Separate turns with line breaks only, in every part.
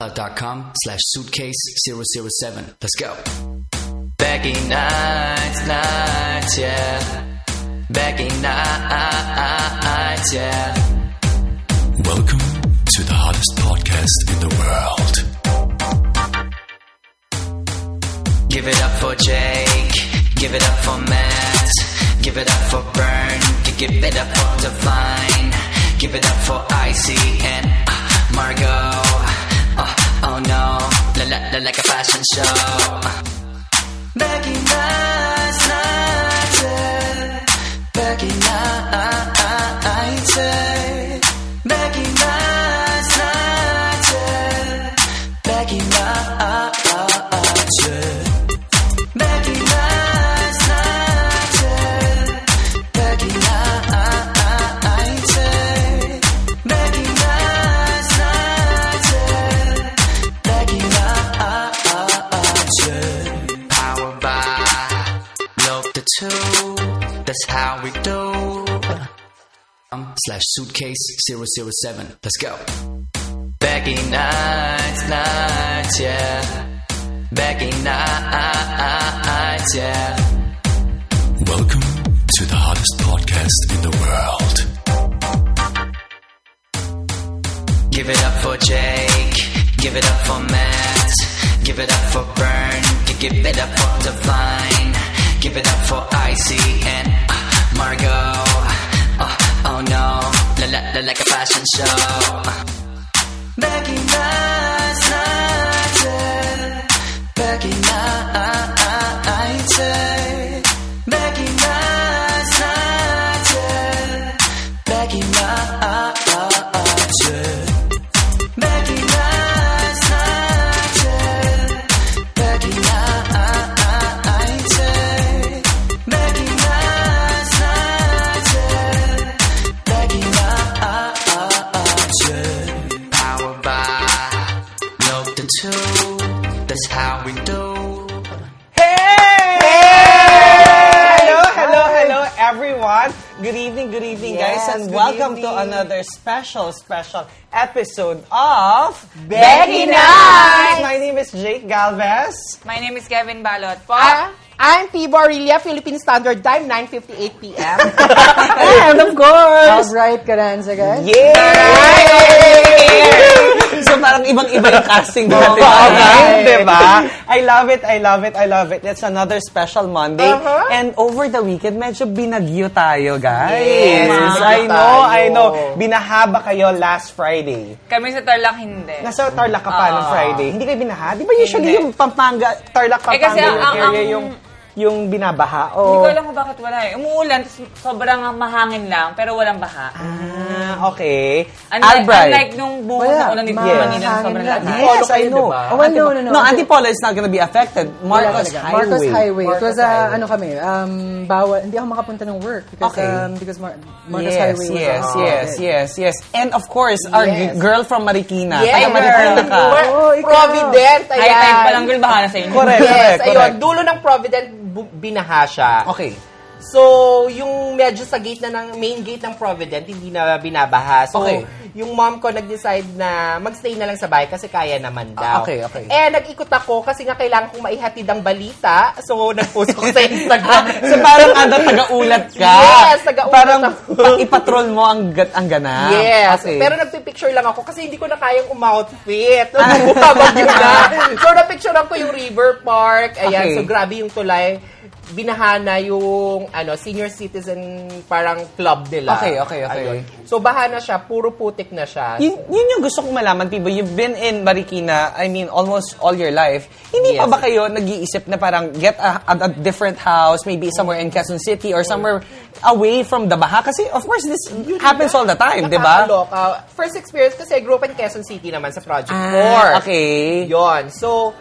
SoundCloud.com slash suitcase 007. Let's go.
Baggy nights, nights, yeah. Baggy nights, yeah.
Welcome to the hottest podcast in the world.
Give it up for Jake. Give it up for Matt. Give it up for Burn. Give it up for Divine. Give it up for Icy and uh, Margot. Uh, oh no, la la la like a fashion show. Back in nights, nights, yeah. Back in nights, yeah. Back in nights, nights, yeah. Back in nights, yeah. Becky Nice, nice, yeah. Becky Nice, yeah. Becky Nice, nice, yeah. Becky Nice, yeah. Power by Love the Two. That's how we do.
Um, slash suitcase 007. Let's go.
Becky nights, nights, yeah. Becky nights, yeah.
Welcome to the hottest podcast in the world.
Give it up for Jake. Give it up for Matt. Give it up for Burn. Give it up for Divine. Give it up for Icy and uh, Margot. Uh, oh no, la la la like a fashion show. Becky nights, nights, yeah. Becky nights, yeah. Becky nights, nights, yeah. Becky nights, yeah. Becky nights, nights, yeah. Becky nights, yeah. Becky nights, nights, yeah. Becky nights, yeah. Power by Love the two. That's how we do.
Hello, hello, hello, everyone. Good evening, good evening, guys, and welcome to another special, special episode of
Becky Nice!
My name is Jake Galvez.
My name is Kevin Balot. Po,
I- Ah, I'm Tibo Aurelia, Philippine Standard Time, 9.58 p.m. and of course,
Albright Carranza, guys.
Yay! so parang ibang-iba yung casting natin.
okay.
Diba? I love it, I love it, I love it. It's another special Monday.
Uh-huh.
And over the weekend, medyo binagyo tayo, guys.
Yes, binagyo
I know,
tayo.
I know. Binahaba kayo last Friday.
kami sa Tarlac hindi.
Nasa Tarlac ka pa no Friday. Hindi kayo binaha? Di ba usually
Ah. Hindi.
yung Pampanga, Tarlac, Pampanga
Eh, kasi ang-
yung area
ang-
yung, yung binabaha? O...
Hindi ko alam kung bakit wala eh. Umuulan, tas sobrang mahangin lang, pero walang baha.
Ah, okay.
Unlike,
Albright.
unlike nung bukas
Wala,
na ulan
yes.
dito sa Manila, sobrang
Mahangin lang.
lakas.
Yes, I know.
Oh, well, no, no, no.
No, Antipolo is not gonna be affected. Marcos
Wala talaga.
Highway.
Marcos Highway. it was,
Marcos
uh,
Highway.
ano kami, um, bawal. Hindi ako makapunta ng work because,
Okay.
um, because Mar- Marcos
Yes,
Highway was
yes,
affected.
yes, yes, yes. And of course, our g-
Yes.
girl from Marikina.
Yes.
Taga Marikina ka.
Oo, ikaw.
Provident, ayan.
Oh, High time pa lang, girl, bahala sa inyo.
Correct,
Yes,
correct,
ayun,
correct.
dulo ng Provident, bu- binaha siya.
Okay.
So, yung medyo sa gate na ng, main gate ng Provident, hindi na binabaha. So,
Okay.
yung mom ko nag-decide na magstay na lang sa bahay kasi kaya naman
Ah,
daw.
okay, okay.
Eh, nag-ikot ako kasi nga kailangan kong maihatid ang balita. So, nag-post ko sa Instagram.
So parang ano, taga-ulat ka.
Yes, taga-ulat
Parang
ako.
pa- ipatrol mo ang, gat ang gana.
Yes.
Ah, Okay.
Pero nagpipicture lang ako kasi hindi ko na kayang umoutfit. Nagbuhabag yun na. So, napicture ko yung river park. Ayan.
Okay.
So, grabe yung tulay. Binahana yung ano senior citizen parang club nila.
Okay, okay, okay.
Ayun. So, bahana siya. Puro putik na siya.
Yun, yun yung gusto kong malaman, Tibo. You've been in Marikina, I mean, almost all your life. Hindi pa
Yes.
ba kayo nag-iisip na parang get a, a, a different house, maybe somewhere in Quezon City or somewhere away from the Baha? Kasi, of course, this happens all the time, di ba?
Nakakaloka. First experience kasi I grew up in Quezon City naman sa Project 4.
Ah, okay.
Yon. So,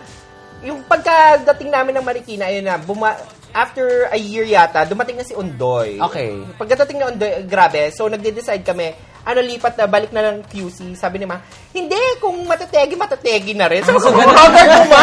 yung pagkadating namin ng Marikina, ayun na, buma- after a year yata, dumating na si Undoy.
Okay.
Pagkadating ni Undoy, grabe. So, nagde-decide kami, ano, lipat na, balik na ng QC. Sabi ni Ma, hindi, kung matategi, matategi na rin. So,
so
so
ganun.
bumagay ko, Ma.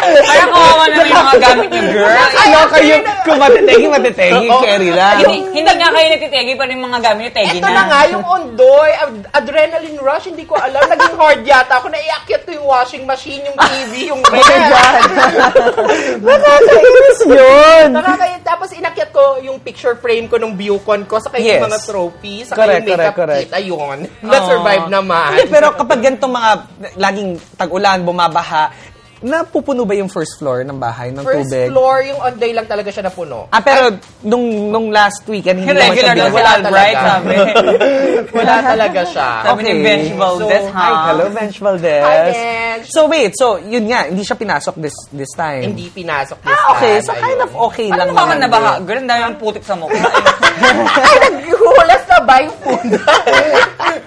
Parang kawawa naman yung mga gamit niyo, girl.
Ayaw kayo, kung matitegi, matitegi, carry lang.
Hindi, hindi nga kayo natitegi, pero yung mga gamit niyo, tegi
Ito
na.
na nga, yung ondoy, ad- adrenaline rush, hindi ko alam. Naging hard yata ako. Naiakyat ko yung washing machine, yung TV, yung
Oh my
diba?
bed.
God. Nakakainis yun.
Nakakaya, tapos inakyat ko yung picture frame ko nung viewcon ko, saka yung
Yes.
mga trophy, saka
Correct,
yung makeup
correct, correct.
kit, ayun. Na-survive naman.
Hindi, pero kapag ganitong mga laging tag-ulan, bumabaha, napupuno ba yung first floor ng bahay ng
First
tubig?
floor, yung onday lang talaga siya napuno.
Ah, pero nung nung last weekend, hindi naman siya binaha.
Regular na si
Wala
Albright,
talaga.
ah,
sabi.
Wala talaga siya.
Sabi ni Bench Valdez, ha?
Hi, hello, Bench Valdez.
Hi, Benj.
So, wait. So, yun nga, hindi siya pinasok this this time.
Hindi pinasok this
Ah, okay. So,
time,
kind of
ayun.
okay lang.
Paano ka man
naman
nabaha?
yun.
Girl, ang dami ng putik sa mukha.
Ay, naghuhulas na ba yung punda?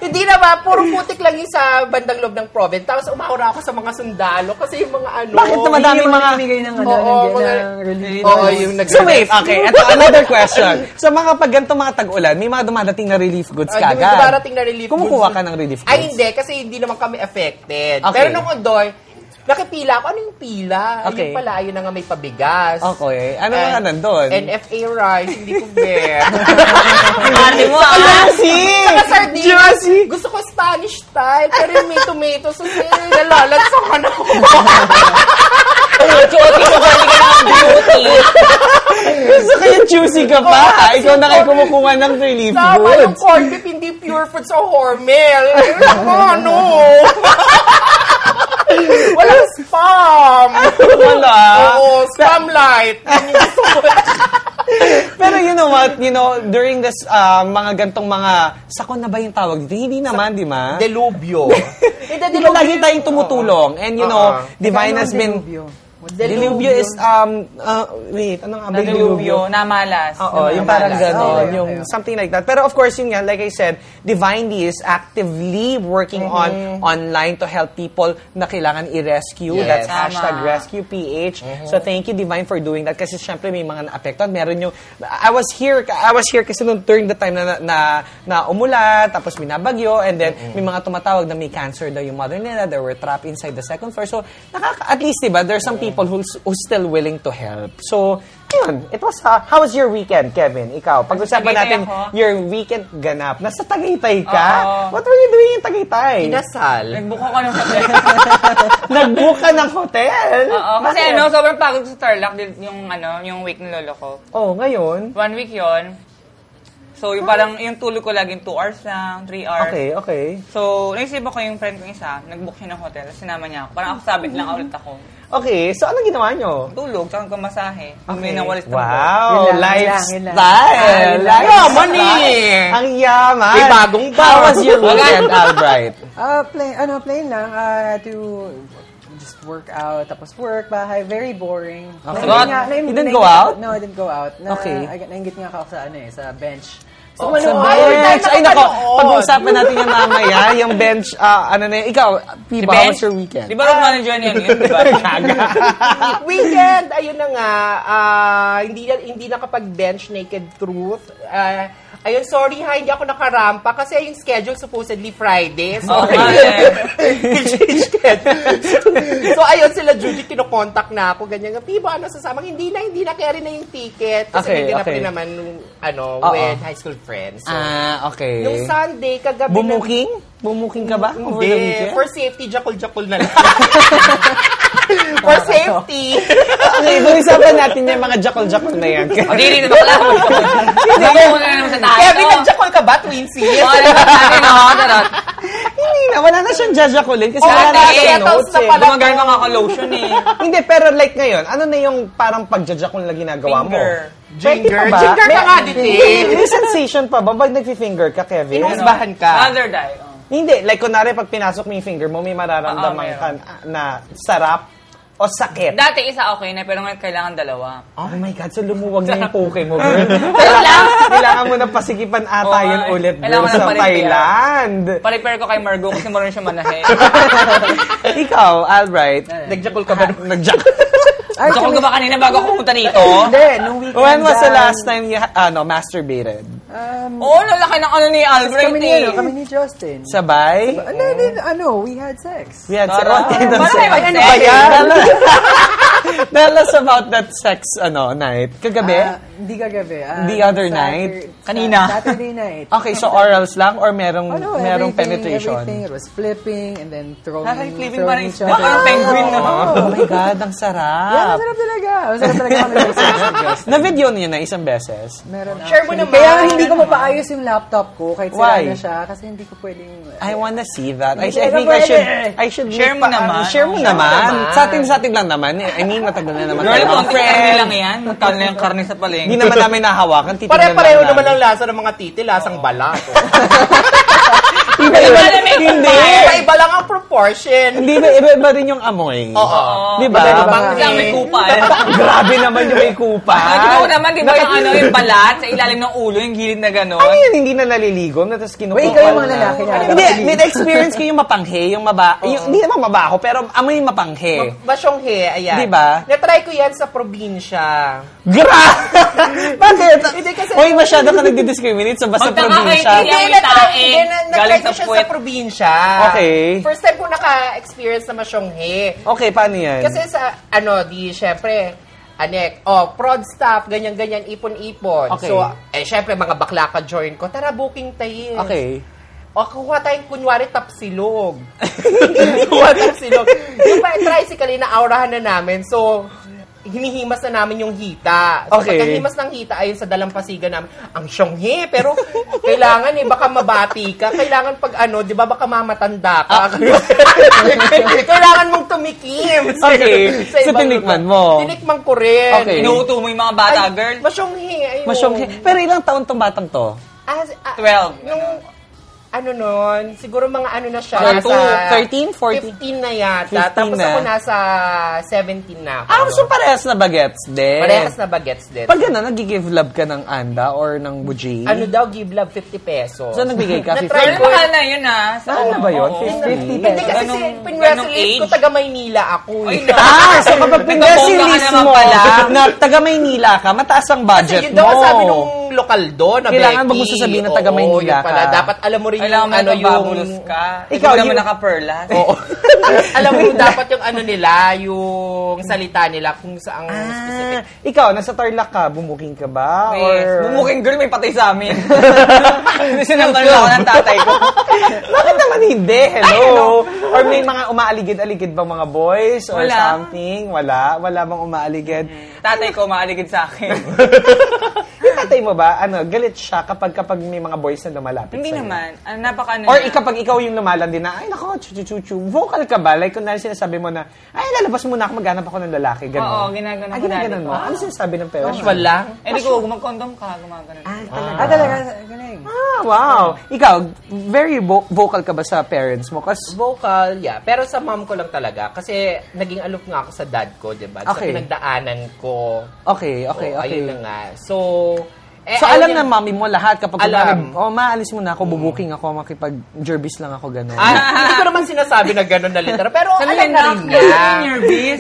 Hindi na ba? Puro putik lang yung sa bandang loob ng province. Tapos umahura ako sa mga sundalo kasi yung mga ano...
Bakit naman
Hindi
daming
naman
mga...
namimigay ng, ano,
Oo,
ng-
mga-
ng relief.
Oo, yung nag-
So, wait. Okay. Ito, another question. So, mga pag ganito mga tag-ulan, may mga dumadating na relief goods ka
Ah, di ba dumarating na relief
Kumukuha
goods?
ka ng relief goods?
Ay, hindi. Kasi hindi naman kami affected.
Okay.
Pero nung Odoy, nakipila ako. Ano yung pila?
Okay.
Ayun pala, ayun na nga may pabigas.
Okay. Ano
And-
nga nandun?
NFA rice, hindi ko bet.
Ate mo, ah.
Saka sardinas. Gusto ko Spanish style, pero yung may tomato sauce, eh, ano. nalalansakan ako.
Chuotin mo kami ka ng beauty.
Gusto ko yung juicy ka pa.
Oo,
Ikaw na kayo
yung-
kumukuha ng relief
Tama yung
goods.
corned beef, hindi pure food sa Hormel. Ano? Walang spam.
Wala.
Oo, spam light. Yun yung gusto ko.
Pero you know what? You know, during this ah, mga gantong mga... Sakon na ba yung tawag dito? Hindi naman, di ba?
Delubyo. Hindi,
Di ba lagi tayong tumutulong? And you know,
Oo.
divine has been... Delubio is, um, uh, wait, ano nga ba yung delubio?
Nalulubyo, namalas. Diba?
Oo, yung parang
Namalas.
gano'n.
Oo,
Yung something like that. Pero of course, yun nga, like I said, Divinely is actively working on online to help people na kailangan i-rescue.
Yes.
That's
Tama.
hashtag rescue PH. So thank you, Divine, for doing that. Kasi syempre may mga naapektuhan. Meron yung, I was here, I was here kasi nung during the time na, na, na umulan, tapos minabagyo, and then may mga tumatawag na may cancer daw yung mother nila. They were trapped inside the second floor. So nakaka, at least, diba, there's some people who's, who's still willing to help. So, yun. It was, uh, how was your weekend, Kevin? Ikaw, pag-usapan
Tagaytay
natin
ako.
your weekend ganap. Nasa Tagaytay ka?
Oo.
What were you doing in Tagaytay?
Inasal.
Nagbuko ko ng hotel.
Nag-book ka ng hotel?
Oo, kasi
Bakit?
ano, sobrang pagod sa Tarlac din- yung, ano, yung week ng lolo ko.
Oh, ngayon?
One week yon So, yung parang, yung tulog ko laging 2 hours lang, 3 hours.
Okay, okay.
So, naisip ako yung friend kong isa, nag-book siya ng hotel, sinama niya ako. Parang ako sabit lang ulit ako.
Okay, so anong ginawa nyo?
Tulog, tsaka kumasahe. May nawalis ng
Wow,
Yun lang, yun lang, yun lang.
lifestyle!
lang.
Yaman
eh.
Ang yaman!
May bagong bag.
How was your weekend, Albright?
Ah, plain, ano, plain lang. Ah, I had to just work out, tapos work, bahay. Very boring.
Okay.
Nainggit
You
nainggit
didn't go
nga-
out?
No, I didn't go out. Na,
Okay.
okay. Nainggit nga ako sa, ano eh, sa bench.
Sa
So, manood.
bench! Ay, nako,
nakapanood.
pag-uusapan natin yung mamaya, yung bench, ah, ano na yun. Ikaw, Piba, how was your weekend?
Di ba road manager niya yun, di ba?
Weekend, ayun na nga, ah, hindi, na- hindi nakapag-bench Naked Truth. Ah, ayun, sorry ha, hindi ako nakarampa kasi yung schedule supposedly Friday.
Oo
Sorry.
nga eh.
so, ayun sila, Judy, kinokontak na ako, ganyan. Pibo, ano, sasama? Hindi na, hindi na, carry na yung ticket. Kasi
Okay,
okay, ginap
okay.
rin naman, nung, ano,
Oo.
with high school friends. So,
Ah, okay.
nung Sunday, kagabi na-
Bumuking? Bumuking ka ba? Over the
Hindi,
weekend?
for safety, jakul-jakul na lang. for safety.
Okay, pag-usapan natin yung mga jackal-jackal na yan.
O, di rin, bakla. Nabuko na naman sa tayo.
Kevin, nagjakul ka ba, Twinsies?
Oo, naman natin, no? Charot.
Hindi na, wala na siyang jajakulin kasi
Oo,
wala na
dahil
siyang
settles
notes
na
eh.
pala.
Gumagamit ako ng lotion eh.
Hindi, pero like ngayon, ano na yung parang pagjajakul na ginagawa mo?
Finger.
Pwede
Ginger,
pa ba?
ginger ka
May-
nga din
May,
eh.
may sensation pa ba? Pag nag-finger ka, Kevin?
Ano? Inuusbahan ka.
Mother die. oh.
Hindi, like kunwari pag pinasok mo yung finger mo, may mararamdaman
Oo,
ka
meron.
na- na sarap o sakit.
Dati isa okay na, pero ngayon kailangan dalawa.
Oh my God, so lumuwag na yung poke mo, girl. Kailangan, kailangan mo na pasikipan ata
Oo,
yun ulit, girl,
kailangan
sa
na pa rin kaya.
Thailand.
Pa-repair ko kay Margo kasi marunong siya manahe.
Ikaw, Albright,
eh.
nagjakul ka ba? Nagjakul.
Ay,
Gusto ko
kami-
ba kanina bago ako pumunta dito?
Hindi, nung weekend.
When was the
um,
last time you, ano, masturbated?
Um,
Oo, lalaki ng ano ni Albright
kami ni,
eh.
ano, kami ni Justin.
Sabay?
Ano, ano, ano, we had sex.
We had sex.
Tara.
What kind of
Parang
sex?
may
Ano ba yan? Tell us about that sex ano night. Kagabi?
Ah, Hindi kagabi. ah,
The other
Satur-
night?
sa-
Kanina.
Saturday night.
okay, so orals lang or merong
Oh, no,
merong
everything,
penetration?
Everything. It was flipping and then throwing,
Nakay flipping parang
throwing each
isda.
other.
Parang penguin, no?
Oh my God, ang
Yeah,
sarap.
masarap talaga. Masarap talaga kami mag-sex.
Na-video niyo na isang beses?
Meron
Share mo
actually.
naman.
Kaya nga hindi ko mapaayos yung laptop ko kahit sira
Why?
na siya kasi hindi ko pwedeng...
I wanna see that. I,
Hindi
I
ka
think I
pwede.
should I should
Share mo
make pa- ano,
naman.
Share mo
Share
naman.
naman.
Sa atin sa atin lang naman. eh. I mean, matagal na naman.
Girl,
tayo
konti
friends.
karne lang eh. yan. Magkano lang yung karne sa
Hindi
palengke.
naman namin nahawakan. titignan
Pare-pareho
lang
naman ang
namin.
lasa ng mga titi, lasang balat.
Iba, iba, hindi.
Iba lang ang proportion.
Hindi, iba, iba, iba rin yung amoy.
Oo.
Di ba?
Iba, iba.
Parang-
Kasi may kupal.
Grabe naman yung may kupal.
Ang ko naman, di ba yung ano, yung balat sa ilalim ng ulo, yung gilid na gano'n.
Ano yun, hindi na naliligo na tapos kinukuha.
Wait, ikaw yung mga lalaki na.
Hindi, may experience ko yung mapanghe, yung maba. yung- Hindi naman mabako, pero amoy yung mapanghe.
Basyong he, ayan.
Di ba?
Na-try ko yan sa probinsya.
Gra! Bakit?
Hindi kasi-
Hoy, masyado ka nagdi-discriminate sa basta
Magtaka kayo,
probinsya.
Yung
Hindi, na-try,
tae,
hindi, na, na-try
galing
ko
sa
siya
puwet.
sa probinsya.
Okay.
First time ko naka-experience na masyong he.
Okay, paano yan?
Kasi sa, ano, di, syempre, anek, oh, prod staff, ganyan-ganyan, ipon-ipon.
Okay.
So, eh, syempre, mga bakla ka join ko. Tara, booking tayo.
okay.
O, kuha tayong kunwari tapsilog. kuha tapsilog. Yung pa, tricycle na aurahan na namin. So, hinihimas na namin yung hita. So,
Okay.
pagkahimas ng hita, ayun sa dalampasigan namin, ang syonghe, pero kailangan eh, baka mabati ka. Kailangan pag ano, di ba, baka mamatanda
Ah.
ka. kailangan mong tumikim.
Okay.
Sa
So,
ibang
tinikman
lugar.
mo?
Tinikman ko rin.
Okay.
Inuuto mo yung mga bata, girl.
Masyonghe, ayun.
Masyong, pero ilang taon tong batang to?
As, ah,
12.
Nung, ano nun, siguro mga ano na siya.
Mga two,
nasa
13, 14?
15 na yata.
15
Tapos
na.
ako nasa 17 na ako.
Ah, so parehas na bagets din.
Parehas na bagets din.
Pag gano'n, nagigive love ka ng anda or ng buji?
ano daw, give love 50 pesos.
So, nagbigay ka?
Na-try
Girl,
ko.
mahal na yun, ah. Sa
Mahal na ano ba yun?
Oo.
50
Hindi
pesos?
kasi
Ganong-
pinresonate ko
ganong age?
taga Maynila ako.
Ay,
eh.
no.
Ah, so kapag
Bongga ka
pinresilis
naman
mo
pala.
na taga Maynila ka, mataas ang
Kasi
budget
yun daw ang
mo.
sabi nung lokal doon na
Kailangan
Becky.
wag mo sasabihin na taga
Oo,
Maynila
yun pala.
ka.
Dapat alam mo rin yung
Kailangan mo
ano yung...
nakababulos ka.
Ikaw,
Ikaw, Hindi naman
you- Oh,
nakaperlas.
Oo. alam mo yung dapat yung ano nila, yung salita nila kung saang specific
Ah, ikaw, nasa Tarlac ka, bumuking ka ba?
Yes.
Or...
Bumuking girl, may patay sa amin. Hindi sinampal ako ng tatay ko.
Bakit naman hindi? Hello? Or may mga umaaligid-aligid bang mga boys? Or
Wala.
something? Wala? Wala bang umaaligid?
Tatay ko, maaligid sa akin.
Yung tatay mo ba, ano, galit siya kapag kapag may mga boys na lumalapit
Hindi
sa'yo?
naman. Ano, napaka ano
Or
na.
kapag ikaw yung lumalan din na, ay nako, chu Vocal ka ba? Like, kung sinasabi mo na, ay lalabas muna ako, maghanap ako ng lalaki. Ganun.
Oo, ginaganon
Ay,
ko dati.
ginaganon mo. Ano sinasabi ng parents?
Casual lang.
Eh, di ko, mag-condom ka, gumagano.
Ah, talaga. Galing.
Ah, wow. Ikaw, very vo- vocal ka ba sa parents mo? Kasi,
Vocal, yeah. Pero sa mom ko lang talaga. Kasi naging aloof nga ako sa dad ko, di ba? Sa
Okay.
pinagdaanan ko.
okay, okay, okay.
Oo, Oh, Ayun na nga. So, eh,
so,
ayun
alam
yung-
na mami mo lahat kapag
Alam.
kunwari, oh, maalis muna ako, bubuking ako, makipag-jervis lang ako, gano'n.
Ah, hindi ko naman sinasabi na gano'n na literal. Pero alam na rin niya.
your bis?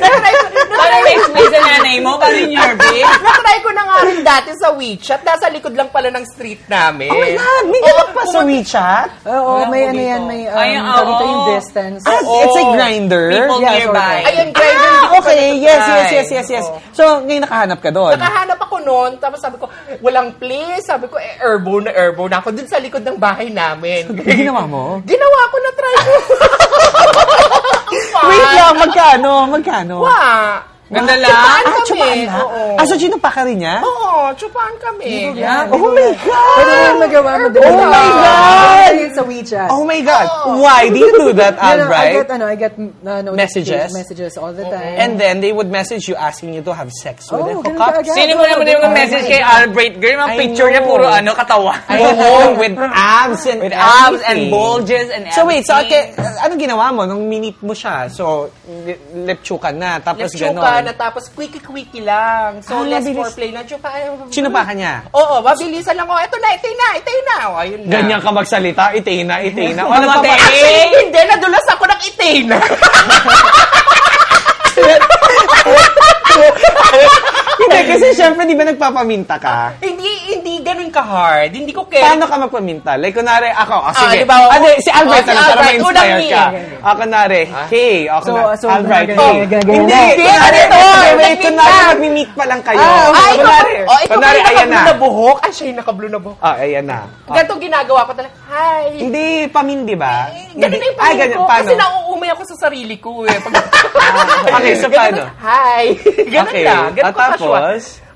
Parang may explain sa nanay mo, parang in your bis?
Nakatry Eh, ko na nga rin dati sa WeChat. Nasa likod lang pala ng street namin.
oh my God, may ganun pa sa WeChat?
Oo,
Wala
may
ko
ano
dito.
yan, may um,
Ay,
tawag dito
oo.
yung distance.
Ah, it's like grinder?
People
Yeah,
nearby.
sorry.
Ayun, Grindr. hindi
Ah,
ko pa
okay. Yes, yes,
natatry.
yes, yes, yes.
Oo.
So, ngayon nakahanap ka doon.
Nakahanap ako noon, tapos sabi ko, walang place. Sabi ko, eh, erbo na erbo na ako dun sa likod ng bahay namin.
Ano ginawa mo?
Ginawa ko na try ko.
Wait lang, magkano? Magkano?
Wa.
Ganda lang.
Tsupaan
Ah,
kami.
tsupaan na?
Oo. Oh,
Ah, so chinupa ka rin niya?
Oo, tsupaan kami.
Yeah.
Oh my God!
Pwede mo yung magawa mo din.
Oh my God!
Ayun sa WeChat.
Oh my God! Why do you do that,
No, no, I
Albright?
get, ano, I get uh, notifications,
Messages? Oh,
messages all the time.
And then they would message you asking you to have sex with
Oh,
and
ganun
hook up.
ka agad.
Sino mo naman yung message kay Albright, girl? Mga
I
picture niya,
know.
puro ano, katawan.
Oo, Oh, with abs and
With abs
everything.
and bulges and
So wait, so
everything.
okay, anong ginawa mo nung minit mo siya? So, lepchukan na, tapos
Nagtsuka na
gano'n.
tapos quickie-quickie lang. So,
Ah,
less
mabilis.
foreplay na tsuka.
Sinupa ka niya?
Oo, mabilisan lang. Oh, eto na, itay na, itay na. O, ayun na.
Ganyan ka magsalita, itay na, itay na. Ano
Mamatay.
pa
Actually, hindi. Nadulas ako ng itay na.
Hindi, kasi syempre, di ba nagpapaminta ka?
hindi, hindi ganun ka-hard. Hindi ko care.
Paano ka magpaminta? Like, kunwari, ako, oh, sige.
Ah, di ba, ako-
Ade, si Albert,
oh, si
ano, para
Albert,
ma-inspire
unang
ka.
ni-
Ako, kunwari, hey, ako
Ah. So,
na,
so,
Albert,
ganyan,
hey.
ganyan, ganyan.
Hindi,
Hindi,
kunwari,
ganito,
kunwari,
nag-meet
kunwari,
lang.
mag-meet pa lang kayo.
Ah,
Ay, ikaw ba?
kunwari,
Oh, ikaw ba
kunwari,
yung
ayan na.
naka-blue na buhok? Ay, siya yung naka-blue na buhok.
Oh, ayan na. Oh.
Ganito ginagawa ko talaga. Hi!
Hindi, pamindi ba?
Ganun na yung
Ay,
pamilya
ganyan,
ko.
paano?
Kasi nauumay ako sa sarili ko eh. Pag...
okay, so
Ganun,
paano?
Hi! Ganun
Okay.
lang. Ganun
At
ko
tapos?
casual.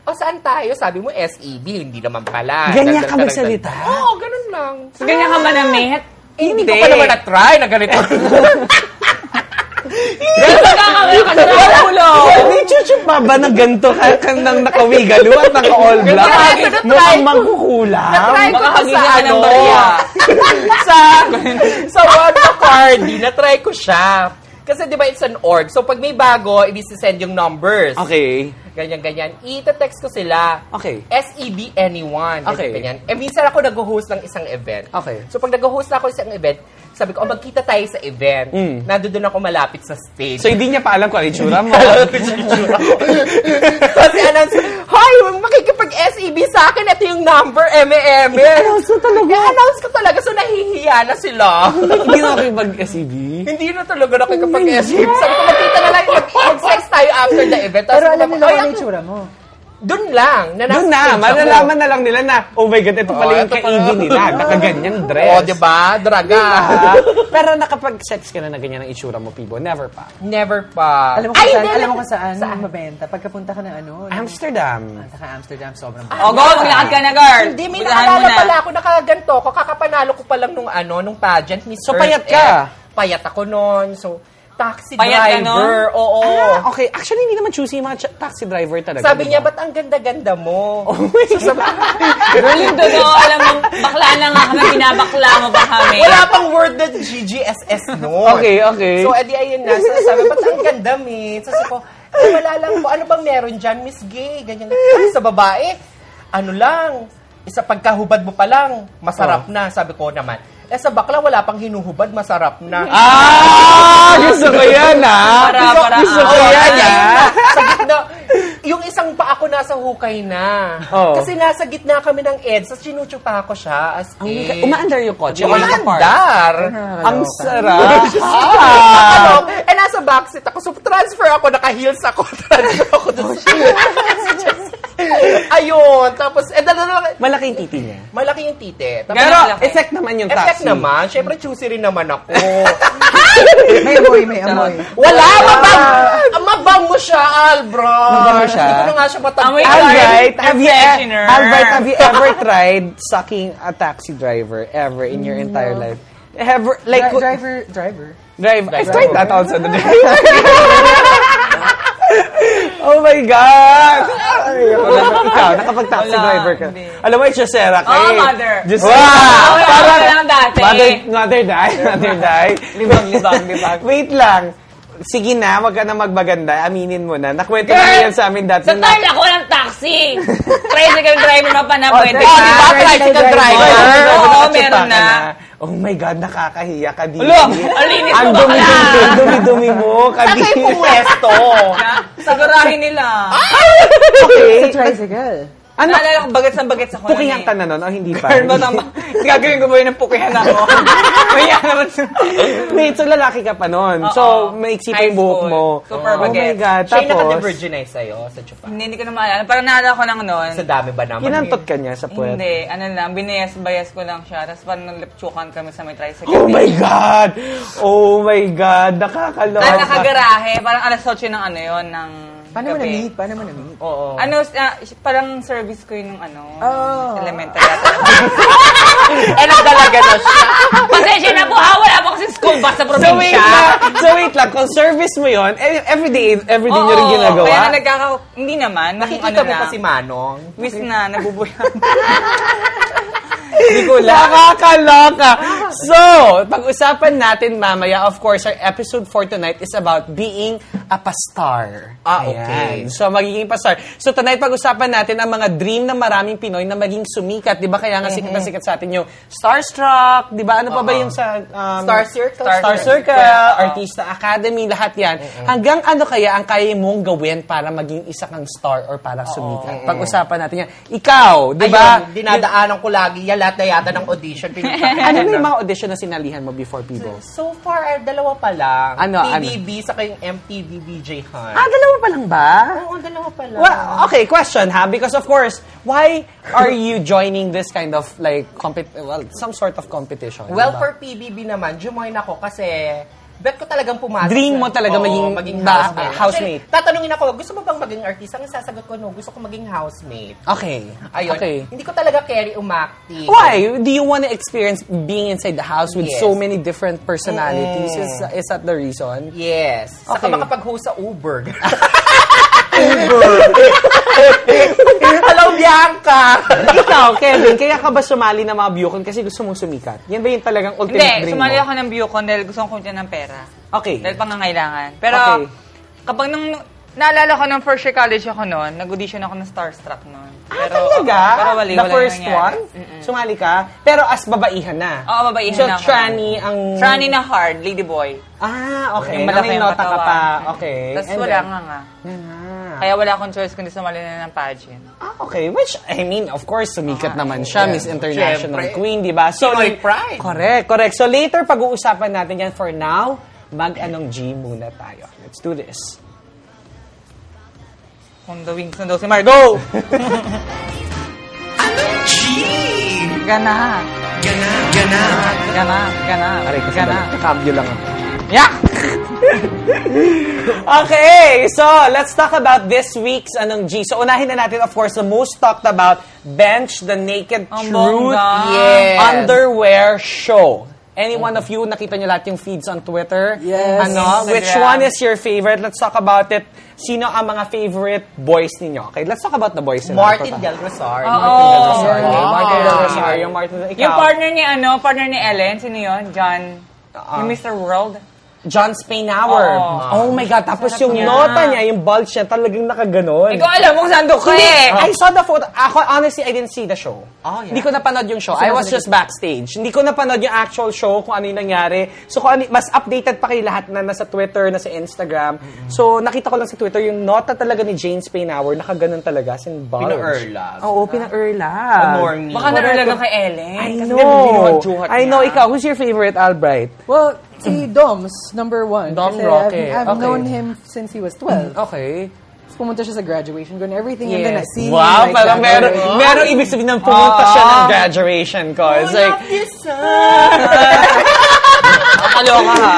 O saan tayo? Sabi mo E SEB, hindi naman pala.
Ganyan
Dagdag-
ka
dagdag-
magsalita?
Oo, ganun lang.
Ganyan ka manamit.
Eh, hindi ko pa naman na-try na ganito.
Nagkakagano ka sa ulo.
Hindi, chuchupa ba ng ganito ka, ka ng nakawigalo at naka-all black?
Ganyan, ito na
Mukhang
try ko.
mangkukulam.
Na-try ko
Baka
to sa
hagigil ka
ano.
ng barya.
sa, sa World of Cardi, na-try ko siya. Kasi di ba it's an org. So pag may bago, ibisisend yung numbers.
Okay.
Ganyan-ganyan. Ita-text ko sila.
Okay.
SEB anyone. Ganyan,
Okay.
Ganyan. Eh, minsan ako nag-host ng isang event.
Okay.
So pag nag-host ako isang event, sabi ko, oh, magkita tayo sa event.
Mm.
Nandoon ako malapit sa stage.
So, hindi niya pa alam kung ano yung tsura mo.
Kasi announce, Hi, makikipag-SEB sa akin. Ito yung number, M&M. I-announce ko talaga. I-announce ko talaga. So, nahihiya na sila.
Hindi na kayo mag-SEB.
Hindi na talaga nakikipag-SEB. Sabi ko, magkita na lang. Mag-exercise tayo after the event. Tapos
Pero alam
sabi ko, "Ay,
nila kung ano yung
ako-
tsura mo.
Doon lang.
Doon na, malalaman na lang nila na, oh my God, ito pala
Oh,
yung
ito pala.
kaigi nila. Nakaganyang dress.
O, oh, diba? Draga.
Ah, Pero nakapag-sex ka na na ganyan ang itsura mo, Pibo. Never pa.
Never pa.
Alam mo kung
Ay,
saan,
hindi,
alam mo
na-
kung saan,
Saan?
mabenta. Pagkapunta ka ng ano, ng-
Amsterdam.
Punta ka Amsterdam, sobrang
O, go, maglakad ka na, girl.
Hindi, may
Puntahan mo
nakalala
na.
pala ako, nakaganto ako. Kakapanalo ko pa lang nung ano, nung pageant, Miss
So,
Earth
payat ka?
Air. Payat ako noon. So, taxi
Payat ka
driver. Oo.
Ah, okay. Actually, hindi naman choosy yung mga ch- taxi driver talaga. diba?
Sabi niya, ba't ang ganda-ganda mo? So, sabi-
Girl, yung totoo, alam mo, bakla na nga kami, binabakla mo ba kami?
Wala pang word na GGSS noon.
Okay, okay.
So, eh, edi ayun na. So, sabi, ba't ang ganda, mate? So, sabi ko, "Eh, wala lang po. Ano bang meron dyan, Miss Gay? Ganyan. Ay, sa babae, ano lang, isa pagkahubad mo pa lang,
Oh.
masarap na. Sabi ko naman. Eh, sa bakla, wala pang hinuhubad, masarap na.
Ah! Gusto ko yan, ah!
Para, para,
gusto ko
ah,
yan,
para.
ah!
sa gitna, yung isang pa ako nasa hukay na.
Oo.
Kasi nasa gitna kami ng EDSA, sinuchupa ko siya as
Ang
in.
Umaandar yung kotse.
Yung
Umaandar. Uh-huh.
andar.
Ang sarap.
Ah! Eh, nasa backseat ako. So, transfer ako. Naka-heels ako. Transfer ako
Oh,
doon. Ayun. Tapos, eh, dala
Malaking titi niya.
Malaki yung titi. Tapos,
Pero,
Ganun lang.
effect naman yung taxi.
effect naman. Siyempre, choosy rin naman ako.
May amoy, may amoy.
Wala! Mabang! Mabango siya, Albron!
Mabango siya?
Ano nga siya matang...
Amoy ka.
Alright,
Air
have you,
freshener.
Alright, have you ever tried sucking a taxi driver ever in your entire life? Ever, like, w-
Dri- driver, driver.
drive. I've tried that also. The driver. oh my God! Ay, ako na, ikaw, nakapag-taxi
Wala,
driver ka.
hindi.
Alam mo, it's Josera ka
Oh,
eh.
mother.
Just,
Oh, wala,
Parang,
wala lang dati.
Mother, mother die, mother die.
Eh. Libang, libang, libang.
Wait lang. Sige na, wag ka na magbaganda. Aminin mo na. Nakwento mo
Girl!
yan sa amin dati.
Sa
na-
time ako ng taxi. Tricycle driver na pa na pwede Ah,
Oh,
ka.
diba?
Tricycle driver.
Oo,
Oo,
oo,
meron
meron
na.
na.
Oh my God, nakakahiya ka din.
Ulo, ang linis
Ang
mo
dumi,
bakla.
dumi, dumi, dumi mo. Ka
Saan kayo
din.
pumuesto?
Sagurahin nila.
Sa
Ah!
Okay.
tricycle.
Ano? Naalala ko, bagets ng bagets ako. nun
Pukihan
eh.
ka na nun, o hindi pa.
Girl, matama. Gagawin ko ba yun ng pukihan ako? Kaya naman sa...
Wait, so lalaki ka pa nun.
Oo.
So, maiksi pa
High
yung buhok
school.
mo.
Super
oh my
bagets.
God,
Siya yung
tapos,
naka-devirginize sa'yo sa chupa.
Hindi, hindi ko na maalala. Parang naalala ko lang noon.
Sa dami ba naman?
kinantot ka niya sa puwet.
Hindi, ano lang, binayas-bayas ko lang siya. Tapos parang nagleptsukan kami sa may tricycle.
Oh my God! Oh my God, nakakaloka.
Dahil nakagarahe, parang alas 8 ng ano yon ng
Paano mo na-meet? Paano mo na-meet?
Oo.
Ano, ah, parang service ko yun ng ano,
Oh.
elementary. ata.
Eh, nagdalaga na siya.
Pasensya na po ha, wala po kasi school bus sa
So wait
probinsya.
lang, so wait lang, kung service mo yun, eh, everyday, everyday nyo rin
Oo,
ginagawa?
Kaya na nagkaka... Hindi naman. nung
Nakikita
ano
mo
na,
pa si Manong.
Wis na, nabubuyan.
Hindi ko lang. Nakakaloka. So, pag-usapan natin mamaya, of course, our episode for tonight is about being a pastar. Ayan.
Ah, okay.
So, magiging pastar. So, tonight pag-usapan natin ang mga dream ng maraming Pinoy na maging sumikat. Di ba kaya nga sikat na
Mm-hmm.
sikat sa atin yung starstruck, di ba? Ano pa ba yung sa... um,
Star Circle.
Star,
Star
Circle,
Circle, oo.
Artista Academy, lahat yan. Hanggang ano kaya ang kaya mong gawin para maging isa kang star or para sumikat? Pag-usapan natin yan. Ikaw, di ba?
Ayun, dinadaanan ko lagi yan lahat na yata ng audition. Pinagpapakita
ano na
na.
yung mga audition na sinalihan mo before people?
So far, ah, dalawa pa lang.
Ano,
TVB, saka yung MTV BJ Hunt.
Ah, dalawa pa lang ba?
Oo, dalawa pa lang.
Well, okay, question ha. Because of course, why are you joining this kind of like, compet well, some sort of competition?
Well,
diba?
for PBB naman, jumoin ako kasi bet ko talagang pumasok.
Dream mo
na-
talaga
Oo,
maging ba- housemate.
Actually, tatanungin ako, gusto mo bang maging artista? Ang sasagot ko, no, gusto ko maging housemate.
Okay.
Ayun.
Okay.
Hindi ko talaga carry umakti.
Why? Do you want to experience being inside the house with
Yes.
so many different personalities? Is, is that the reason?
Yes. Saka
Okay.
makapag-host sa Uber. Uber. Hello, Bianca.
Ikaw, Kevin, kaya ka ba sumali ng mga Bucon kasi gusto mong sumikat? Yan ba yung talagang ultimate
Hindi,
dream
sumali
mo?
ako ng Bucon dahil gusto kong kunti ng pera.
Okay.
Dahil pangangailangan. Pero,
Okay.
kapag nung, naalala ko ng first year college ako noon, nag-audition ako ng Starstruck noon.
Ah, talaga?
Pero wali,
the
wala
first
nangyari.
one? Sumali ka? Pero as babaihan na?
Oo, babaihan
so,
na
So,
ako.
tranny ang...
Tranny na hard, lady boy.
Ah, okay.
Yung
Na
malaki
may
ang
nota ka
katawan.
pa. Okay.
Tapos
And
wala
then-
nga nga.
Yan nga.
Kaya wala akong choice kundi sumali na ng pageant.
Ah, okay. Which, I mean, of course, sumikat
Ah,
naman siya, Miss International
Siyempre.
Queen, di ba?
Pinoy pride.
Correct, correct. So later, pag-uusapan natin yan. For now, mag-anong G muna tayo. Let's do this.
Kung the wings na daw si Margo! Gana!
Gana, gana.
Gana! Gana!
Aray, kasi
Gana!
balik. Kakabyo lang ako.
Yak!
Okay, so let's talk about this week's anong G. So unahin na natin, of course, the most talked about Bench the Naked
Ang
Truth
bongga.
Yes.
Underwear Show. Any one of you, nakita nyo lahat yung feeds on Twitter?
Yes.
Ano?
Instagram.
Which one is your favorite? Let's talk about it. Sino ang mga favorite boys ninyo? Okay, let's talk about the boys. nila.
Martin Del Rosario.
Oo.
Del Rosario.
Wow.
Martin Del Rosario. Martin Del Ikaw.
Yung partner ni ano, partner ni Ellen, sino yun? John?
Ah.
Yung Mr. World?
John Spainhour.
Oo.
Oh my God. Tapos
Sarap
yung
niya.
nota niya, yung bulge niya, talagang nakaganon.
Ikaw alam mo kung saan doon ka eh!
I saw the photo. Ako, honestly, I didn't see the show.
Oh, yeah.
Hindi ko napanood yung show. I was just backstage. Hindi ko napanood yung actual show, kung ano yung nangyari. So, kung ano, mas updated pa kayo lahat na nasa Twitter, nasa Instagram. So, nakita ko lang sa Twitter, yung nota talaga ni Jane Spainhour, nakaganon talaga, sin bulge.
Pina-urlag.
Oo,
Ah.
pina-urla.
Um,
Morning.
Baka narulag ka kay Ellen.
I
Kasi
know.
binuhat-juhat
I know.
niya.
Ikaw, who's your favorite, Albright?
Well, si Dom's, number one.
Dom
Kasi
Roque.
I've, I've
Okay.
known him since he was 12.
Okay.
Tapos pumunta siya sa graduation ko and everything. And then I see
wow,
him like
parang
that.
meron,
Oh.
meron ibig sabihin ng pumunta siya ng graduation ko. It's like, Nakakaloka ha.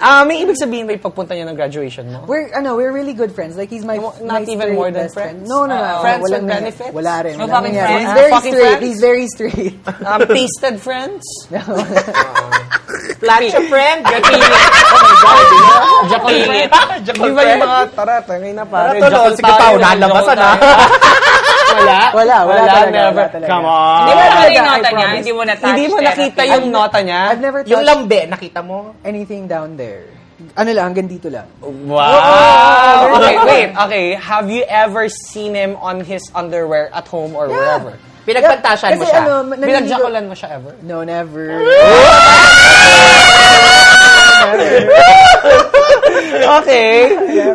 Ah, may ibig sabihin ba yung pagpunta niya ng graduation mo?
We're, ano, we're really good friends. Like, he's my
Not
my
even
straight
more than
best friend.
friends?
No, no, no.
Uh-oh.
no,
Friends
walang
with
nangy-
benefits?
Wala rin.
No
walang
fucking
nangyari.
friends?
He's very
Fucking
straight.
friends?
He's very straight.
Um, pasted friends? Lacho friend? Japilit. Japilit. Di ba yung mga, tara, tangay na pare.
Tara, tolo,
Jackal
sige
tayo,
pa, unalabasan,
jackal tayo. Wala?
Wala, wala talaga,
never.
wala talaga.
Come on.
Hindi mo
Wala
nakita yung nota
talaga, I
niya,
promise.
hindi mo na
Ah. Hindi mo nakita yung nota niya?
I've never
Yung
touched
lambe, nakita mo?
anything down there. Ano lang, hanggang dito lang.
Wow! Okay, wait. Okay, have you ever seen him on his underwear at home or wherever?
Pinagpantasyan mo
Kasi
siya.
ano, naniligo-
Pinagjakulan mo siya ever?
No, never.
Okay.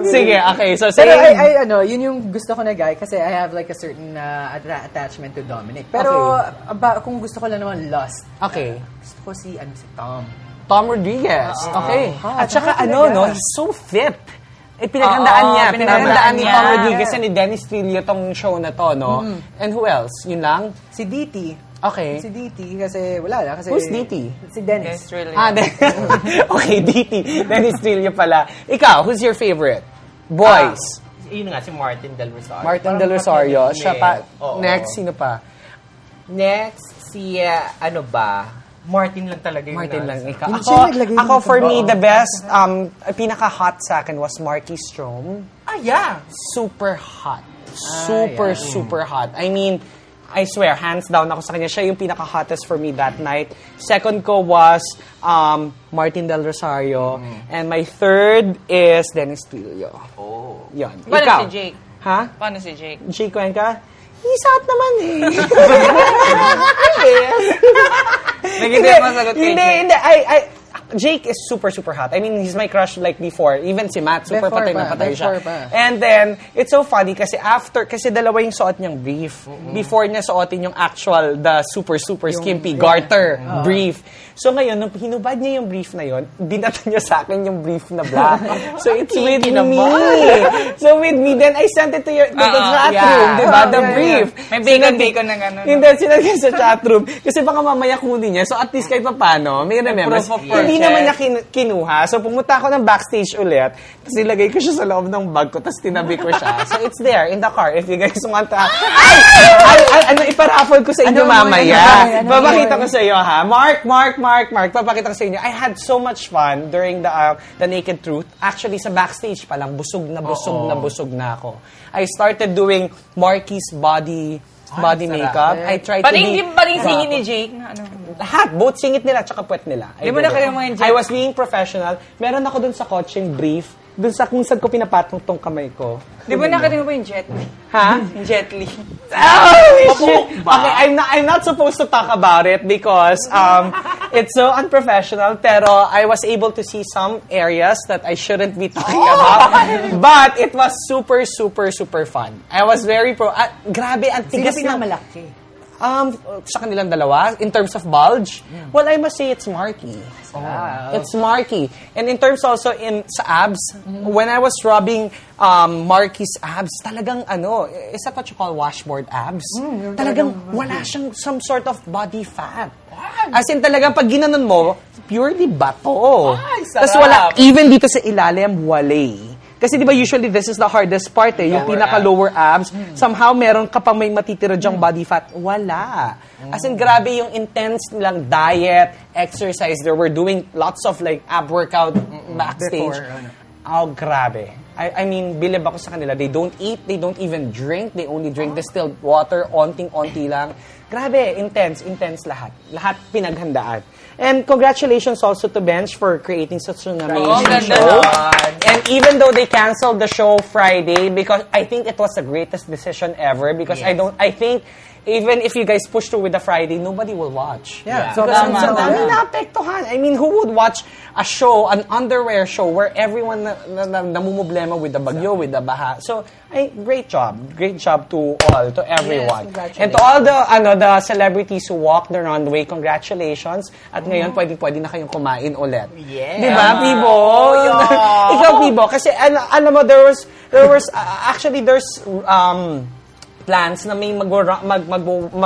Sige, okay. So,
Pero
same.
I, I, ano, yun yung gusto ko na guy kasi I have like a certain uh, atta- attachment to Dominic. Pero aba, kung gusto ko lang naman lust,
okay.
gusto ko si, ano, si Tom.
Tom Rodriguez. Okay.
Ah,
At saka
talaga.
ano, no? He's so fit. Eh, pinaghandaan
Ah,
Oo,
niya.
pinaghandaan
Pinaghandaan ni
niya.
Tom Rodriguez and ni Dennis Trillo tong show na to, no? And who else? Yun lang?
Si DT.
Okay.
Mm-hmm. Si DT kasi wala na. Kasi,
Who's DT?
Si Dennis.
Yes, really.
Ah, then, okay, DT. Dennis Trillo pala. Ikaw, who's your favorite? Boys.
Yun nga, si Martin Del Rosario.
Ah, Martin
Parang
Del Rosario.
kapatid
Siya
niya
pa.
eh. Oo.
Next, sino pa?
Next, si, uh, ano ba? Martin lang talaga yung
Martin lang,
nasa-
ikaw.
Hindi
Ako,
siya naglagay ng
ako for me,
totoo.
the best, um, pinaka-hot sa akin was Marky Strom.
Ah, yeah.
Ah,
Super hot. Super, super hot. I mean, I swear, hands down ako sa kanya. Siya yung pinaka-hottest for me that night. Second ko was um, Martin Del Rosario.
Mm.
And my third is Dennis Tulio. Oh. Yun.
Paano
Ikaw?
si Jake?
Ha?
Paano si Jake?
Jake Cuenca? He's hot naman eh.
Naging
Hindi,
yung masagot kay
Hindi,
Jake.
hindi. I, I, Jake is super, super hot. I mean, he's my crush like before. Even si Matt, super
Before
patay
pa,
na patay siya.
before pa.
And then, it's so funny kasi after, kasi dalawa yung suot niyang brief. Before niya suotin yung actual, the super, super skimpy garter brief. So ngayon, nung hinubad niya yung brief na yon, dinata niya sa akin yung brief na black. so it's with me. so with me, then I sent it to your, to the
Ah,
chat
yeah.
room, diba? The
yeah,
brief.
May bacon,
Sinag-
bacon na ganun.
Hindi, sinagay sa chatroom. Kasi baka mamaya kunin niya. So at least kahit pa paano, may remembrance.
Proof
Hindi
of purchase.
naman niya kin- kinuha. So pumunta ako ng backstage ulit. Tapos nilagay ko siya sa loob ng bag ko. Tapos tinabi ko siya. So it's there in the car. If you guys want to... Ay! Ay! ay, ano, iparaffle ko sa inyo
Ano yun?
mamaya.
Ano yun? Ano
Papakita
yun?
ko sa iyo ha. Mark, Mark, Mark, Mark. Papakita ko sa inyo. I had so much fun during the, uh, the Naked Truth. Actually, sa backstage pa lang, busog na busog na busog na ako. I started doing Marky's body body makeup. I tried to
Pati
be...
hindi pa rin singin ni Jake na ano.
Lahat. Both singit nila tsaka puwet nila. I
Di mo
did
na
it.
kayo mga
I was being professional. Meron ako dun sa coaching brief. Dun sa kung saan ko pinapatong tong kamay ko.
Di ba nakita mo ba yung Jet Li?
Ha?
Yung Jet Li.
Oh, shit. Okay, I'm not, I'm not supposed to talk about it because um, it's so unprofessional. Pero I was able to see some areas that I shouldn't be talking about. But it was super, super, super fun. I was very pro... ah, grabe, ang
Sino
tigas ng...
pinakamalaki?
Um, sa kanilang dalawa, in terms of bulge,
Hmm.
well, I must say it's Marky.
Oh.
It's Marky. And in terms also in sa abs,
Hmm.
when I was rubbing um, Marky's abs, talagang ano, is that what you call washboard abs?
Hmm,
talagang wala siyang some sort of body fat. As in talagang pag ginanon mo, purely bato.
Ay, sarap.
Tapos wala, even dito sa ilalim, wale. Kasi di ba usually this is the hardest part eh, yung pinaka lower abs. Somehow meron ka pang may matitira dyang body fat. Wala. As in grabe yung intense nilang diet, exercise. They were doing lots of like ab workout backstage.
Before, ano.
Oh, grabe. I, I mean, bilib ako sa kanila. They don't eat, they don't even drink. They only drink distilled water, onting-onti lang. Grabe, intense, intense lahat. Lahat pinaghandaan. And congratulations also to Bench for creating such an
Oh,
amazing
ganda
show.
naman.
And even though they canceled the show Friday because I think it was the greatest decision ever because I don't I think even if you guys push through with the Friday nobody will watch.
Yeah.
So
Tama,
because
tama.
dami naapektuhan. I mean, who would watch a show, an underwear show where everyone na, na, na, namumblema with the bagyo, with the baha. So, ay, great job. Great job to all, to everyone.
congratulations.
And to all the ano the celebrities who walk the runway, congratulations. At ngayon, pwede-pwede na kayong kumain ulit.
Yeah.
Di ba, Pibo? Ikaw, Pibo. Kasi, ano, alam mo, there was, there was, uh, actually, there's, um, plans na may mag, mag, mag,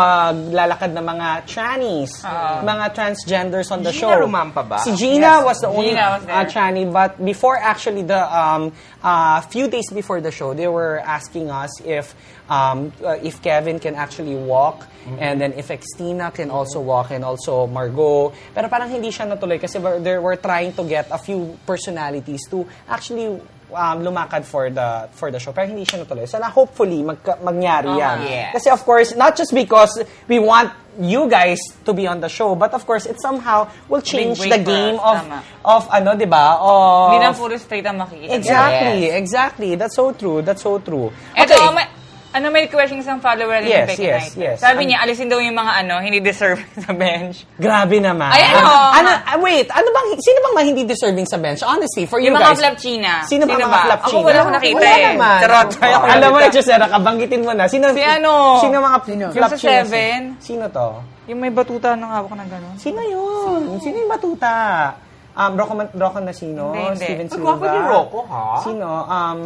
maglalakad na mga trannies,
Ah.
mga transgenders on the
Gina
show.
Rumampa ba?
Si Gina was the only
Gina was there.
uh, tranny, but before actually the um, uh, few days before the show, they were asking us if um, uh, if Kevin can actually walk, and then if Extina can also walk, and also Margot. Pero parang hindi siya natuloy kasi we're- they were trying to get a few personalities to actually um, lumakad for the for the show. Pero hindi siya natuloy. Sana hopefully magka, mangyari
Uh-huh.
yan.
yeah.
Kasi of course, not just because we want you guys to be on the show, but of course, it somehow will change
break
the
for
game
us,
of
tama.
of ano, 'di ba? Of
Hindi lang puro straight ang makikita.
Exactly, exactly. That's so true. That's so true.
Ito, may, ano may question isang follower ni
Yes,
Becky
yes,
Knight.
yes. Ang-
Sabi niya, alisin daw yung mga ano, hindi deserve sa bench.
Grabe naman.
Ay, ano?
ano ah, wait, ano bang sino bang mga hindi deserving sa bench? Honestly, for you
Yung mga
guys.
flapchina.
Sino, ba
Sino
mga
ba?
flapchina?
Ako wala akong nakita
Wala
eh.
naman.
Charot. Ay, ako
Alam mo na,
nakita.
Josera, kabanggitin mo na. Sino,
Si ano?
Sino mga
Sino?
flapchina?
Yung sa Seven?
Sino to?
Yung may batuta ng hawak na gano'n.
Sino yun? Sino yung batuta? Um, Rocco, Man- Rocco na sino?
Hindi, hindi.
Steven
Ang
Silva?
gwapo ni Rocco, ha?
Sino? Um,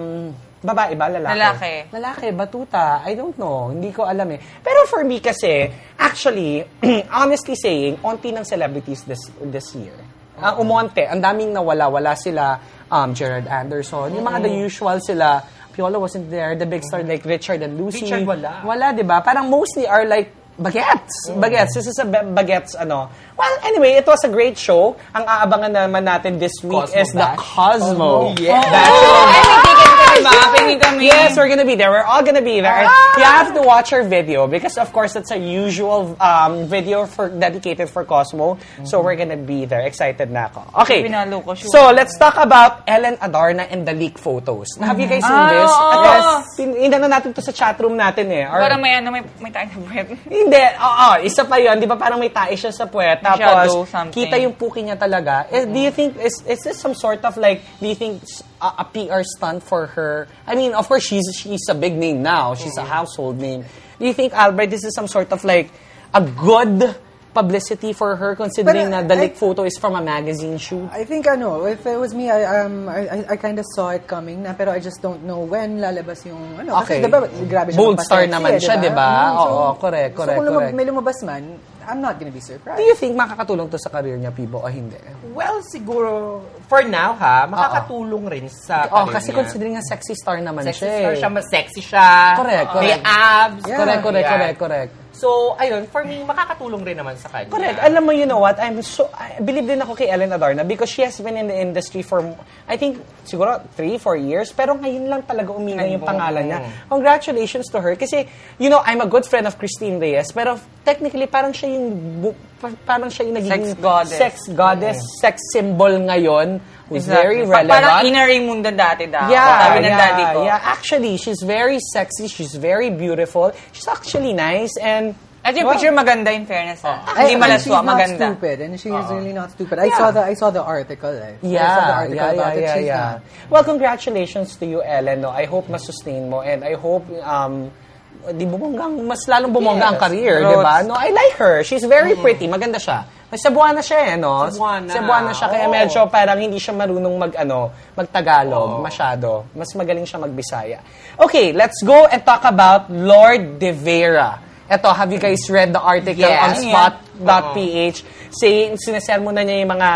babae ba? Lalaki?
Lalaki.
Lalaki, batuta. I don't know. Hindi ko alam eh. Pero for me kasi, actually, honestly saying, onti ng celebrities this this year. Ang umonte. Ang daming nawala. Wala sila um, Gerard Anderson. Yung mga the usual sila, Piolo wasn't there. The big star like Richard and Lucy.
Richard wala.
Wala, di ba? Parang mostly are like, Bagets.
Mm.
Bagets. This is a ba- bagets, ano. Well, anyway, it was a great show. Ang aabangan naman natin this week
Cosmo
is the
Bash?
Cosmo.
Oh,
Cosmo, yeah.
Bash.
Ay, may ticket ka diba? Pingin kami.
Oh,
Ah!
Yes, we're gonna be there. We're all gonna be there. And You have to watch our video because, of course, that's a usual um, video for dedicated for Cosmo. So we're gonna be there. Excited na ako. Okay.
Mm-hmm. Pinalo ko, sure.
So let's talk about Ellen Adarna and the leak photos. Have you guys seen
Ah,
this?
oo.
Yes. Pin- Inano natin to sa chatroom natin eh. Or-
Parang may ano, may, may tayo na buwet.
hindi, oo, isa pa yun. Di ba parang may tae siya sa puwet. Tapos,
shadow, something.
kita yung puki niya talaga. Eh, Do you think, is, is this some sort of like, do you think s- a, a PR stunt for her? I mean, of course, she's, she's a big name now. She's a household name. Do you think, Albert, this is some sort of like, a good publicity for her considering
But,
na
uh,
the leak
I-
photo is from a magazine shoot?
I think ano, if it was me, I um I I, I kind of saw it coming na pero I just don't know when lalabas yung ano.
Okay.
Kasi, diba, grabe siya
Bold
magpasexy,
star naman siya, diba?
Mm,
Oo, correct, correct,
So kung lumab-
correct.
may lumabas man, I'm not gonna be surprised.
Do you think makakatulong to sa career niya, Pibo, o hindi?
Well, siguro, for now ha, makakatulong rin sa
Oh,
career
kasi
niya.
considering na sexy star naman
Sexy
siya.
star
eh.
siya, mas sexy siya.
Correct,
May
correct.
abs.
Yeah.
Correct, correct,
Yan.
correct, correct.
So, ayun, for me, makakatulong rin naman sa kanya.
Correct. Alam mo, you know what? I'm so... I believe din ako kay Ellen Adarna because she has been in the industry for, I think, siguro three, four years. Pero ngayon lang talaga umingay yung pangalan niya. Congratulations to her. Kasi, you know, I'm a good friend of Christine Reyes. Pero technically, parang siya yung... bu- pa- Parang siya yung naging...
Sex goddess.
Sex goddess, sex symbol ngayon. Who's very
Pa-
relevant.
Parang inner Raymunda dati daw.
Yeah,
Sabi ng
yeah,
daddy ko.
yeah. Actually, she's very sexy. She's very beautiful. She's actually nice and...
At yung
Wow.
picture maganda in fairness ha.
I-
Hindi
and
malaswa,
she's not
maganda.
stupid and she is really not stupid. I saw the I saw the article. Eh. I saw the
Yeah,
article
yeah, yeah,
about it.
yeah,
She's
yeah.
not.
Well, congratulations to you, Ellen. No? I hope masustain mo and I hope um di bumonggang, mas lalong bumongga ang career, di ba? No, I like her. She's very pretty. Maganda siya. May Cebuana siya eh, no?
Cebuana.
Mm-hmm. Cebuana siya. Kaya
Oo.
medyo parang hindi siya marunong mag, ano, magtagalog masyado. Mas magaling siya magbisaya. Okay, let's go and talk about Lord De Vera. Eto, have you guys read the article
Yeah.
on
Yeah.
spot.ph? Saying, sinesermonan niya yung mga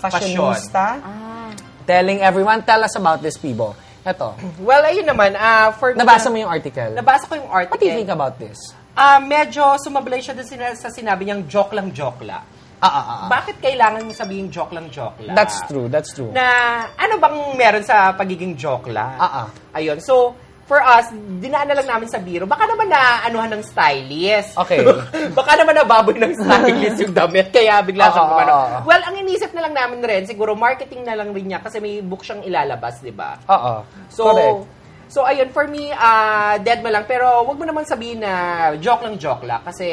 fashionista Ah. telling everyone. Tell us about this, Pibo. Ito.
Well, ayun naman, ah, for
Nabasa mo yung article.
Nabasa ko yung article.
What do you think about this?
Ah, medyo sumablay siya dun sina- sa sinabi niyang joke lang joke la.
Ah, ah, ah, ah.
Bakit kailangan mo sabihin joke lang joke la?
That's true, that's true.
Na ano bang meron sa pagiging joke la?
Ah, ah.
Ayun. So, for us, dinaan na lang namin sa biro. Baka naman na anuhan ng stylist.
Okay.
Baka naman nababoy ng stylist yung damit. Kaya bigla siyang
Ah,
gumano.
ah, ah.
Well, ang inisip na lang namin rin, siguro marketing na lang rin niya kasi may book siyang ilalabas, di ba?
Oo.
So,
Correct.
so ayun, for me, ah, dead mo lang. Pero wag mo naman sabihin na joke lang joke lang. Kasi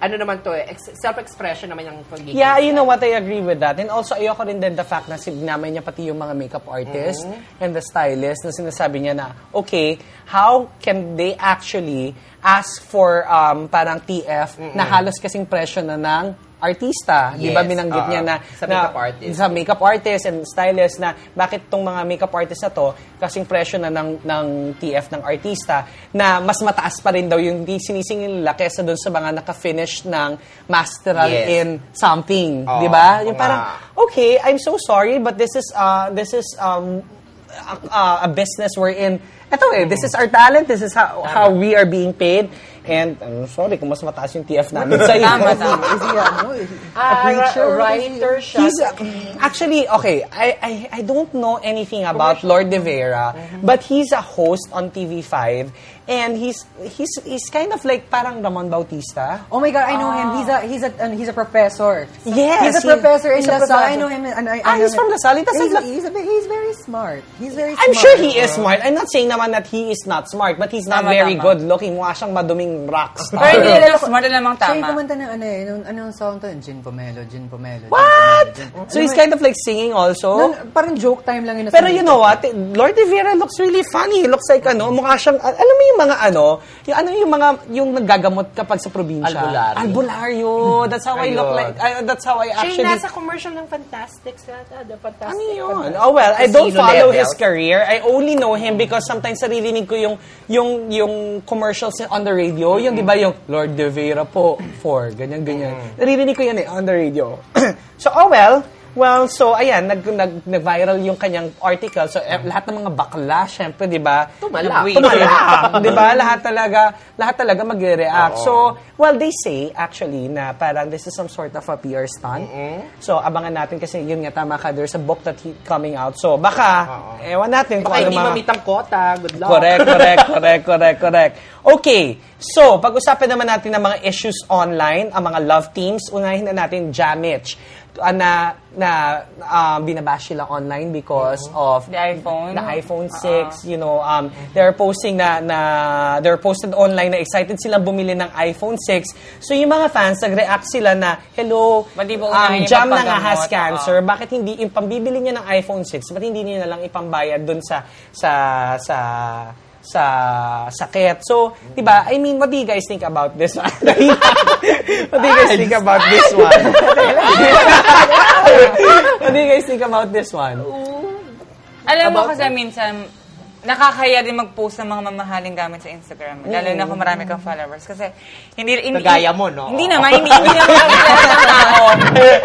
ano naman to, eh, ex- self-expression naman yung pagiging.
Yeah, you know what, I agree with that. And also, ayoko rin din the fact na sinamay niya pati yung mga makeup artist and the stylist na sinasabi niya na, okay, how can they actually ask for um, parang TF na halos kasing presyo na ng artista. Di ba
Yes,
binanggit
oo.
niya na...
Sa
na-
makeup artist.
Sa makeup artist and stylist na bakit tong mga makeup artist na to kasing presyo na ng, ng TF ng artista na mas mataas pa rin daw yung di- sinisingil nila kesa doon sa mga naka-finish ng masteral
Yes.
in something,
Oo,
'di ba? Yung
oo
parang
nga.
okay, I'm so sorry but this is uh this is um a, a business we're in. Ito eh,
Mm-hmm.
this is our talent, this is how how we are being paid. And I'm sorry kung mas mataas yung TF namin sa
Tama, tama.
Is he ano? Is he a
Ah,
preacher?
ra- writer siya.
He's a- actually okay. I, I I don't know anything about Lord De Vera, but he's a host on TV5, and he's he's he's kind of like parang Ramon Bautista.
Oh my God, I know him.
Ah.
He's a he's a ano, he's a professor.
Yes,
he's a
he-
professor in
he's a
Lasal.
professor.
I know him. And I, I
Ah,
know
he's
him.
from Lasal. He doesn't
he's,
look-
he's, a, bit- he's very smart. He's very.
I'm
smart.
sure he is smart. I'm not saying naman that he is not smart, but he's not
Tama,
very
tama.
good looking. Mukha siyang maduming rock
Pero
star.
hindi na lang smart, alam ang
Siya yung
tama.
kumanta ng ano eh, nung, anong song to? Gin Pomelo, Gin Pomelo. Gin
What?
Pomelo, Gin Pomelo.
So he's kind of like singing
Nun,
also.
parang joke time lang yun.
Pero you know what? Lord De Vera looks really funny. He looks like ano, mukha siyang, al- alam mo yung mga ano, yung ano yung mga, yung naggagamot kapag sa probinsya.
Albularyo.
Albularyo. That's how I look
Ayun.
like, I- that's how I
Siya
actually...
yung nasa commercial ng Fantastics. yata, The Fantastic.
Ano yun? Oh well, I don't
Casino
follow
levels.
his career. I only know him because sometimes saririnig ko yung yung yung commercials on the radio. Yung 'di ba yung Lord De Vera po for ganyan ganyan. Naririnig ko yan eh on the radio. so oh well, Well, so ayan, nag, nag, nag-viral yung kanyang article. So eh, lahat ng mga bakla, syempre, di ba?
Mm. Tumala.
Nag- Tumala. Ah, di ba? Lahat talaga, lahat talaga magre-react. So, well, they say actually na parang this is some sort of a PR stunt. So, abangan natin kasi yun nga tama ka, there's a book that he- coming out. So, baka, ewan natin kung
Baka
ano
hindi
mga-
mamitang kota. Good luck.
Correct, correct, correct, correct, correct. Okay, so pag-usapin naman natin ng mga issues online, ang mga love teams, unahin na natin Jamich ah, na, na ah, binabash sila online because
Mm-hmm.
of
The iPhone.
the iPhone
Ah.
6, you know, um, they're posting na, na, they're posted online na excited silang bumili ng iPhone 6. So yung mga fans, nag-react sila na, hello,
Ba't di
um,
ba unahin yung
Jam na nga
pagpagamot?
has
Oo.
cancer, bakit hindi yung pambibili niya ng iPhone 6, bakit hindi niya na lang ipambayad doon sa sa sa sa sakit. So, 'di ba? I mean, what do you guys think about this one? what do you guys think about this one? what do you guys think about this one?
Alam mo kasi minsan, nakakaya din mag-post ng mga mamahaling gamit sa Instagram. Lalo na kung marami
Mm.
kang followers. Kasi, hindi... hindi
Kagaya mo, no?
Hindi naman, hindi, hindi naman kasi lahat ng tao.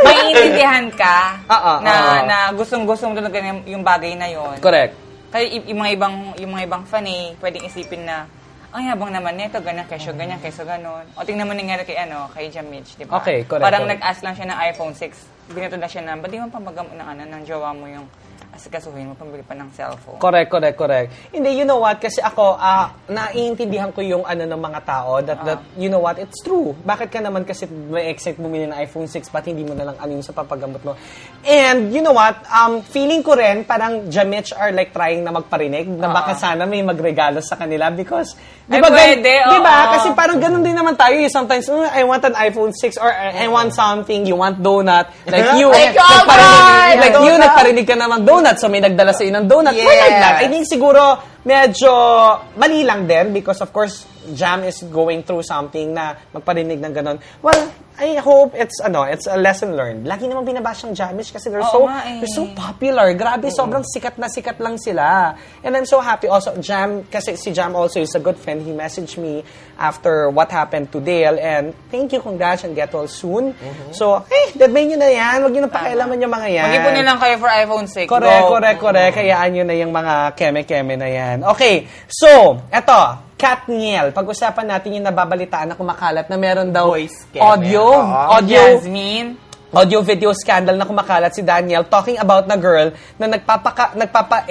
Maiintindihan ka
Ah,
Oo,
na,
oo.
na gustong-gustong talaga yung- yung bagay na yon.
Correct.
Kaya y- yung mga ibang, yung mga ibang fan eh, pwedeng isipin na, ang yabang naman nito, ganyan, kesyo ganyan, kesyo ganon. O tingnan mo nangyari kay, ano, kay Jamich, di ba?
Okay, correct,
Parang
correct.
nag-ask lang siya ng iPhone 6. Binato na siya na, ba't di mo pamagam ng, ano, ng jowa mo yung asikasuhin mo, pambili pa ng cellphone.
Correct, correct, correct. Hindi, you know what? Kasi ako, ah, naiintindihan ko yung ano ng mga tao that,
Ah.
that, you know what, it's true. Bakit ka naman kasi may excite bumili ng iPhone 6, pati hindi mo na lang ano yung sa papagamot mo. And, you know what, um, feeling ko rin, parang Jamich are like trying na magparinig, na baka sana may magregalo sa kanila because, di
Ah. Ay,
ba, gan-
pwede,
di ba?
oo.
Kasi parang ganun din naman tayo. eh. Sometimes, "Oh, I want an iPhone 6 or I I want something, you want donut. Like you,
Like, oh,
nagparinig,
God!
like you,
Donut.
nagparinig ka na ng donut. So, may nagdala sa inyo ng donut.
Yes.
Wala lang. I think siguro medyo mali lang din because of course Jam is going through something na magparinig ng ganun. Well, I hope it's ano, it's a lesson learned. Lagi naman binabash ang Jamish kasi they're
Oo
so
nga eh.
they're so popular. Grabe, sobrang sikat na sikat lang sila. And I'm so happy also Jam kasi si Jam also is a good friend. He messaged me after what happened to Dale and thank you, congrats and get well soon.
Mm-hmm.
So, eh, dadmay nyo na yan. Huwag nyo na pakialaman yung mga yan.
Mag-ipon na lang kayo for iPhone 6.
Correct,
Go.
correct, correct. Kayaan nyo na yung mga keme-keme na yan. Okay, so, eto, Katniel. Pag-usapan natin yung nababalitaan na kumakalat na meron daw
Voice keme.
audio,
Oo.
audio,
Jasmine.
audio-video scandal na kumakalat si Daniel talking about na girl na nagpapaka,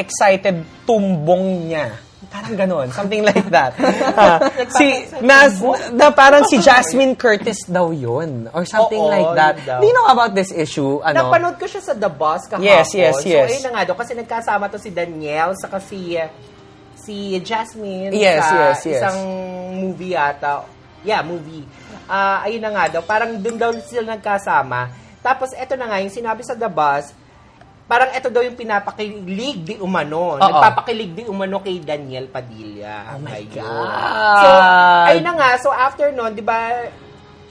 nagpapa-excited tumbong niya. Parang ganun. Something like that. Ah, si, na, na parang si Jasmine Curtis daw yun. Or something
Oo,
like that.
yun daw.
Do you know about this issue? Ano?
Napanood ko siya sa The Boss kahapon.
Yes, yes, yes.
So, ayun na nga daw. Kasi nagkasama to si Danielle, saka si, si Jasmine.
Yes,
sa
yes, yes.
isang movie yata. Yeah, movie. Ah, ayun na nga daw. Parang dun daw sila nagkasama. Tapos, eto na nga, yung sinabi sa The Boss, parang eto daw yung pinapakilig di umano. Nagpapakilig di umano kay Daniel Padilla. Oh my
God.
So, ayun na nga. So, after nun, di ba,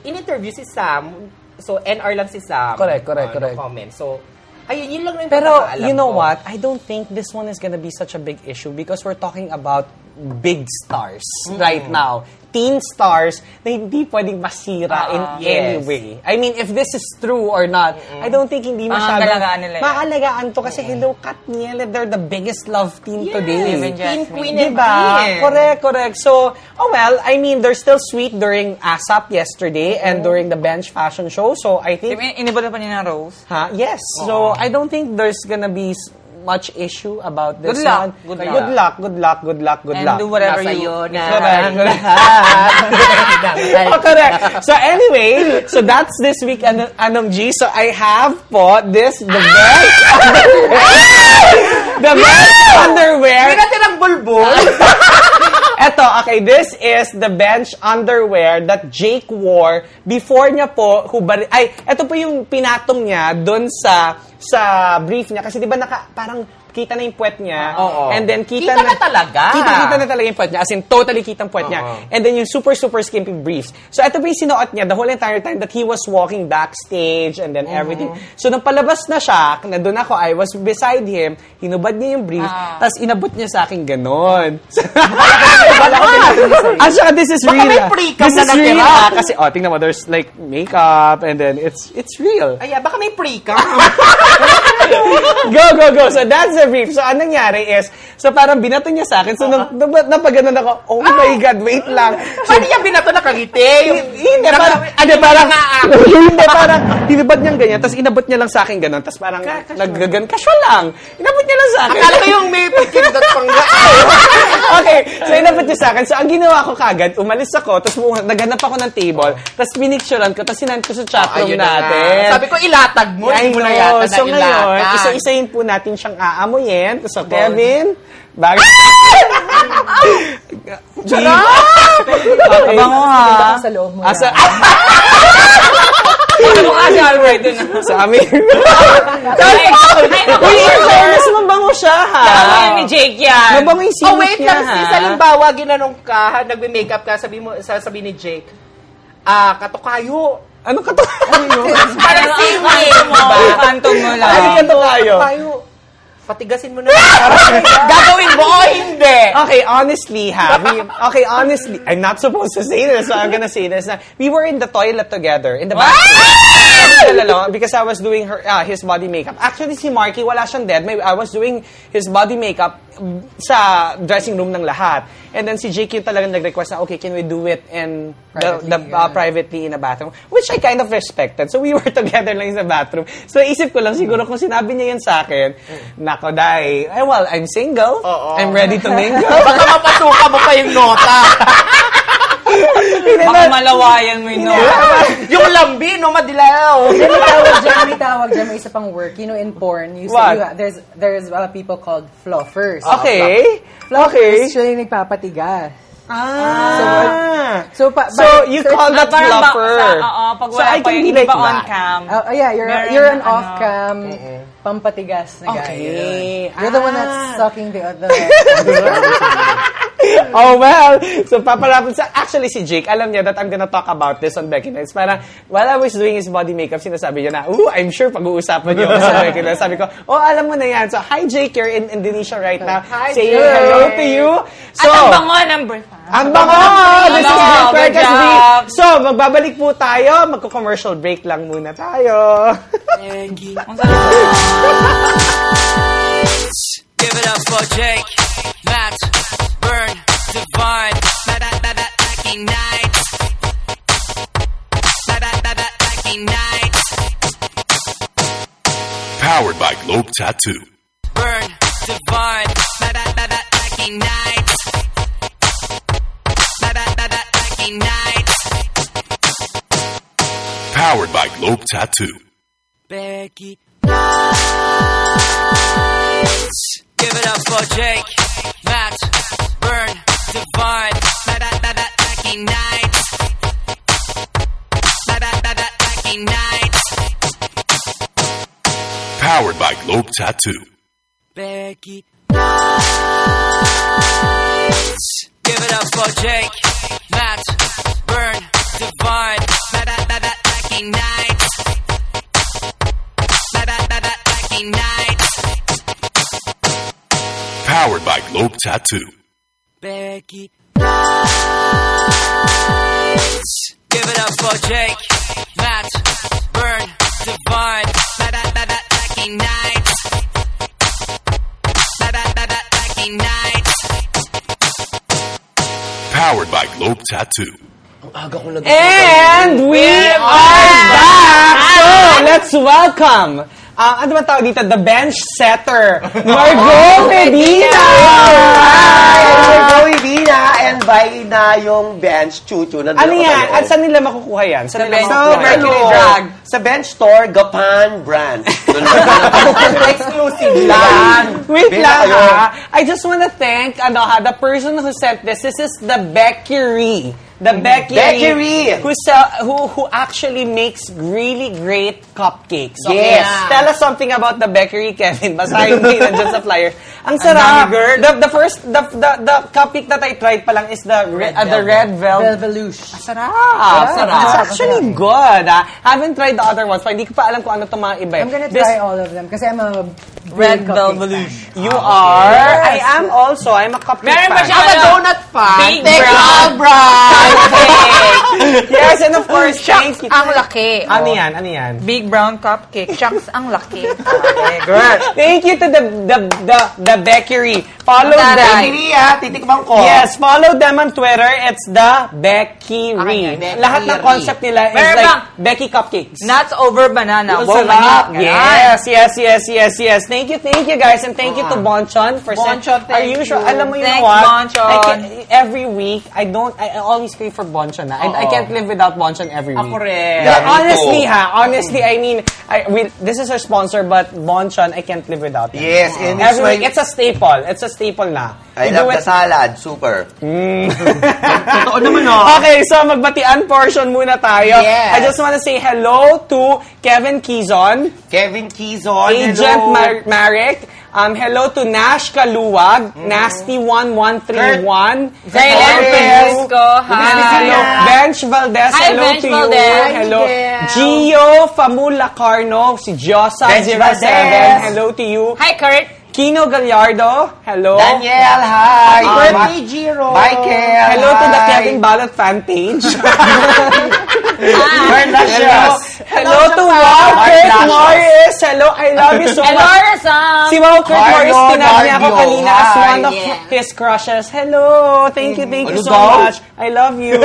in-interview si Sam, so NR lang si Sam.
Correct, correct,
Ah,
correct.
No comment. So, ayun, yun lang yung
Pero
pagkakaalam
you know
ko.
what? I don't think this one is gonna be such a big issue because we're talking about big stars right now. Teen stars na hindi pwedeng masira in
yes.
any way. I mean, if this is true or not, I don't think hindi masyado.
Pangangalagaan nila yan.
Maalagaan to kasi hello, Katniel, they're the biggest love team today.
Even
Team
Jasmine.
Queen and
Diba?
Queen.
Correct, correct. So, oh well, I mean, they're still sweet during ASAP yesterday and during the bench fashion show. So, I think...
Diba, Inibala pa niya ng Rose.
Ha? Yes. So, I don't think there's gonna be s- much issue about this
Good luck.
one.
Good
Good luck. Good luck. Good luck. Good
And
luck.
do whatever
Nasa
you...
iyo na.
Correct. correct. oh,
Correct.
correct. So anyway, so that's this week, An- Anong G. So I have po this, the best, the best underwear
May natirang bulbul.
Eto, okay, this is the bench underwear that Jake wore before niya po hubari... Ay, eto po yung pinatong niya dun sa sa brief niya. Kasi di ba naka, parang kita na yung puwet niya.
Oo.
And then kita,
Kita na talaga.
Kita, kita na talaga yung puwet niya. As in, totally kita ang puwet niya. And then yung super, super skimpy briefs. So eto po yung sinuot niya the whole entire time that he was walking backstage and then
Mm-hmm.
everything. So nung palabas na siya, nandun ako, I was
Ah.
beside him, hinubad niya yung brief, tas inabot niya sa akin ganon. So, At Ah, saka, this is
Baka
real.
may
ah.
pre-cam
this
na
is real.
natira.
ah. Kasi, oh, tingnan mo, there's like makeup and then it's it's real.
Ay, ah, ano? baka may pre-cam.
Go, go, go. So, that's the brief. So, anong nangyari is, so parang binato niya sa akin. So, nung,
Uh-huh.
nung, napaganon ako, oh
Ah!
my God, wait lang. So,
Paano niya binato na kangiti?
hindi, parang, hindi, parang, hindi, parang, hinubad niyang ganyan, tapos inabot niya lang sa akin ganun, tapos parang, naggagan, casual lang, inabot niya lang sa akin.
Akala ko yung may pagkindot pang
okay, so inabot niya sa akin. So, ang ginawa ko kagad, umalis ako, tapos mu- naghanap ako ng table, tapos pinicturean ko, tapos sinand ko sa chatroom
Ah, Ayun na nga.
natin.
Sabi ko, ilatag mo.
I
Hindi mo na
know.
yata na
So ngayon,
ilatag.
isa-isayin po natin siyang aamuyin. So, Kevin, bagay... Charot! Okay.
Abango ha.
Sa loob mo.
Asa,
Mukha si Albright dun.
sa amin.
Ay, naku.
Uy, in fairness, mabango siya, ha?
Tama yan ni Jake yan.
Mabango yung
Oh,
sinit
wait
niya,
lang,
ha?
sis. Halimbawa, ginanong ka, nagme-makeup ka, sabi mo, sasabi ni Jake, ah, katukayo.
Ano ka to?
Parang
Parang
sing
singing,
mo.
diba?
Kanto mo lang.
Ano ka to tayo?
Katukayo. Patigasin mo na.
Ah!
Gagawin mo
Oh,
o hindi?
Okay, honestly, ha? We, okay, honestly, I'm not supposed to say this, so I'm gonna say this. na. We were in the toilet together, in the bathroom. Kami dalawa, because I was doing her ah, his body makeup. Actually, si Marky, wala siyang dead. May, I was doing his body makeup mm, sa dressing room ng lahat. And then si Jake yung talagang nag-request na, okay, can we do it in the,
Privately,
the, ah,
yeah.
privately in a bathroom? Which I kind of respected. So we were together lang sa bathroom. So isip ko lang, siguro kung sinabi niya yan sa akin, nako, day, eh, well, I'm single.
Oo.
I'm ready to mingle.
Baka mapasuka mo pa yung nota.
Baka malawayan mo yun. no?
yung lambi, no, madilaw.
May tawag dyan, may tawag dyan, may isa pang work. You know, in porn, you,
What? Ah.
say, you there's, there's uh, people called fluffers.
Okay. Okay.
Fluffers, siya yung nagpapatigas.
Ah.
So, pa,
So, you call that
Parang ba-
fluffer.
sa- Oo, pag
So,
wala
I
pa
can
yun,
be
hindi
like
ba on
that.
cam?
Oh, oh, yeah, you're,
Meron
you're an
na, ano.
off-cam
Mm-hmm.
pampatigas na guy.
Okay.
You're the one
Ah.
that's sucking the other.
Oh, well. So, paparapin sa... Actually, si Jake, alam niya that I'm gonna talk about this on Becky Nights. Parang, while I was doing his body makeup, sinasabi niya na, Ooh, I'm sure pag-uusapan niyo ako sa Becky Nights. Sabi ko, oh, alam mo na yan. So, hi, Jake. You're in Indonesia right now.
Hi,
Saying
Jake.
hello to you. So,
At ang bango ng breath. ah.
Ang bango! This is Great
Ang bango,
Breakfast
good
Week.
job.
So, magbabalik po tayo. Magko-commercial break lang muna tayo.
Ang sarap.
Give it up for Jake, Matt, Burn, Divine, Ba- ba- ba- ba- Backy Night. Ba- ba- ba- ba- Backy Night,
Powered by Globe Tattoo.
Burn, Divine, Ba- ba- ba- ba- Backy Night. Ba- ba- ba- ba- Backy Night.
Powered by Globe Tattoo.
Becky Nights. Give it up for Jake, Matt, Burn, Divine, Ba- ba- ba- ba- Becky Nights. Ba- ba- ba- ba- Becky Nights.
Powered by Globe Tattoo.
Becky Nights. Give it up for Jake, Matt, Burn, Divine, Ba- ba- ba- ba- Becky Nights. Ba- ba- ba- ba- Becky Nights.
Powered by Globe Tattoo.
Becky Nights. Give it up for Jake, Matt, Burn, Divine, Ba- ba- ba- ba- Becky Nights. Ba- ba- ba- ba- Becky Nights.
Powered by Globe Tattoo.
And we are back! So, let's welcome, uh, ano ba tawag dito? The bench setter, Margot Medina!
Hi, I'm Joey Vina and by na yung bench chuchu. Nandun
Ano
ako
yan?
ngayon.
At saan nila makukuha yan? Saan nila
So,
makukuha yan?
ano, sa bench store, Gapan brand. Doon na.
Exclusive
Gapan.
Wait
Bili
lang
kayo.
ha. I just wanna thank ano ha, the person who sent this. This is the Beckery. The Becky,
Beckery!
who sell, who who actually makes really great cupcakes.
Yes.
Tell us something about the bakery, Kevin. Basahin mo yun nandiyan sa flyer. Ang sarap. The, the first the, the the cupcake that I tried pa lang is the red, uh, the red velvet. Ah,
Velvelouche.
Sarap.
Ah, sarap.
It's actually good. ah. Haven't tried the other ones, pa hindi ko pa alam kung ano itong mga iba. eh.
I'm gonna
This-
try all of them kasi I'm a big
Red
cupcake
Velvelouche.
You are.
Yes.
I am also. I'm a cupcake
Meron ba
fan.
siya? I'm a donut
fan.
ano? Big brown cupcake.
Yes, and of course, thank you.
Ang laki.
Ano yan? Ano yan?
Big brown cupcake. Chucks, ang laki.
Okay, good. Thank you to the the the, the bakery. Follow them.
Hindi ah, titikman ko.
Yes, follow them on Twitter. It's the Becky
Okay, Becky
Lahat ng
Ree.
concept nila is
Meron
like
bang-
Becky Cupcakes.
Nuts over banana.
Ang
Wow,
sarap.
manik.
Yes, yes, yes, yes, yes. Thank you, thank you guys. And thank you to Ah. Bonchon for sending
Bonchon, thank
our usual.
you.
Alam mo yun
Thanks,
what?
Bonchon.
I can, every week, I don't, I I always crave for Bonchon. Na. I, I can't live without Bonchon every week.
Ako rin.
Yeah,
Dami
honestly
ko.
ha, honestly, I mean, I, we, this is our sponsor but Bonchon, I can't live without it.
Yes, and it's
Ah. Every
my...
week, it's a staple. It's a staple na.
I
We
love
do
the
it-
salad. Super.
Totoo
naman, ah.
Okay, so magbatian portion muna tayo. I
Yes.
just want to say hello to Kevin Kizon.
Kevin Kizon.
Agent Mar- Marek. Um, hello to Nash Kaluwag,
Mm.
Nasty1131.
Jalen
Hello.
Francisco,
Hello,
hi.
Bench Valdez.
Hi,
hello
Bench
to
Valdez.
you. Hello.
Hi, Gio.
Gio Famula Carno, si Josa07.
Bench Valdez.
Hello to you.
Hi, Kurt.
Kino Gallardo. Hello.
Daniel, hi.
Birthday,
Ma- Michael,
Oh. Hello to the
hi.
Kevin Ballot fan page.
Hi.
Fernandez.
Hello to Wow Kurt
Lashes.
Morris. Hello, I love you so
And
much.
Laura Sam.
Si Wow Kurt
Carlo
Morris, tinag niya ako
Dardio.
kanina as
Hi.
one of his crushes. Hello! Thank you, thank you
Ano
so
daw?
much. I love you.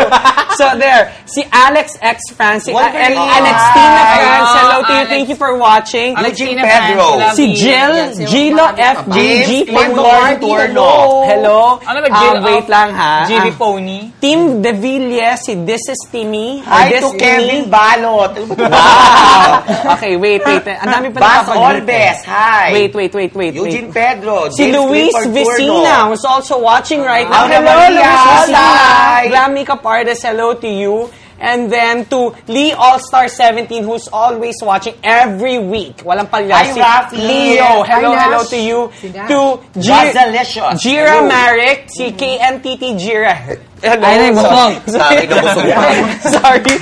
so there, si Alex X Francis
Wonder
and
Leo.
Alex
Hi.
Tina France. Hello to you.
Alex.
Thank you for watching.
Eugene
Alexina
Pedro.
Franz, love
Si
you.
Jill,
Yes, yes.
Gilo F. G. G.
James
Pangborn.
Tuorno.
Hello.
Ano ba, Jill
Um, wait
of-
lang ha.
Jimmy
Um,
Pony.
Team De Villiers, si This is Timmy.
Hi
This
to
Timmy.
Kevin Balot.
Wow! Okay, wait, wait. Ang dami pa
Bas
nakapag-
Olbes, hi.
Wait, wait, wait, wait.
Eugene
wait.
Pedro.
Si
James
Luis
Clifford
Vicina
Turno.
was also watching right now.
Ah, naman siya. Hi.
Vicina. Glam makeup artist, hello to you. And then to Lee All-Star 17 who's always watching every week. Walang palya.
Hi,
Si
Rafi.
Leo, hello,
Hi, Nash.
hello to you.
Si Nash.
To
Gazalicious.
Jira, Jira
Hello. Mm-hmm.
Marek, si KNTT Jira. Hello.
Ay, busog.
Sabi ka, busog pa.
Sorry.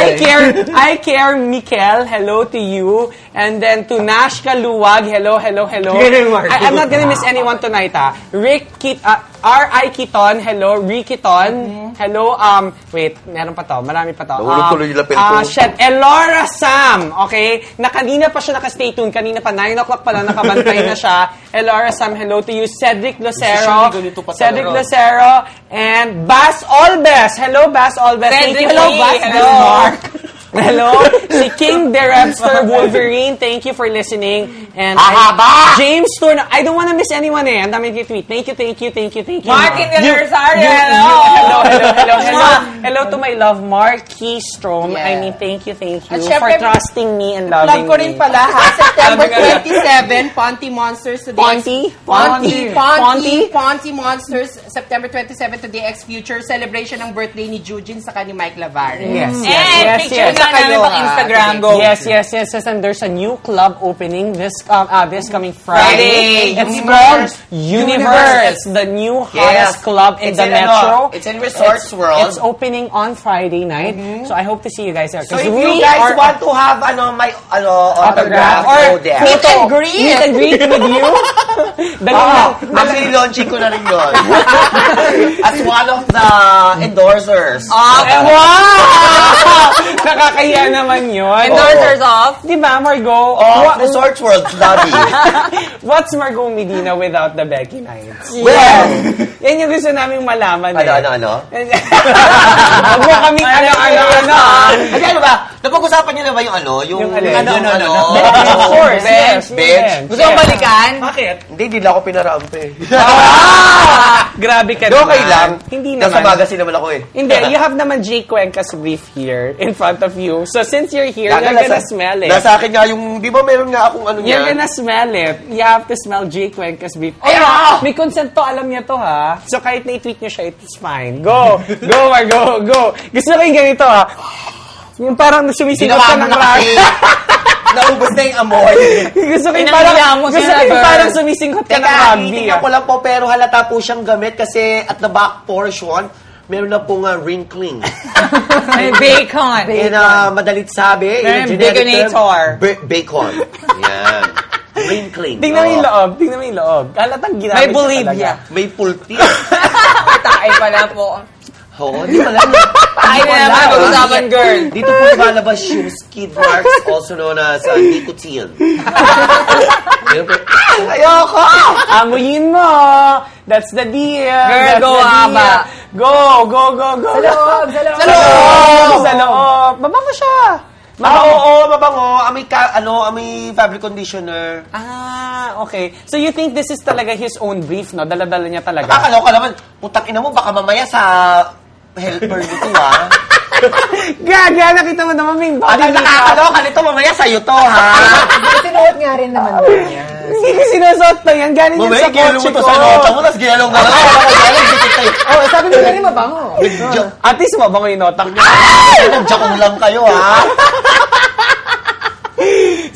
I care, I care, Mikel. Hello to you. And then to Nash Kaluwag. Hello, hello, hello. I, am not gonna miss anyone tonight, ah. Rick Kit, ah, R.I. Kiton. Hello, Rick Kiton. Hello, um, wait, meron pa to. Marami pa to.
Nahulog
Um,
tuloy yung lapel
ah,
ko.
shit. Elora Sam, okay? Na kanina pa siya naka-stay tuned. Kanina pa, 9 o'clock pa lang, nakabantay na siya. Elora Sam, hello to you. Cedric Lucero. Cedric Lucero. And Bas Olbes. Hello, Bas Olbes. Thank
Cedric
you. Hello,
Lee.
Bas.
Hello.
Mark. Hello. Si King the Rapster Wolverine. Thank you for listening. And I- James Turner. I don't want to miss anyone eh. Ang dami tweet. Thank you, thank you, thank you, thank you.
Mark in the
You-
Rosario,
you-
hello.
you- Hello, hello, hello, hello. Hello to my love, Mark Keystrom. I mean, thank you, thank you
At
for
syempre,
trusting me and loving
Plug
me.
ko rin pala ha. September 27, Ponty Monsters to the
Ponty? Ponty?
Ponty, Ponty,
Ponty?
Ponty Monsters, September 27 to the X Future, celebration ng birthday ni Jujin sa ni Mike Lavares.
Yes, yes,
And
Mm. yes,
picture
yes.
nga namin
Kayo,
pang
ah.
Instagram. Go.
Yes, yes, yes, yes. And there's a new club opening this um, uh, this coming Friday.
Friday.
It's
Universe.
called Universe.
Universe.
It's the new hottest
Yes.
club in
It's
the
in, ano,
metro.
it's in Resorts World.
It's opening on Friday night.
Mm-hmm.
So I hope to see you guys there.
So if you guys want to have ano, my ano,
autograph
autograph,
or
go there.
meet and
greet.
meet and greet with you. Dali
Oo,
lang.
actually, launching ko na rin yun. As one of the endorsers.
Ah, wow! Nakakahiya naman yun.
Endorsers off.
Di ba, Margot?
of
Wha-
Resorts World, Lobby.
What's Margot Medina without the Becky Nights?
Well,
Yan yung gusto naming malaman
ano,
eh.
ano, ano?
Huwag mo kami ano, ano, ano. ah.
Hindi, ano ba? Napag-usapan niyo na ba yung ano? Yung,
Yung alin?
ano, ano, ano?
Of course, yes.
Bench.
yes.
Gusto mong balikan?
Bakit?
Hindi, di na nila ako pinarampe.
Grabe ka
Pero okay
naman.
lang.
Ah, Hindi
Nasa
naman.
magazine naman ako eh.
Hindi, you have naman Jay Cuenca's brief here in front of you. So since you're here,
Kaya
you're
nasa-
gonna smell it.
Nasa akin nga yung, di ba meron nga akong ano
You're
niya?
gonna smell it. You have to smell Jay Cuenca's brief. Ay, May consent to, alam niya to ha. So kahit na-tweet niyo siya, it's fine. Go! go, Mar, go, go! Gusto ko yung ganito ha. Yung parang sumisingot
Ginawa
ka
mo
ng
na
rag.
kasi. Naubos na yung amoy.
gusto ko yung
Pinanghiya
parang,
mo
gusto
siya
ko
na,
yung
girl.
parang sumisingot ka ng
Teka,
rugby.
titingnan
ha.
ko lang po, pero halata po siyang gamit kasi at the back portion, meron na pong uh, wrinkling.
May bacon.
And uh, madalit sabi,
Meron
in generic
baconator.
term, ba- bacon. Yan. Wrinkling.
Tingnan mo
Oo.
yung loob. Tingnan mo yung loob. Halatang ginamit
May
siya
Bolivia.
talaga.
May pulti.
Patay pala po.
Oo, di wala na.
Patay na naman. Pag-usapan, girl.
Dito po lumalabas yung skid marks, also known as uh, nicotine. Meron po-
Ayoko! Amuyin mo! That's the deal! That's
go,
the deal.
Aba.
Go, go, go, go!
Sa loob, sa loob.
Sa loob! Sa loob! Baba mo siya!
Ah, oo, oo, mabango. Amoy, ka, ano, amoy fabric conditioner.
Ah, okay. So you think this is talaga his own brief, no? Daladala niya talaga.
Nakakaloka naman. Putang ina mo, baka mamaya sa helper nito, ah. ha?
Gaga! Nakita mo naman may
At
body
ang
makeup.
nakakaloka nito, mamaya sa'yo to, ha?
Sinuot nga rin naman doon niya.
Hindi ko sinusot to yan. Galing yan sa kotse ko.
tapos ginalong ka eh. lang. Baka ginalong, dikit
Oh, sabi ko na rin mabango.
tayo.
At least mabango yung notak niya.
Ah. Nagjakong lang kayo, ha?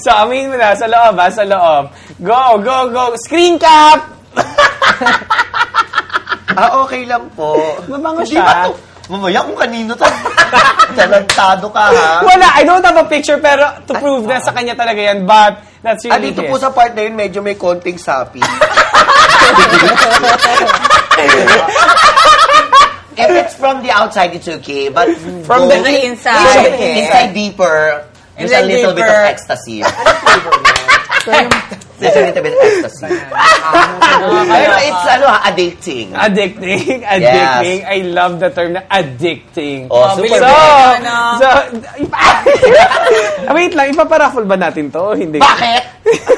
So, amin mo na. Sa loob, ha? Sa loob. Go, go, go. Screen cap!
Ah, okay lang po.
Mabango
Hindi
siya.
ba to? Mamaya kung kanino to. Tarantado ka, ha?
Wala, I don't have a picture pero to prove na sa kanya talaga yan. But that's really
Ah, dito
his.
po sa part na yun, medyo may konting sapi. If it's from the outside, it's okay. But
From the
inside.
It's okay.
Okay.
inside deeper, there's
Inside
a little bit
deeper.
of ecstasy.
Ano
there's a little bit of ecstasy.
Ah.
Pero it's ano, ha, addicting.
Addicting, addicting. I love the term na addicting.
Oh, super.
So,
Bilibili na, no?
so, wait lang, ipaparaffle ba natin to o hindi?
Bakit?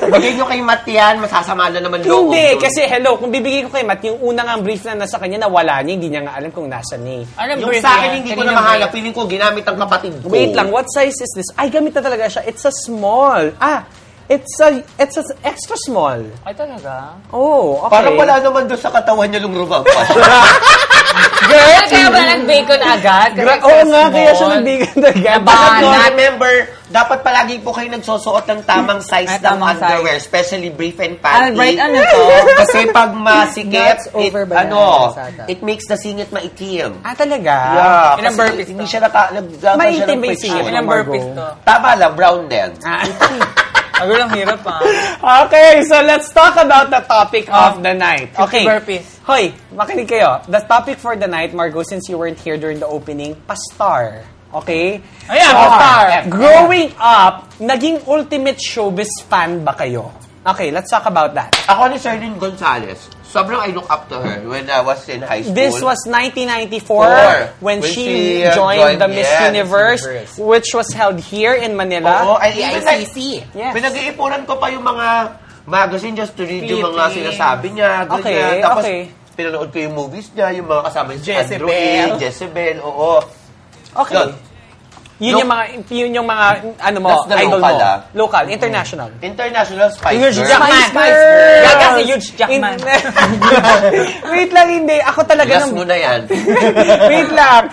Bigay nyo kay Matian, masasama na naman loob.
Hindi, kasi hello, kung bibigay ko kay Matt, yung unang ang brief na nasa kanya, nawala niya, hindi niya nga alam kung nasa ni.
Alam
Yung sa akin, hindi ko na mahanap. Piling ko, ginamit ang kapatid ko.
Wait lang, what size is this? Ay, gamit na talaga siya. It's a small. Ah, it's a, it's a extra small.
Ay, talaga?
Oh, okay.
Parang wala naman doon sa katawan niya lumrubang pa.
Girl, kaya ba nag-bacon agad? Kasi
Gra- Oo
so
nga, kaya siya
small.
nagbigay
Diba?
talaga.
Nabahan.
No,
Anak.
remember, dapat palagi po kayo nagsusuot ng tamang size
Ay,
ng
tamang
underwear, especially brief
Ah,
and panty.
Albright, ano to?
Kasi pag masikip,
Nuts
it,
over banana,
ano,
masada.
it makes the singit maitim.
Ah, talaga?
Yeah,
Ilang
kasi
burpees
hindi
to?
siya naka, nagdagawa siya
Maitim
ng
ba yung
friction.
singit? Ah.
Ilang
Margo.
burpees to?
Tama lang, brown din.
Ang lang hirap ah.
Okay, so let's talk about the topic
Oh.
of the night. Okay.
burpees.
Hoy, makinig kayo. The topic for the night, Margo, since you weren't here during the opening, pastar. Okay?
Ayan, pastar.
Growing up, naging ultimate showbiz fan ba kayo? Okay, let's talk about that.
Ako ni Sherlyn Gonzalez, sobrang I look up to her when I was in high school.
This was 1994
Four.
when,
When
she,
she, uh,
joined,
joined-
the Miss
yeah, Miss
Universe,
Universe.
which was held here in Manila.
Oo, ay, ay, ICC.
Yes.
Pinag-iipunan ko pa yung mga magazine just to read yung mga
Clipping.
sinasabi niya. Ganyan.
Okay,
Tapos,
okay.
pinanood ko yung movies niya, yung mga kasama niya. si Andrew
Jezebel.
E, Jezebel, oo.
Okay.
Yun.
Yun
Lo-
yung mga yun yung mga ano mo,
That's the
idol
local,
mo.
ah.
Local, international.
International Spice
Huge
Girl.
Jackman.
Spice Girls. Gaga si Huge Jackman.
Wait lang, hindi. Ako talaga
Gas
nung...
mo na yan.
Wait lang.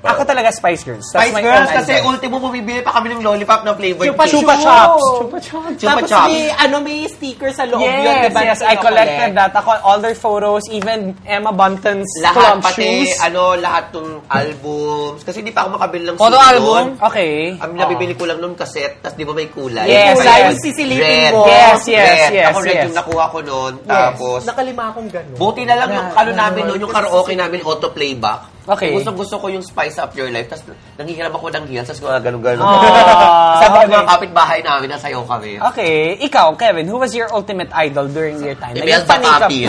Ako talaga Spice Girls. That's
Spice
my
Girls
own
kasi
idol.
ultimo bumibili pa kami ng lollipop na flavored
Chupa
cake.
Chupa Chops.
Chupa
Tapos
Chups.
may, ano, may sticker sa loob yun,
Yes,
diba?
yes, I collected that. Ako, all their photos, even Emma Bunton's
Lahat,
clump
pati,
shoes.
ano, lahat ng albums. Kasi hindi pa ako makabili ng
Photo
CD
album?
noon.
Okay.
Ang nabibili ko lang noon cassette, tapos di ba may kulay?
Yes,
Kulay.
yes.
Red.
Sisilipin mo.
Yes, yes,
red.
yes,
Ako red
yes.
yung nakuha ko noon. Tapos,
Nakalima akong gano'n.
buti na lang yung ano namin noon, yung karaoke namin, auto-playback.
Okay.
Gusto gusto ko yung Spice Up Your Life, tapos nangihiram ako ng heels, tapos mga ganun-ganun.
Ah,
Sabi ng
okay. Ah,
mga kapitbahay namin, nasayaw kami.
Okay, ikaw, Kevin, who was your ultimate idol during your time? Naging
Ibigyan sa
panika-
papi.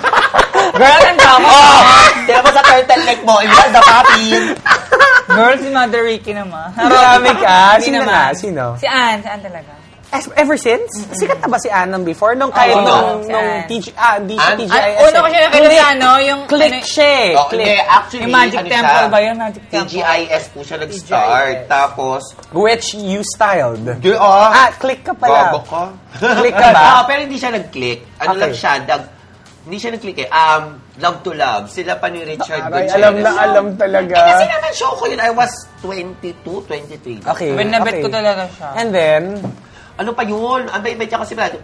Girl, ang tama.
Oh! Tira mo sa turtleneck mo, ibigyan sa papi.
Girl, si Mother Ricky naman.
Marami ka.
Hindi
Sino
naman.
na? Sino?
Si Anne. Si Anne talaga.
As- Ever since? Sikat na ba si Anam before? Nung kahit
Oo.
nung,
Si
nung
Ann.
TG, ah, hindi siya
Ann?
TGIS.
Ay,
eh.
una ko siya nakita
Click.
sa ano, yung...
Click
ano,
siya eh.
Oh,
Click.
hindi, actually,
Yung Magic
ano
Temple
siya,
ba yun? Magic Temple.
TGIS po siya nag-start. Tapos,
Which you styled.
yun, oh,
Ah, click ka pala.
Gogo ko.
Click ka ba?
Oo, pero hindi siya nag-click.
Okay.
Ano lang siya, dag, hindi siya nag-click eh. Um, love to love. Sila pa ni Richard
Aray,
Gutierrez.
Ah, alam na alam talaga.
Eh, kasi naman show ko yun. I was 22, 23.
Okay.
Binabit
okay.
ko talaga siya.
And then,
Ano pa yun? Ang bait-bait siya kasi brad.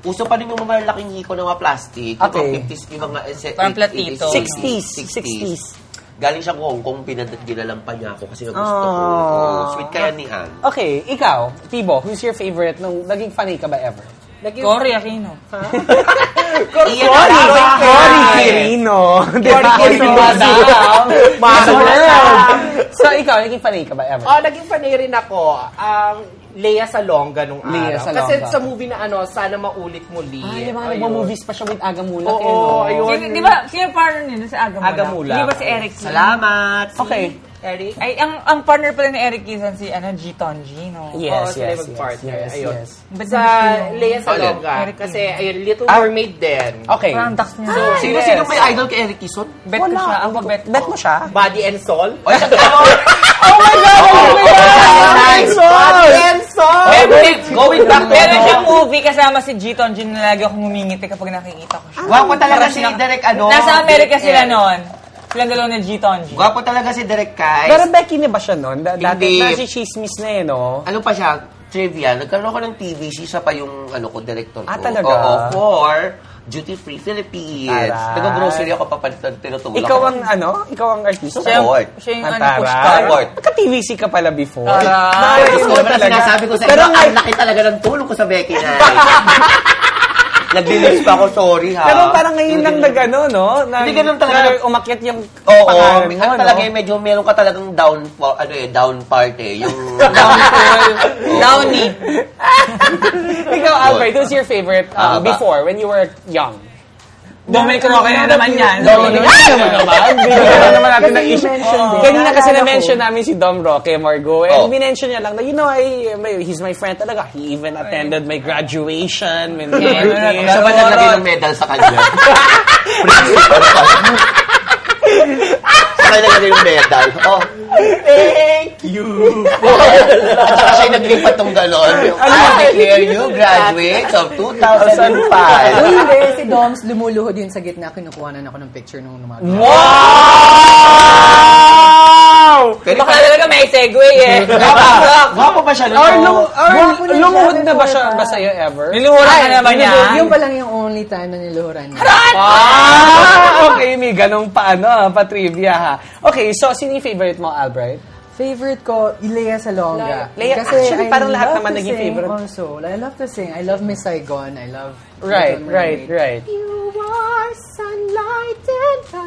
Uso pa rin yung mga malaking hiko ng mga plastic. Yung
Okay.
mga 50s, yung mga... eh, se-
Parang
80s,
platito.
60s. 60s.
Galing siya Hong Kong, pinadat ginalampan niya ako kasi yung gusto ko.
Oh.
Oo, Sweet kaya ni Ann.
Okay, ikaw, Tibo, who's your favorite nung naging fanay ka ba ever?
Cory Aquino.
Iyan ang dapat.
Quirino. Cory
Quirino daw.
So, ikaw, naging fanay ka ba ever?
Oh, naging fanay rin ako ang Lea Salonga nung
Lea
araw.
Salonga.
Kasi sa movie na ano, Sana Maulit Muli.
Ay, yung mga
Ayun.
nagmamovies pa siya with Aga Mula.
Oo, ayun.
Di, di ba, sino partner nila sa Agamula?
Agamula.
Di ba si Eric Kim?
Salamat.
Okay.
Eric?
Ay, ang ang partner pala ni Eric Kizan si ano, G. Tonji, no?
Oo,
Yes, yes,
sila
yes,
mag-partner.
yes,
Ayun.
yes.
Ba't
Sa
nabit
Lea
Okay.
Salonga.
Eric
Kasi,
Kim.
ayun, Little
Ah.
Mermaid din.
Okay.
Parang ducks niya.
Sino,
Yes.
sino may idol kay Eric Kison?
bet ko siya. Ang bet ko.
Bet mo siya?
Body and Soul.
Oy, sa
Oh my God! Oh my
Nice.
oh,
Body and Soul!
Going back to
Meron
ano?
siyang movie kasama si G. Tonji na lagi akong humingiti kapag nakikita
Ah.
ko siya.
Gwapo talaga
Crush
si
na-
Derek ano?
Nasa Amerika
Derek
sila
N.
noon. Silang dalawa ni G. Tonji.
Gwapo talaga si Derek Kai.
Pero Becky na ba siya noon? Da- Dati,
Hindi.
dati chismis na eh, no?
ano pa siya? Trivia. Nagkaroon ko ng TVC. Siya pa yung ano ko, director ko.
Ah, talaga?
Oo, for Duty Free Philippines.
Aray.
Nag-grocery ako papalitan. Tinutulong
Ikaw
ako.
ang ano? Ikaw ang artista? Ah,
Siya ang- Award.
siya yung ano,
Antara.
push car.
Award.
Nagka-TVC ka pala before.
Aray.
Ay,
Gusto
mo
ko naman
talaga.
sinasabi ko sa
Pero
Pero
nga,
ang laki talaga ng tulong ko sa Becky na. Naglilis pa ako, sorry ha.
pero parang ngayon lang nag ano, no? Nag,
Hindi ganun talaga.
nag- umakyat yung
Oo,
pangalan
may-
mo,
ano
no?
talaga, eh, medyo meron ka talagang down, po- ano eh, down part eh. Yung down pull.
Downy.
Ikaw, Albert, who's your favorite um,
Ah, ba-
before, when you were young?
Dominic Roque na naman yan.
Dominic naman naman. Binigyan lang naman natin ng issue.
din.
Ah! Kanina kasi
Naalala ko.
na-mention namin si Dom Roque Margo.
Oh.
And minention niya lang na, you know, I, my- he's my friend talaga. He even attended my graduation. and everything.
Siya ba naglagay ng medal sa kanya? Principal pa. Siya ba naglagay ng medal? Oh. Thank you. At saka siya naglipat tong gano'n. I declare you graduate of 2005.
Uy, hindi. Si Doms lumuluhod yun sa gitna. Kinukuha na ako ng picture nung lumagawa.
Wow!
Pwede
Baka
pa-
talaga may segue eh.
Gwapo- Gwapo pa siya, no?
Or, lum, or
Gwapo na siya
lumuhod na ba
before
siya
pa.
ba sa'yo ever?
Niluhuran ka naman niya.
Yung pa lang yung only time na niluhuran niya.
Ah! Okay, may ganong pa, ano, ah, pa trivia ha. Okay, so, sino yung favorite mo, Albright?
Favorite ko, Ilea Salonga.
Lea- actually, parang lahat
love
naman
to
naging
sing
favorite.
Also, I love to sing. I love Miss Saigon. I love
Right,
Little
right,
Mermaid.
right.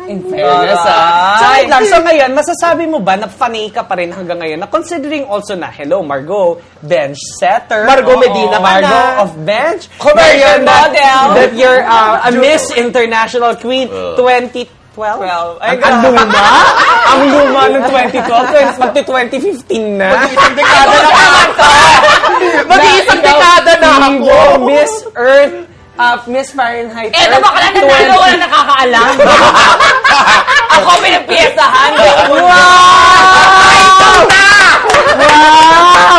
In
Fairness, ah. So, wait lang. So, ngayon, masasabi mo ba na fanay ka pa rin hanggang ngayon na considering also na, hello, Margot, bench setter.
Margot Medina ka
Margot
na.
of bench.
Commercial
that-
model.
That you're uh, a Miss International Queen Ah. 2012?
Well,
Ang,
ay,
ang luma? ang luma ng 2012? Magti 2015 na? Mag-iisang dekada na Mag-iisang dekada na ako! Miss Earth, uh, Miss Fahrenheit
Eto
Earth
bakla na talo ko na nakakaalam. Ako may nagpiyesahan.
Wow! Wow!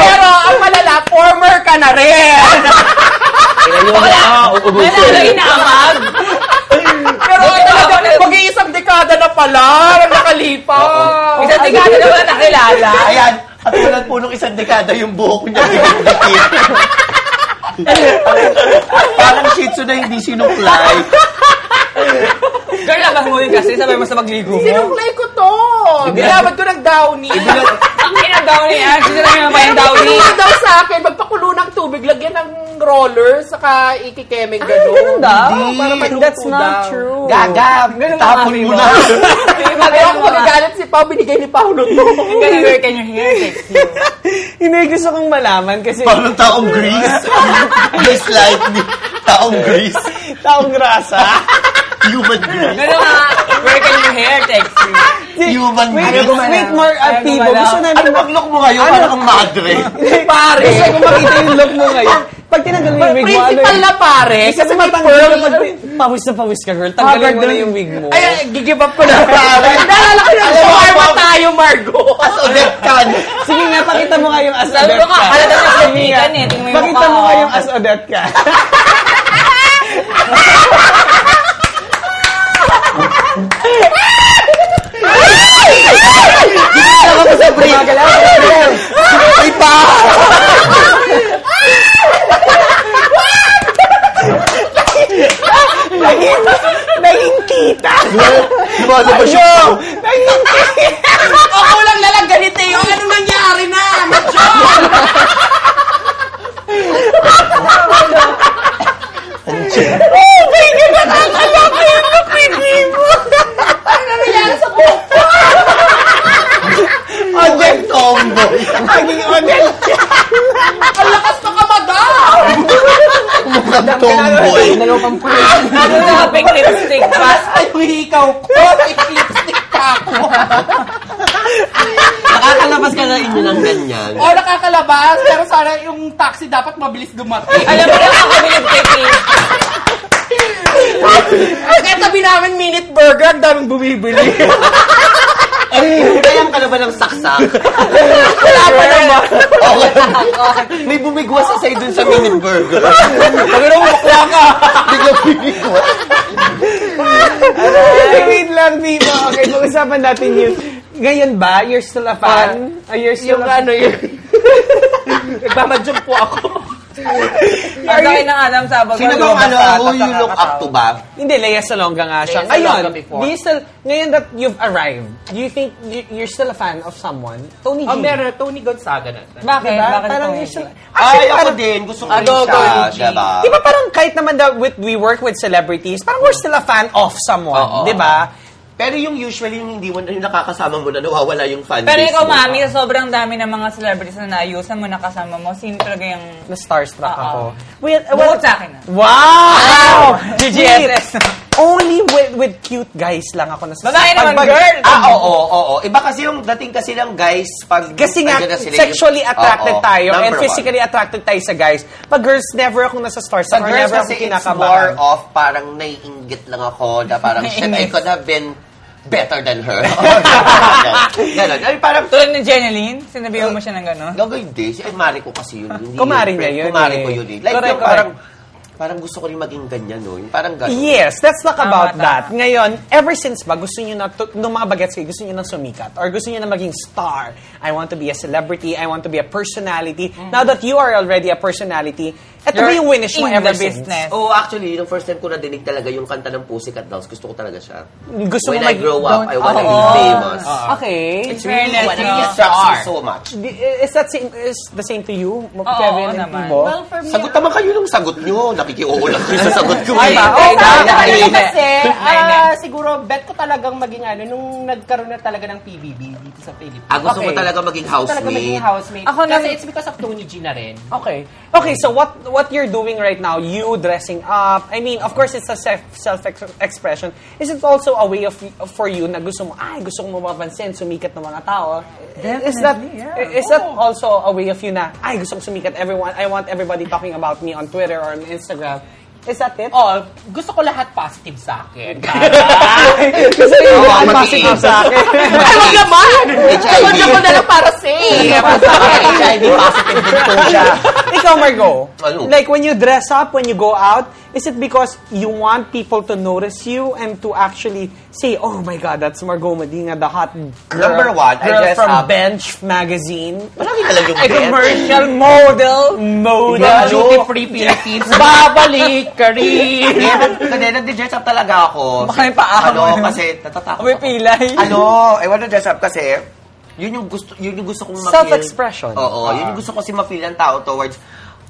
Pero ang malala, former ka na rin!
Ah,
Ano na inamag? Pero ito ako na
Mag-iisang dekada na pala! Nakalipas!
Isang dekada na wala nakilala.
Ayan, katulad po nung isang dekada yung buhok niya dikit-dikit. Parang shih tzu na hindi sinuklay.
Girl, labas mo yun kasi sabay mo sa magligo mo.
Sinuklay ko to! Ginamit ko ng downy!
Ang kinagaw niya yan. Sino lang naman yung daw
Pagpakulo
niya?
na daw sa akin, magpakulo ng tubig, lagyan ng roller, saka ikikeming gano'n.
ganun daw?
Hindi. Para maluto
That's not
daw.
true.
Gagab, tapon mo na.
Kaya ako magagalit si Pao, binigay ni Paolo to.
Ganun, can you hear it?
Hindi, gusto kong malaman kasi
Parang taong Greece. Just like me. Taong Greece.
taong rasa.
Human Greece.
Ganun nga, where can you hear Texty?
Human
Wait, Ano?
Greece.
wait, more activo. Gusto namin
Ano bang look mo ngayon? Parang kang madre.
Pare! Gusto ko makita yung look mo ngayon. Pag tinanggal mo yung wig mo, ano
Principal
yun?
na pare.
Kasi
Kasi may
matanggal
pearl.
na pag pawis na pawis ka, girl. Tanggalin mo na yung wig mo.
Ay, ay, gigive up ko na pare. Nalala ko na.
Alam mo,
Parma
Bob.
tayo, Margot.
As Odette Can.
Sige nga, pakita mo nga yung as
Sabi
Odette
ko nga,
ka.
halata na kaibigan eh. Tingnan mo yung
Pakita
mukha
mo nga
ko.
yung as Odette ka.
Ako ko sa brief. Ay pa!
Naging, naging kita.
Lumasa pa siya.
Naging
Ako lang nalang ganito yung ano nangyari na.
Odette Tomboy.
naging Odette.
Mukhang tomboy.
Dalawang pang
Ano na kapag lipstick pa?
Ay, ikaw ko. Eclipse ka ako.
Nakakalabas ka na inyo ng ganyan.
O, nakakalabas. Pero sana yung taxi dapat mabilis dumating.
Alam mo na ako lipstick
Ay, kaya tabi namin minute burger. Ang daming bumibili.
Kaya ka na ba ng saksak?
Wala pa naman.
Okay. May bumigwas sa sa'yo dun sa minute burger.
Pero mukha ka.
Bigla bumigwas.
Ay, wait lang, Timo. Okay, pag-usapan natin yun. Ngayon ba, you're still a fan? Are you still
Yung
a fan?
ano yun. Nagmamadyan po ako.
Ang laki ng Adam Sabag.
Sino bang ano, who you look up to ba?
Hindi, Lea Salonga nga siya.
Lea
Ngayon,
Salonga before.
do you still, ngayon that you've arrived, do you think you- you're still a fan of someone? Tony G.
Oh, meron. Tony Gonzaga na.
Bakit?
Diba?
Bakit
parang
ito
you're
eh?
still...
Ay,
Actually,
ako
parang,
din. Gusto ko rin
Ano,
siya.
Golden G?
Diba?
Di ba parang kahit naman daw with, we work with celebrities, parang we're still a fan of someone,
Oo.
di ba?
Pero yung usually, yung hindi mo, yung nakakasama mo na nawawala yung fanbase
Pero ikaw,
mo.
mami, sa sobrang dami ng mga celebrities na naayusan mo, nakasama mo, sino talaga yung...
Na starstruck
Oo.
ako. Well, uh,
Bukod sa akin. ah.
Wow!
GGSS.
Wait, Only with, with cute guys lang ako nasa...
Babae naman,
Pag-
girl!
Ah, oo, oo, oo. Iba kasi yung dating kasi ng guys pag...
Kasi nga,
andyan na sila yung-
sexually attracted
Oo,
tayo and
number one.
physically attracted tayo sa guys. Pag girls, never akong nasa stars.
Sa
or
girls
never
kasi
akong
it's more
kinakabahan.
of parang naiinggit lang ako na parang, shit,
Mm.
I could have been better than her. Ganon. Ay, parang,
Tulad ni Jeneline, sinabihan mo siya ng gano'n.
Gago hindi. Si Mari ko kasi yun. Hindi
Kumari
yun,
niya
friend.
yun
Kumari
eh.
ko yun eh. Like,
Correct,
yung parang, parang gusto ko rin maging ganyan, no? Yung parang gano'n.
Yes, let's talk about
tama.
that. Ngayon, ever since ba, gusto nyo na, to, nung mga bagets kayo, gusto nyo na sumikat? Or gusto nyo na maging star? I want to be a celebrity, I want to be a personality. Now that you are already a personality, eto ba
Mm-hmm. You're
yung winish mo
in
ever
the
since?
business.
Oo, oh, actually, yung first time ko nadinig talaga yung kanta ng Pussycat Dolls, gusto ko talaga siya.
Gusto
When
mo mag- Ah.
I grow up, I wanna be
Oo.
famous.
Okay.
It's
Really,
fairness,
what
no?
instructs me so much.
Di- Is that same, is the same to you, Kevin
oo
and
naman.
Timo?
Well, for me,
Sagot naman kayo ng sagot nyo. Nakikioo lang kayo sa sagot ko.
Ay, ba? Oh,
Ah,
tama.
kanina kasi,
Ay,
ah, siguro, bet ko talagang maging ano, nung nagkaroon na talaga ng PBB dito sa Philippines.
Ah, gusto
Okay.
ko talaga maging
talaga maging
housemate.
housemate.
Ako
kasi
nam-
it's because of Tony G na rin.
Ah, Okay. Okay, so what what you're doing right now, you dressing up. I mean, of course it's a self self ex- expression. Is it also a way of for you na gusto mo ay gusto ko mapapansin, sumikat ng mga tao? Is that is that
Oh.
also a way of you na ay gusto ko sumikat everyone. I want everybody talking about me on Twitter or on Instagram. Is that it?
Oh, gusto ko lahat positive sa akin.
Kasi yung
Oo,
mga
mag-iisa.
positive sa akin.
Ay, wag naman! Ay, wag Ano naman na lang para safe!
HIV positive din po siya.
Ikaw, Margo,
Ano?
like when you dress up, when you go out, is it because you want people to notice you and to actually say, oh my God, that's Margot Medina, the hot girl,
Number one, I
girl
dress
from
up."
Bench Magazine,
Malaki talaga yung
a
bet.
commercial model,
The
model.
duty free Philippines, babalik ka rin!
Kasi nag-dress up talaga ako.
Baka may paahon.
Ano, kasi natatakot
May
ako.
pilay.
Ano, I want to dress up kasi yun yung gusto yun yung gusto kong ma-feel.
Self-expression. Ah.
Oo, yun yung gusto ko si ma-feel ng tao towards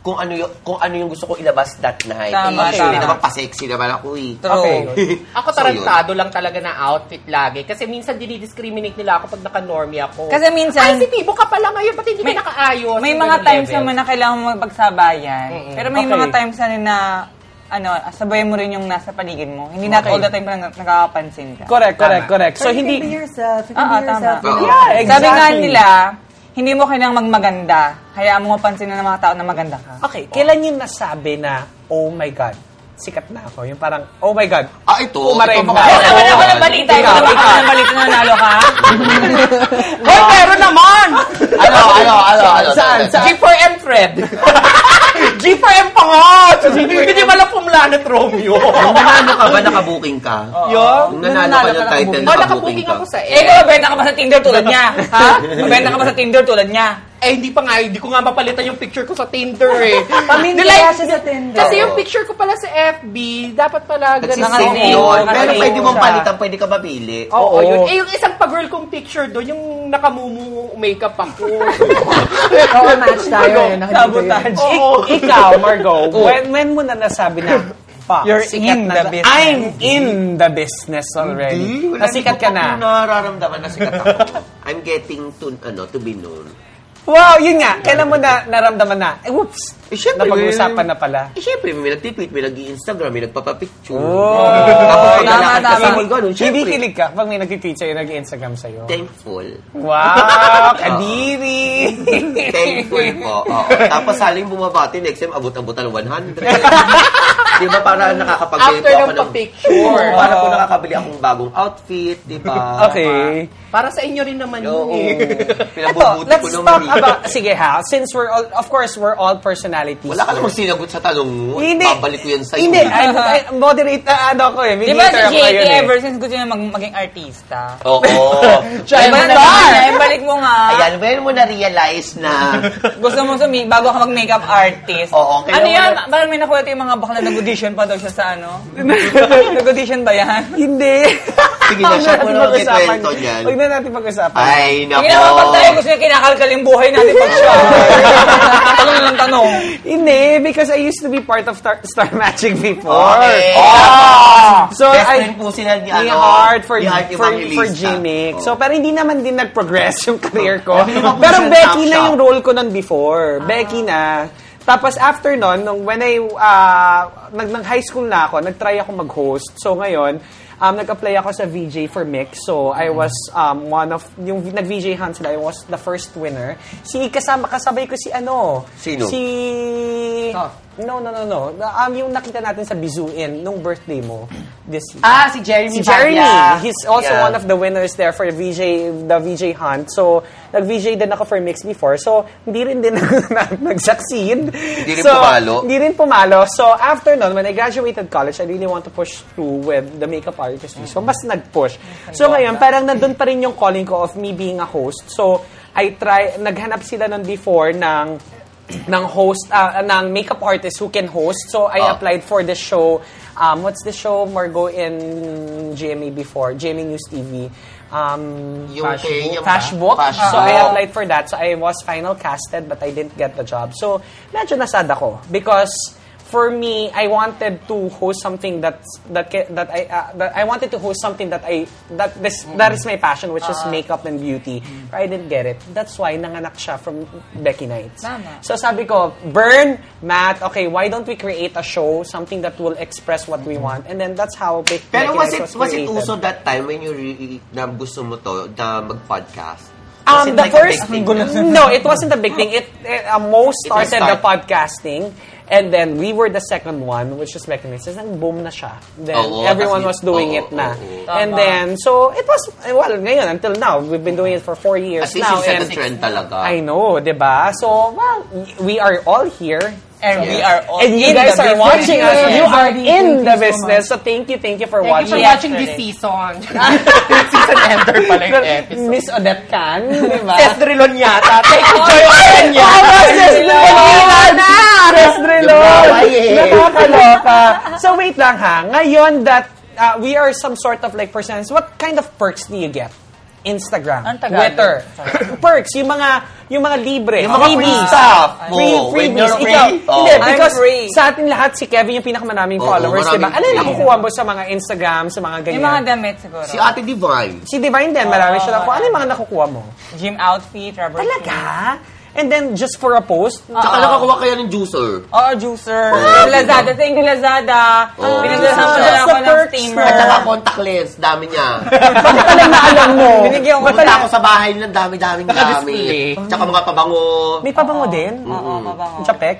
kung ano yung kung ano yung gusto ko ilabas that night.
Tama,
eh, usually
tama.
naman pa-sexy naman ako eh.
Okay.
Ako
So, yun.
tarantado lang talaga na outfit lagi. Kasi minsan dinidiscriminate nila ako pag naka-normie ako.
Kasi minsan-
Ay, si Tibo ka pala ngayon, ba't hindi
May-
ka nakaayos?
May
Yung
mga
ganun
times
level.
naman na kailangan mo magpagsabayan. Pero may
Okay.
mga times na rin na, ano, sabayan mo rin yung nasa paligid mo. Hindi na all the time parang nakakapansin ka.
Correct, correct, correct. So,
You can be
hindi... Ah,
yourself. You
Oo,
can be
tama.
yourself.
Oo.
Yeah, exactly.
Sabi nga nila, hindi mo kailangang magmaganda. Hayaan mo mapansin na ng mga tao na maganda ka.
Okay, kailan yung nasabi na, oh my God, sikat na ako? Yung parang, oh my God,
Ah, ito.
Umareng
ito
na.
Oh,
ba?
Wala, wala, wala,
balita.
Ikaw,
Ikaw,
ikaw.
ikaw na balita na nalo ka.
Hoy, meron naman!
Ano, ano, ano, ano?
Saan,
ano?
saan?
G4M Fred. G4M Pangot! Hindi pala pumlano at Romeo.
Nanalo ano ka ba? Nakabooking ka?
Oh.
Yun.
Nanalo ka ng title,
Oh, nakapuking
nakabooking ka.
ako sa
Eh,
eh.
ikaw, mabenta ka ba sa Tinder tulad niya? Ha? Mabenta ka ba sa Tinder tulad niya?
Eh, hindi pa nga, hindi ko nga mapalitan yung picture ko sa Tinder eh.
Pamilya
Nilike-
siya sa Tinder.
Kasi yung picture ko pala sa FB, dapat pala ganun. eh.
Nagsising
Nakarinig,
yun. Pero
nakarinig
pwede mong
siya.
palitan, pwede ka mapili.
Oo, yun. Eh, yung isang pa-girl kong picture doon, yung nakamumu makeup ako.
Oo, match tayo. eh. Nakikita ko yun.
Sabotage. Ik- ikaw, Margot, when, when mo na nasabi na, fuck,
You're
sikat
in
na
the
siya.
business.
I'm in the business already. Nasikat ka na.
Hindi ko nararamdaman na sikat ako. I'm getting to, ano, to be known.
Wow, yun nga. Kailan mo na naramdaman na, eh, whoops, napag-usapan na pala.
Eh, syempre, may nag-tweet, may nag-Instagram, may nagpapapicture.
Oh.
Tama,
Tapos maglalakad ka
tama.
sa mall, ganun. ano, Syempre,
Kinikilig ka pag may nag-tweet sa'yo, nag-Instagram sa'yo.
thankful.
Wow, kadiri.
Thankful po. Oo. Tapos saling bumabati, next time, abot-abot ng 100. di ba para nakakapagbento
After ng
ako
pa-picture.
Oo, para po nakakabili akong bagong outfit, di ba?
Okay.
Para sa inyo rin naman yun
Oo.
eh.
Ito,
Pinabubuti
let's
ko
talk
naman. eh.
about, sige ha, since we're all, of course, we're all personalities.
Wala ka namang sinagot sa tanong mo.
Hindi.
Babalik ko yan sa'yo.
Hindi, I, I, moderate, ah, ano ako eh,
Di ba si
mediator ako
JT
ngayon eh.
ever since gusto niya mag- maging artista?
Oo.
Try mo na lang. Balik mo nga.
Ayan, when mo na-realize na
Gusto mo sumi bago ka mag-makeup artist.
Oo, okay.
Ano yan? Parang may nakuha yung mga bakla nag-audition pa daw siya sa ano. nag-audition ba yan?
Hindi.
Sige na,
Huwag
siya po
natin
naman may
pag-usapan.
kwento niyan.
Huwag na natin pag-usapan.
Ay, nako.
Hindi naman pag tayo gusto niya kinakalkal yung buhay natin pag siya. tanong lang tanong.
Hindi, because I used to be part of Star, Star Magic before.
Okay.
So,
Oh, eh. Ah! Best
I,
friend po sila ni,
ni
ano,
Art for,
ni Art
for, for
Evangelista. Oh.
Jimmy.
Oo.
So, pero hindi naman din nag-progress yung career ko.
Sabi naman po
pero
siya,
Becky
top
na
shop. Ah.
yung role ko nun before. Becky na. Tapos after nun, nung when I, ah, nag, nag high school na ako, nag-try ako mag-host. So ngayon, um, nag-apply ako sa VJ for Mix. So I
Mm-hmm.
was um, one of, yung nag-VJ Hunt sila, I was the first winner. Si kasama, kasabay ko si ano?
Sino?
Si... No, no, no, no. Um, yung nakita natin sa Bizuin nung birthday mo this year.
Ah, si Jeremy.
Si Jeremy,
Paglia.
he's also
Yeah.
one of the winners there for VJ, the VJ hunt. So, nag-VJ din ako for mix before. So, hindi rin din na- nag-succeed. Hindi
rin pumalo.
Hindi rin pumalo. So, after nun, when I graduated college, I really want to push through with the makeup artistry. So, mas nag-push. So, ngayon, parang nandun pa rin yung calling ko of me being a host. So, I try, naghanap sila nun before ng ng host ah, ng makeup artist who can host so I
Ah.
applied for the show um what's the show Margot in GMA before GMA News TV um
Oh, Yung kay- yung-
Cashbook.
Cashbook.
so I applied for that so I was final casted but I didn't get the job so medyo nasad ako because for me I wanted to host something that that ca- that I ah, that I wanted to host something that I that this that is my passion which
Ah.
is makeup and beauty
Mm.
but I didn't get it that's why nanganak siya from Becky Nights
Tama.
So sabi ko, Burn, Matt, okay, why don't we create a show, something that will express what we want? And then that's how Be-
Mm. Pero
Becky
was it,
Nice
was it
created.
also that time when you re- na gusto mo to, na mag-podcast? Was
Um,
it
the
like a
first,
big thing?
no, it wasn't a big thing. It, it uh, Mo
It was
started the
start.
podcasting, and then we were the second one, which is Becky Nice. Ang boom na siya. Then
Oo,
everyone was
tas-
doing
oo,
it na.
oo, oo.
And then, so it was, well, ngayon, until now, we've been doing it for four years
At least
now.
you set
and
the trend talaga.
I know, di ba? So, well, y- we are all here.
And
Yes.
we are all
And you
in
guys
the
are
business.
watching us.
Yes.
You are
Thank you
in the
so
business. So thank you, thank you for
Thank you
watching.
for watching this season. season ender pala yung episode.
Miss Odette Can, di ba?
Test drillon yata. Thank you, Joy Oreña.
Stress drillon! Nakakaloka. So wait lang ha, ngayon that uh, we are some sort of like personalities, what kind of perks do you get? Instagram,
Ang Tagalog.
Twitter, perks, yung mga yung mga libre,
Yung mga free
freebies.
stuff.
Free,
Oh, when
freebies.
you're free.
Ikaw,
Oh.
hindi,
I'm
because
free.
sa atin lahat, si Kevin yung pinakamaraming
Oo,
followers, di ba?
maraming
Ano yung
free.
nakukuha mo sa mga Instagram, sa mga ganyan?
Yung mga damit siguro.
Si Ate Divine.
Si Divine din, marami siya nakukuha. Ano yung mga nakukuha mo?
Gym outfit, rubber shoes.
Talaga? Mm. And then, just for a post,
Tsaka nakakuha kaya ng juicer.
ah, juicer.
Lazada. Thank you, Lazada.
Oo.
Pinagdasal ko
That's
na ako
the
ng
Oh. perks,
steamer.
At saka contact lens, dami niya.
Bakit ka lang naalam mo? Binigyan ko
Pumunta ako sa bahay ng dami-daming gamit. Tsaka mga pabango.
May pabango din? Oh.
Oo, mabango.
Japex?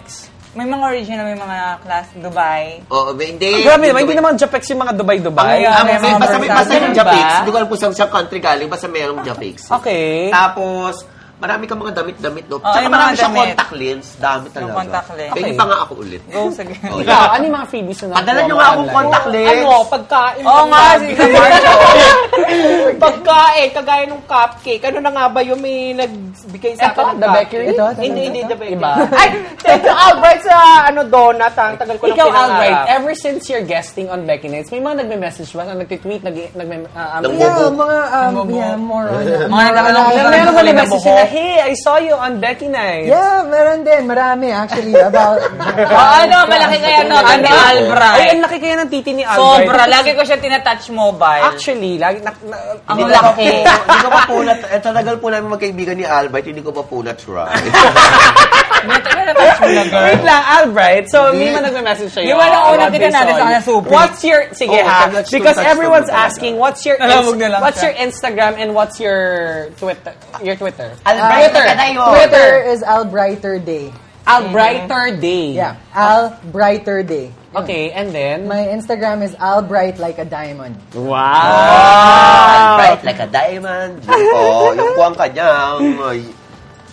May mga original, may mga class Dubai.
Oo, Oh, may- hindi.
Grabe naman, hindi naman Japex yung mga Dubai-Dubai.
Ang-
may
ang-
mga
Ah, basta may
bursa.
basta yung
Ganun
Japix.
ba?
Hindi ko alam kung saan siyang country galing. Basta merong Japix.
Okay. Oh,
Tapos, marami kang mga damit-damit, no? Tsaka
yung mga
marami siyang
damit.
contact lens. Dami talaga.
contact lens.
Pwede pa nga ako ulit.
Go, sige.
Oh,
Ikaw, ano yung mga freebies na
Padalan niyo nga akong contact lens.
Ano, pagkain.
Oo nga, si Marcia.
Pagkain, kagaya nung cupcake. Ano na nga ba yung may nagbigay sa akin? ng
the
cupcake?
bakery? Ito, ito,
Hindi,
ito,
hindi,
ito.
the bakery. Ay, thank you, Albright, sa ano, donut. Ang tagal ko lang
Ano
Ikaw,
pinangarap.
Albright, ever since you're guesting on Becky Nights, may mga nagme-message ba na nagtitweet, nag, nagme, uh,
Nang
Yeah,
bobo.
mga, um, yeah, more on that.
Mga
ano,
nakalang ko
Meron ba nag-message sila, hey, I saw you on Becky Nights.
Yeah, meron din. Marami, actually, about...
Oh, ano, malaki kaya to. Ano,
Ay,
Albright.
ang laki kaya ng titi ni Albright.
Sobra. Lagi ko siya tinatouch mobile.
Actually, lagi, na, na,
Ang
hindi na-
laki.
Hindi ko pa po na, eh, talagal po namin magkaibigan ni Albert, hindi ko pa po na-try.
Tinatouch mo na, girl.
Wait lang, Albright. So, may man nagme-message sa'yo.
Yung walang
About
unang kita
this
natin
on-
sa kanya, super.
What's your, sige
Oo,
ha,
touch to
because
touch to
everyone's
talaga.
asking, what's your,
Alamog na lang
what's
siya.
your Instagram and what's your Twitter? Your Twitter?
Albert,
Twitter.
ka tayo.
Twitter is Albrighter Day.
Albrighter Day.
Yeah, Albrighter Day.
Okay, and then?
My Instagram is Albright like a diamond.
Ah,
Wow! Bright like a diamond. Oo, yung po ang kanyang, ay,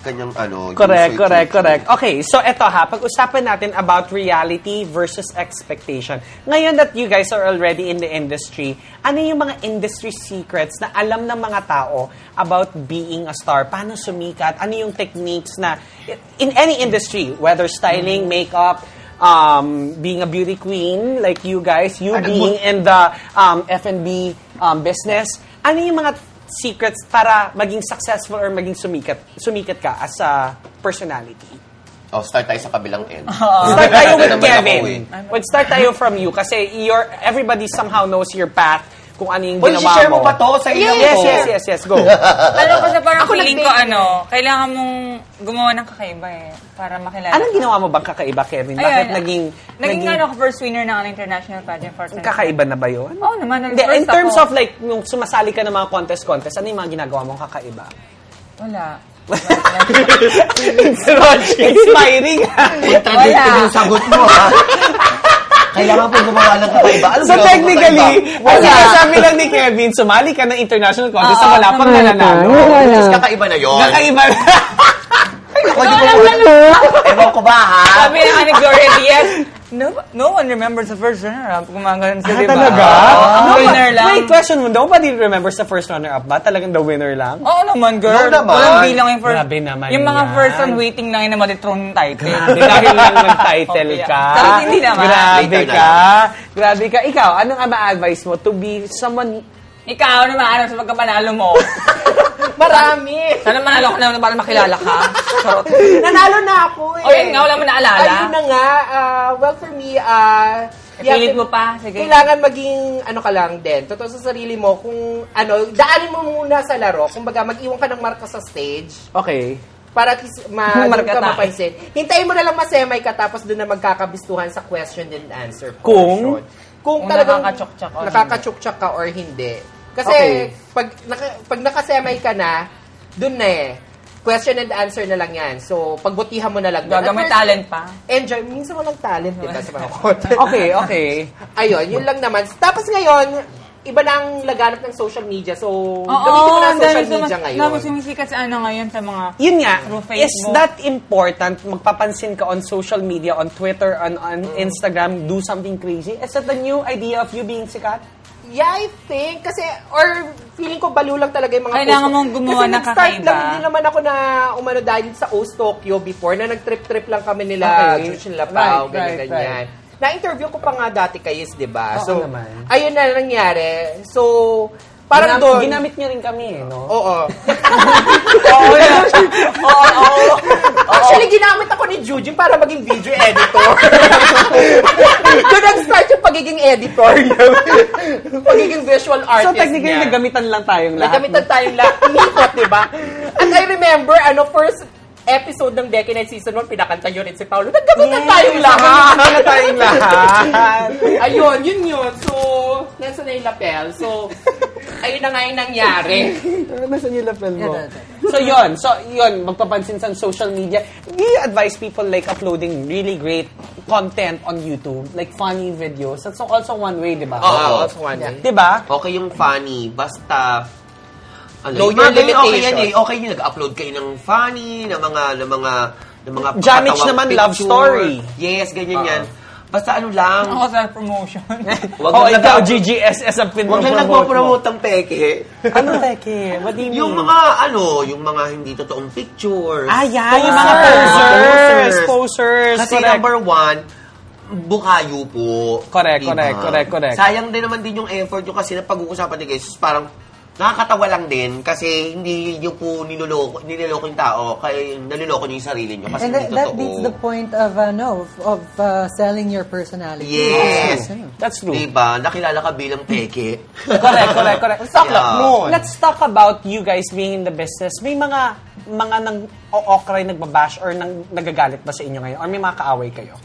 kanyang ano.
Correct,
yung-
correct, correct. Okay, so eto ha, pag-usapan natin about reality versus expectation. Ngayon that you guys are already in the industry, ano yung mga industry secrets na alam ng mga tao about being a star? Paano sumikat? Ano yung techniques na, in any industry, whether styling, makeup, um, being a beauty queen like you guys, you being in the um, F&B um, business, ano yung mga secrets para maging successful or maging sumikat sumikat ka as a personality?
Oh, start tayo sa kabilang end.
Start tayo with
Ano Naman ako
Kevin.
eh.
Well, start tayo from you kasi your everybody somehow knows your path kung ano yung
Uy,
ginawa mo.
share mo ba to sa inyo?
Yes, yes, yes, yes, go.
Alam ano ko sa parang feeling ko, ano, kailangan mong gumawa ng kakaiba eh. Para makilala.
Anong ginawa mo bang kakaiba, Kevin? Bakit naging,
Naging, ano ako first winner ng ano, international pageant for
kakaiba na ba yun?
Oo naman,
Hindi,
nag-first
in terms
ako.
of like, nung sumasali ka ng mga contest-contest, ano yung mga ginagawa mong kakaiba?
Wala.
Inspiring.
Contradict
Wala.
yung sagot mo, ha? Kailangan po gumawa ng kakaiba.
so
Ano ginawa mo
technically,
kakaiba?
ang sinasabi lang ni Kevin, sumali ka ng international contest sa wala pang nananalo.
Just kakaiba na yun.
Kakaiba na.
Ako, di ko Ewan ko ba, ha?
Sabi na ni Gloria Diaz, no, no one remembers the first ah, runner-up. Gumagano'n
Ah,
siya, di
Ah,
ba?
talaga?
Oh, winner lang.
Wait, question mo, nobody remembers the first runner-up ba? Talagang the winner lang?
Oo naman, girl.
No naman.
Walang bilang yung first.
Grabe naman
Yung mga
yan.
first on waiting lang yun na eh. malitrong yung title.
Hindi, Ah, Dahil lang nag-title
Okay, ah.
ka.
Tapos hindi naman.
Grabe
Later na
ka. Grabe ka. Ikaw, anong ama-advise mo to be someone...
Ikaw naman, ano, sa pagkapanalo mo.
Marami.
Sana manalo ka naman para makilala ka. Charot.
Nanalo na ako eh.
O yun nga, wala mo naalala.
Ayun na nga. ah, well, for me, ah... you have
Ipilit
to-
mo pa, sige.
Kailangan maging ano ka lang din. Totoo sa sarili mo kung ano, daanin mo muna sa laro. Kung baga, mag-iwan ka ng marka sa stage
Okay.
para kis- ma doon ka
Marka tayo.
mapansin. Hintayin mo na lang masemay ka tapos doon na magkakabistuhan sa question and answer
Kung?
portion. Kung,
Kung oh,
talagang
nakakachokchak or
nakakachokchak ka or hindi. Kasi
Okay.
pag, naka, pag nakasemay ka na, doon na eh. Question and answer na lang yan. So, pagbutihan mo na lang. dun. At
Gagamit
first,
talent pa.
Enjoy. Minsan walang talent, di ba, sa mga contest.
Okay, okay.
Ayun, yun lang naman. Tapos ngayon, iba na ang laganap ng social media. So,
Oo,
gamitin mo na ang
ang dami
social media
sumas-
ngayon.
dami sumisikat sa ano ngayon sa mga...
Yun nga,
Through
is
Facebook.
that important? Magpapansin ka on social media, on Twitter, on, on
Mm.
Instagram, do something crazy? Is that the new idea of you being sikat?
Yeah, I think. Kasi, or feeling ko balo lang talaga yung mga
Kailangan
post ko.
mong gumawa
Kasi
ng
nag-start
kakaiba.
lang din naman ako na umano dahil sa O's Tokyo before na nag-trip-trip lang kami nila,
Okay.
okay. Jushin
Right,
Lapao,
right,
ganyan-ganyan. Na-interview ko pa nga dati kay Yes, di ba?
Oo
so,
naman.
ayun na nangyari. So,
Ginam-
parang doon.
Ginamit niya rin kami, eh, no?
Oo.
Oo, na.
Actually, ginamit ako ni Jujin para maging video editor. Doon nag-start yung pagiging editor niya. pagiging visual artist
So technically,
niya.
nagamitan lang tayong lahat.
diba? Nagamitan tayong lahat. Ikot, di ba? And I remember, ano, first
episode ng Decky Night Season 1, pinakanta yun rin si Paolo. Nagkabatan tayong lahat!
Lahat na tayong lahat.
Ayun, yun yun. So, nasa na yung lapel. So, ayun na nga yung nangyari.
Nasaan yung lapel mo?
So,
So yun, so yun, magpapansin sa social media. Do you advise people like uploading really great content on YouTube? Like funny videos? That's also one way, di ba?
Oo.
Oo, that's one.
Yeah.
Di ba?
Okay yung funny, basta... Ano,
Know
yung
your
mga ganyan, Okay yan
limitations.
eh. Okay yung nag-upload kayo ng funny, ng mga, ng mga, ng mga
Jamage
katawang
naman, love story.
Yes, ganyan yan. Basta ano lang,
Ako sa promotion.
wag
oh,
lang
ikaw,
nag-
GGSS ang
wag lang
pinag-promote.
nagpo-promote ng peke.
Ano, Teke? What do you mean?
Yung mga, ano, yung mga hindi totoong pictures.
Ah, yan. Yung mga
Mga
posers.
posers.
Posers.
Kasi
correct.
number one, bukayo po.
Correct, correct, correct, correct.
Sayang din naman din yung effort nyo kasi napag-uusapan ni guys, parang nakakatawa lang din kasi hindi nyo po niloloko, niloloko yung tao, kaya naloloko nyo yung sarili nyo
And
kasi hindi
that, that
totoo.
beats the point of, uh, no, of, of uh, selling your personality.
Yes.
That's true.
Diba? Nakilala ka bilang peke.
correct, correct, correct. Stop
Yeah.
lang. Let's talk about you guys being in the business. May mga mga nang okray nagbabash or nang nagagalit ba sa inyo ngayon? Or may mga kaaway kayo?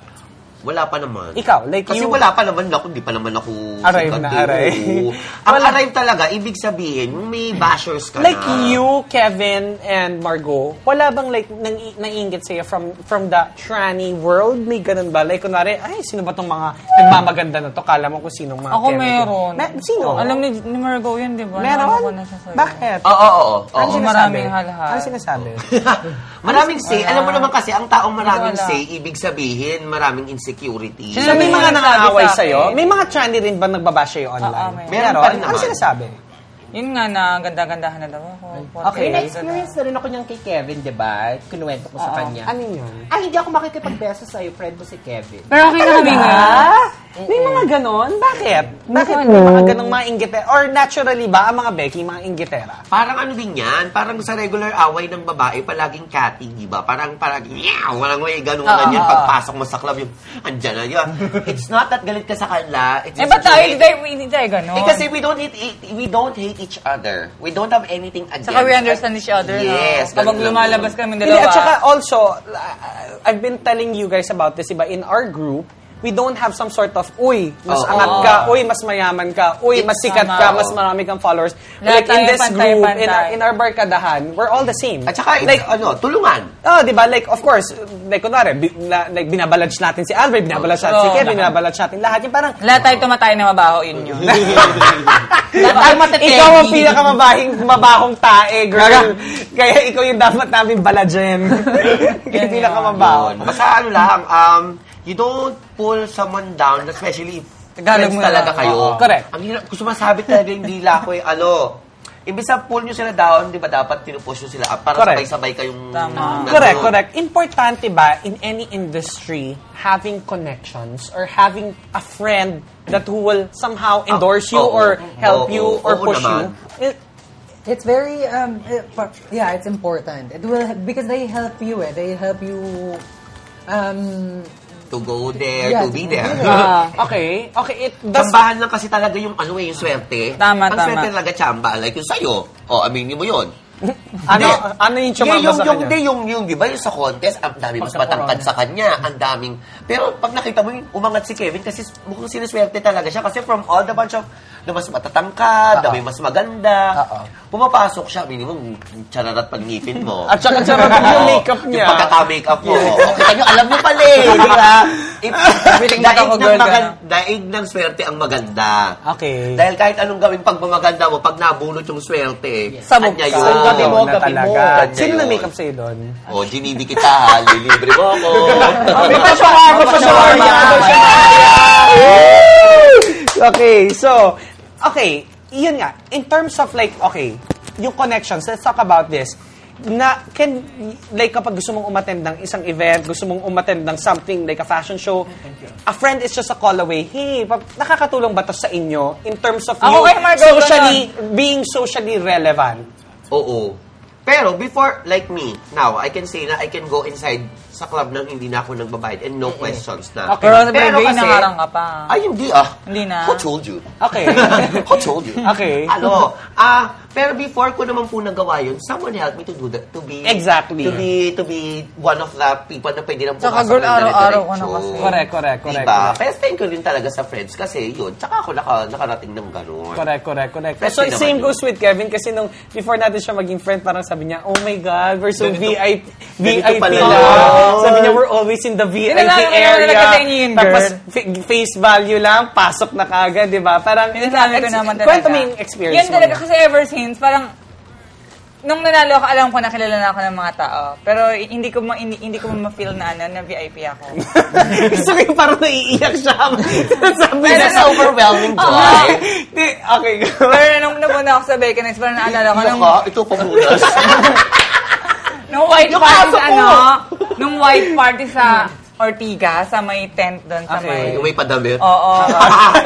Wala pa naman.
Ikaw, like you...
Kasi wala pa naman ako, hindi pa naman ako...
Arrive
sikat
na,
eh.
arrive.
Oo. Ang
Wala.
arrive talaga, ibig sabihin, yung may bashers ka
Like
na.
you, Kevin, and Margot, wala bang like nang nainggit sa'yo from from the tranny world? May ganun ba? Like kunwari, ay, sino ba tong mga nagmamaganda na to? Kala mo kung sinong mga
Ako
Kevin.
meron.
Na, sino?
Alam ni, ni Margo yun, di ba?
meron?
Nalaman ko na siya sa'yo.
Bakit?
Oo, oo, oo.
Ano
oo.
sinasabi?
maraming halhal.
Ano sinasabi?
maraming say. Alam mo naman kasi, ang taong maraming
Wala.
say, ibig sabihin, maraming insecurity.
so, may mga
Sinasabi
nangaaway
sa akin.
sa'yo? May mga tranny rin ba nagbabash sa'yo online?
Oo, meron.
Meron pa rin
Ano
naman.
sinasabi?
Yun nga na ganda-gandahan na daw ako.
Okay.
Porke,
Experience na rin ako niyang kay Kevin, di ba? Kinuwento ko sa kanya.
Ano yun?
Ah, hindi ako makikipagbeso sa'yo, friend mo si Kevin.
Pero okay na kami nga.
May mga ganon? Bakit? Bakit may mga ganong mga inggitera? Or naturally ba, ang mga Becky, mga inggitera?
Parang ano din yan, parang sa regular away ng babae, palaging catty, di ba? Parang, parang, meow, walang way, ganun na yan. Pagpasok mo sa club, yung, andyan na yun. It's not that galit ka sa kanila. It's
Eh,
just
ba't tayo?
that
Hindi
you hate-
tayo, hindi tayo ganon.
Eh, kasi we don't hate, hate- we don't hate each other. We don't have anything against.
Saka we understand each other. no?
Yes.
Kapag
ganun lang
lumalabas
yun.
kami
Hindi,
dalawa.
at saka also, uh, I've been telling you guys about this, iba, in our group, we don't have some sort of, uy, mas
Oo.
angat ka, uy, mas mayaman ka, uy, mas sikat
tama.
ka, mas marami kang followers. like,
Lahat
in
tayo
this
pantay-pantay.
group, in our, in our barkadahan, we're all the same.
At saka, it's,
like,
ano, tulungan.
Oh, di ba? Like, of course, like, kunwari, bi- na- like, binabalage natin si Albert, binabalage natin si
Oo,
Kevin,
lahat.
binabalage natin lahat. Yung parang,
Lahat tayo tumatay na mabaho, yun yun.
Dapat ikaw ang pinakamabahing mabahong tae, girl. Kaya ikaw yung dapat namin baladyan. Ikaw yung pinakamabaho.
Yun. Basta ano lang, um, you don't pull someone down, especially if
Tagalog
friends
mo
talaga
lang.
kayo.
Oo. Correct.
Ang hirap, kung sumasabi talaga yung dila ko eh, ano, imbis na pull nyo sila down, di ba dapat pinupush nyo sila up para
Correct.
sabay-sabay kayong...
Tama.
Ano,
Correct, correct. Importante ba in any industry having connections or having a friend that who will somehow endorse you
Ah, oo,
or
oo,
help
oo,
you or
oo
push
naman.
you?
It's very, um, eh, pa- yeah, it's important. It will, because they help you, eh. They help you, um,
To go there,
Yeah,
to be there.
Ah.
okay, okay. It
Ano
does
Tambahan lang kasi talaga yung ano eh, yung swerte.
Tama,
Ang
tama.
swerte talaga tsamba. Like yung sa'yo. O, aminin mo yun.
ano ano yung
Yung,
chumamba
yung,
sa
yung,
kanya?
di, yung, yung, di ba, yung sa contest, ang dami mas matangkad sa kanya, ang daming, pero pag nakita mo yung umangat si Kevin, kasi mukhang sinuswerte talaga siya, kasi from all the bunch of, na mas matatangkad, na may mas maganda, pumapasok siya, minimum, chararat pag ngipin mo.
At saka sarap yung
Oo,
makeup niya.
Yung pagkaka-makeup mo. O, kita nyo, alam mo pala eh, di ba? If,
Willing na
daig,
ako,
ng
girl,
magan,
ano?
ganun.
daig ng swerte ang maganda.
Okay.
Dahil kahit anong gawin pag mamaganda mo, pag nabulot yung swerte, yes.
Sabog
kanya
ka.
yun.
Ang gabi mo,
Na
gabi mo.
talaga. Kanya
Sino
yun.
na makeup sa'yo doon?
O, ginibi Oh, kita ha. Lilibre mo ako.
May pa-shawarma, may pa-shawarma. Okay, so, okay, yun nga, in terms of like, okay, yung connections, let's talk about this. Na, can, like kapag gusto mong umattend ng isang event, gusto mong umattend ng something like a fashion show,
Oh,
a friend is just a call away, hey, pa- nakakatulong ba to sa inyo in terms of you
Ako kay Margot,
socially, being socially relevant?
Oo. Pero before, like me, now, I can say na I can go inside sa club nang hindi na ako nagbabayad and no questions na.
Pero ano on the
Pero
birthday,
kasi-
nakarang ka pa.
Ay, hindi ah.
Hindi na.
Who told you?
Okay.
Who told you?
Okay.
Ano, ah, Pero before ko naman po nagawa yun, someone helped me to do that, to be...
Exactly.
To be, to be one of the people na pwede nang
Tsaka,
pumasok
girl,
ng dire-diretso.
araw-araw ko na kasi.
Correct, correct, correct,
Diba?
correct.
Kaya thank you din talaga sa friends kasi yun. Tsaka ako naka, nakarating ng ganun.
Correct, correct, correct.
Pwede
so,
naman
same
yun.
goes with Kevin kasi nung before natin siya maging friend, parang sabi niya, oh my God, we're so
Ganito-
VIP,
ganito
VIP
pala.
lang. Sabi niya, we're always in the VIP
Ganun lang- ganun
area.
talaga din yun, girl.
Tapos, fa- face value lang, pasok na kagad, di ba? Parang,
Sinasabi ko naman talaga.
Kwento mo yung experience
Yan
mo.
talaga,
na.
kasi ever since, parang, nung nanalo ako, alam ko na kilala na ako ng mga tao. Pero hindi ko ma, hindi, hindi ko ma-feel na, ano, na VIP ako.
Gusto ko yung parang naiiyak siya. Sabi
Pero
niya
sa
sa overwhelming
joy.
okay, go.
Pero nung nabuna ako sa Baconets, parang naalala ko nung,
Naka, ito pa muna.
nung white party sa ano, nung white party sa Ortiga, sa may tent doon, sa may...
May padamit.
Oo.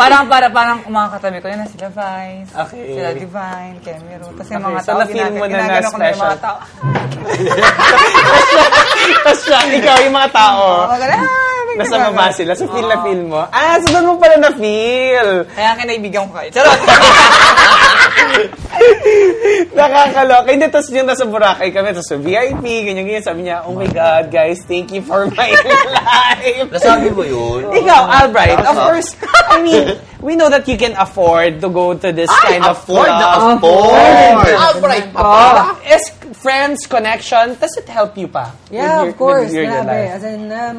parang, parang, parang mga katabi ko yun na sila Vice,
Okay.
sila Divine, Kemiro. Tapos yung
Okay,
mga
so
tao,
na-feel mo na
ginagano
na
ko na yung mga
special.
tao.
Tapos siya, ikaw yung mga tao.
Oh, ganun. Ah, may
Nasa
ganun.
baba sila. So, feel na feel mo. Ah, so doon mo pala na-feel.
Kaya kinaibigan ko kayo. Charot!
Nakakaloka. Hindi, tapos yung nasa Boracay kami, tapos sa VIP, ganyan, ganyan. Sabi niya, oh my God, guys, thank you for my life.
Nasabi mo yun.
Ikaw, Albright, of course, I mean, we know that you can afford to go to this
Ay,
kind of
afford na
club.
afford.
Albright,
Oh, is friends, connection, does it help you pa? with
Yeah,
your-
of course.
with your- your
Grabe.
life?
As in, um,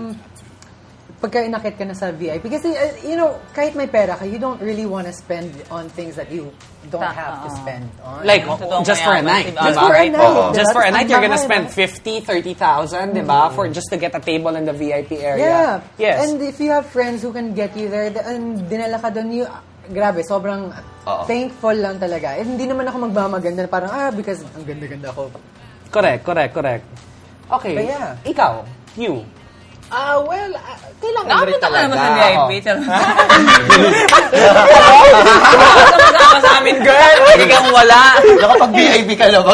pagka inakit ka na sa VIP. Kasi, uh, you know, kahit may pera ka, you don't really want to spend on things that you don't
Ta-
have
ah.
to spend on.
Like,
Totoo
just for a
mayaman,
night.
diba?
Just for a night,
Oo.
diba?
Just for a night, you're gonna
Tama, Mm-hmm.
spend 50, 30,000, di ba? For just to get a table in the VIP area.
Yeah.
Yes.
And if you have friends who can get you there, th- and dinala ka doon, you, grabe, sobrang thankful lang talaga. Eh, hindi naman ako magmamaganda, na parang, ah, because ang ganda-ganda ko.
correct, correct, correct. Okay.
But yeah.
Ikaw, you.
Ah, well, ah, kailangan na rin
Nakapunta ka
talaga.
naman Ano sa VIP. Charot.
Kasama sa amin, girl! Hindi kang wala.
Nakapag-VIP ka na ba?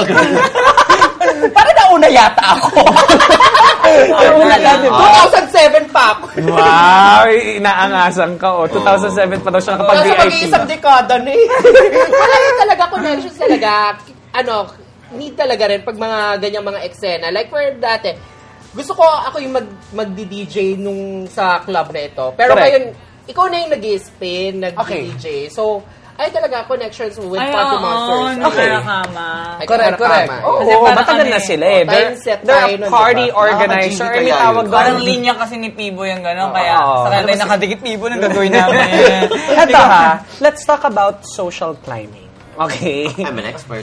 Parang nauna yata ako.
Wala.
2007 pa ako.
Wow, inaangasan ka. Oh. 2007 pa daw siya
Kaso
nakapag-VIP.
mag-iisang dekada na eh.
Wala yun talaga, connections talaga. Ano, need talaga rin pag mga ganyang mga eksena. Like for dati, gusto ko ako yung mag, magdi-DJ nung sa club na ito. Pero
Correct.
ngayon, ikaw na yung nag-spin, nag-DJ. So, ay talaga connections with
Ay,
party monsters.
oo.
Okay.
Nakakama.
Correct, correct.
Oo,
Kasi parang
matagal
ano
na
eh.
sila eh. They're,
time set
they're
tayo
a
nun,
party
diba?
organizer.
Nakaka-GB
Ano yung
kaya
tawag
yun?
doon?
Parang linya kasi ni Pibo yung gano'n, kaya
Oo.
sa kanila yung nakadikit Pibo nang gagawin namin.
Ito ha, let's talk about social climbing. Okay.
I'm an expert.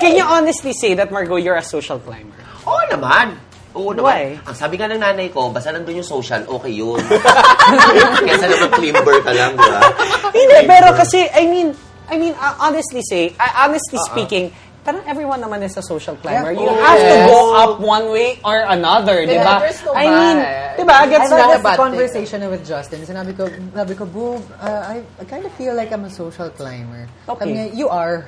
Can you honestly say that, Margot, you're a social climber?
Oo naman. Oo naman.
Why?
Ang sabi nga ng nanay ko, basta nandun yung social, okay yun. Kesa naman climber ka lang, di ba?
Hindi, pero kasi, I mean, I mean, uh, honestly say, uh, honestly
Uh-uh.
speaking, parang everyone naman is a social climber.
oh,
You have to go up one way or another, di ba?
there's no
I mean,
bad.
di ba? Diba? Gets
I've had
na.
bad
this
thing.
conversation with Justin. Sinabi ko, sabi ko, Boob, uh, I, I kind of feel like I'm a social climber.
Okay.
Sabi niya, you are.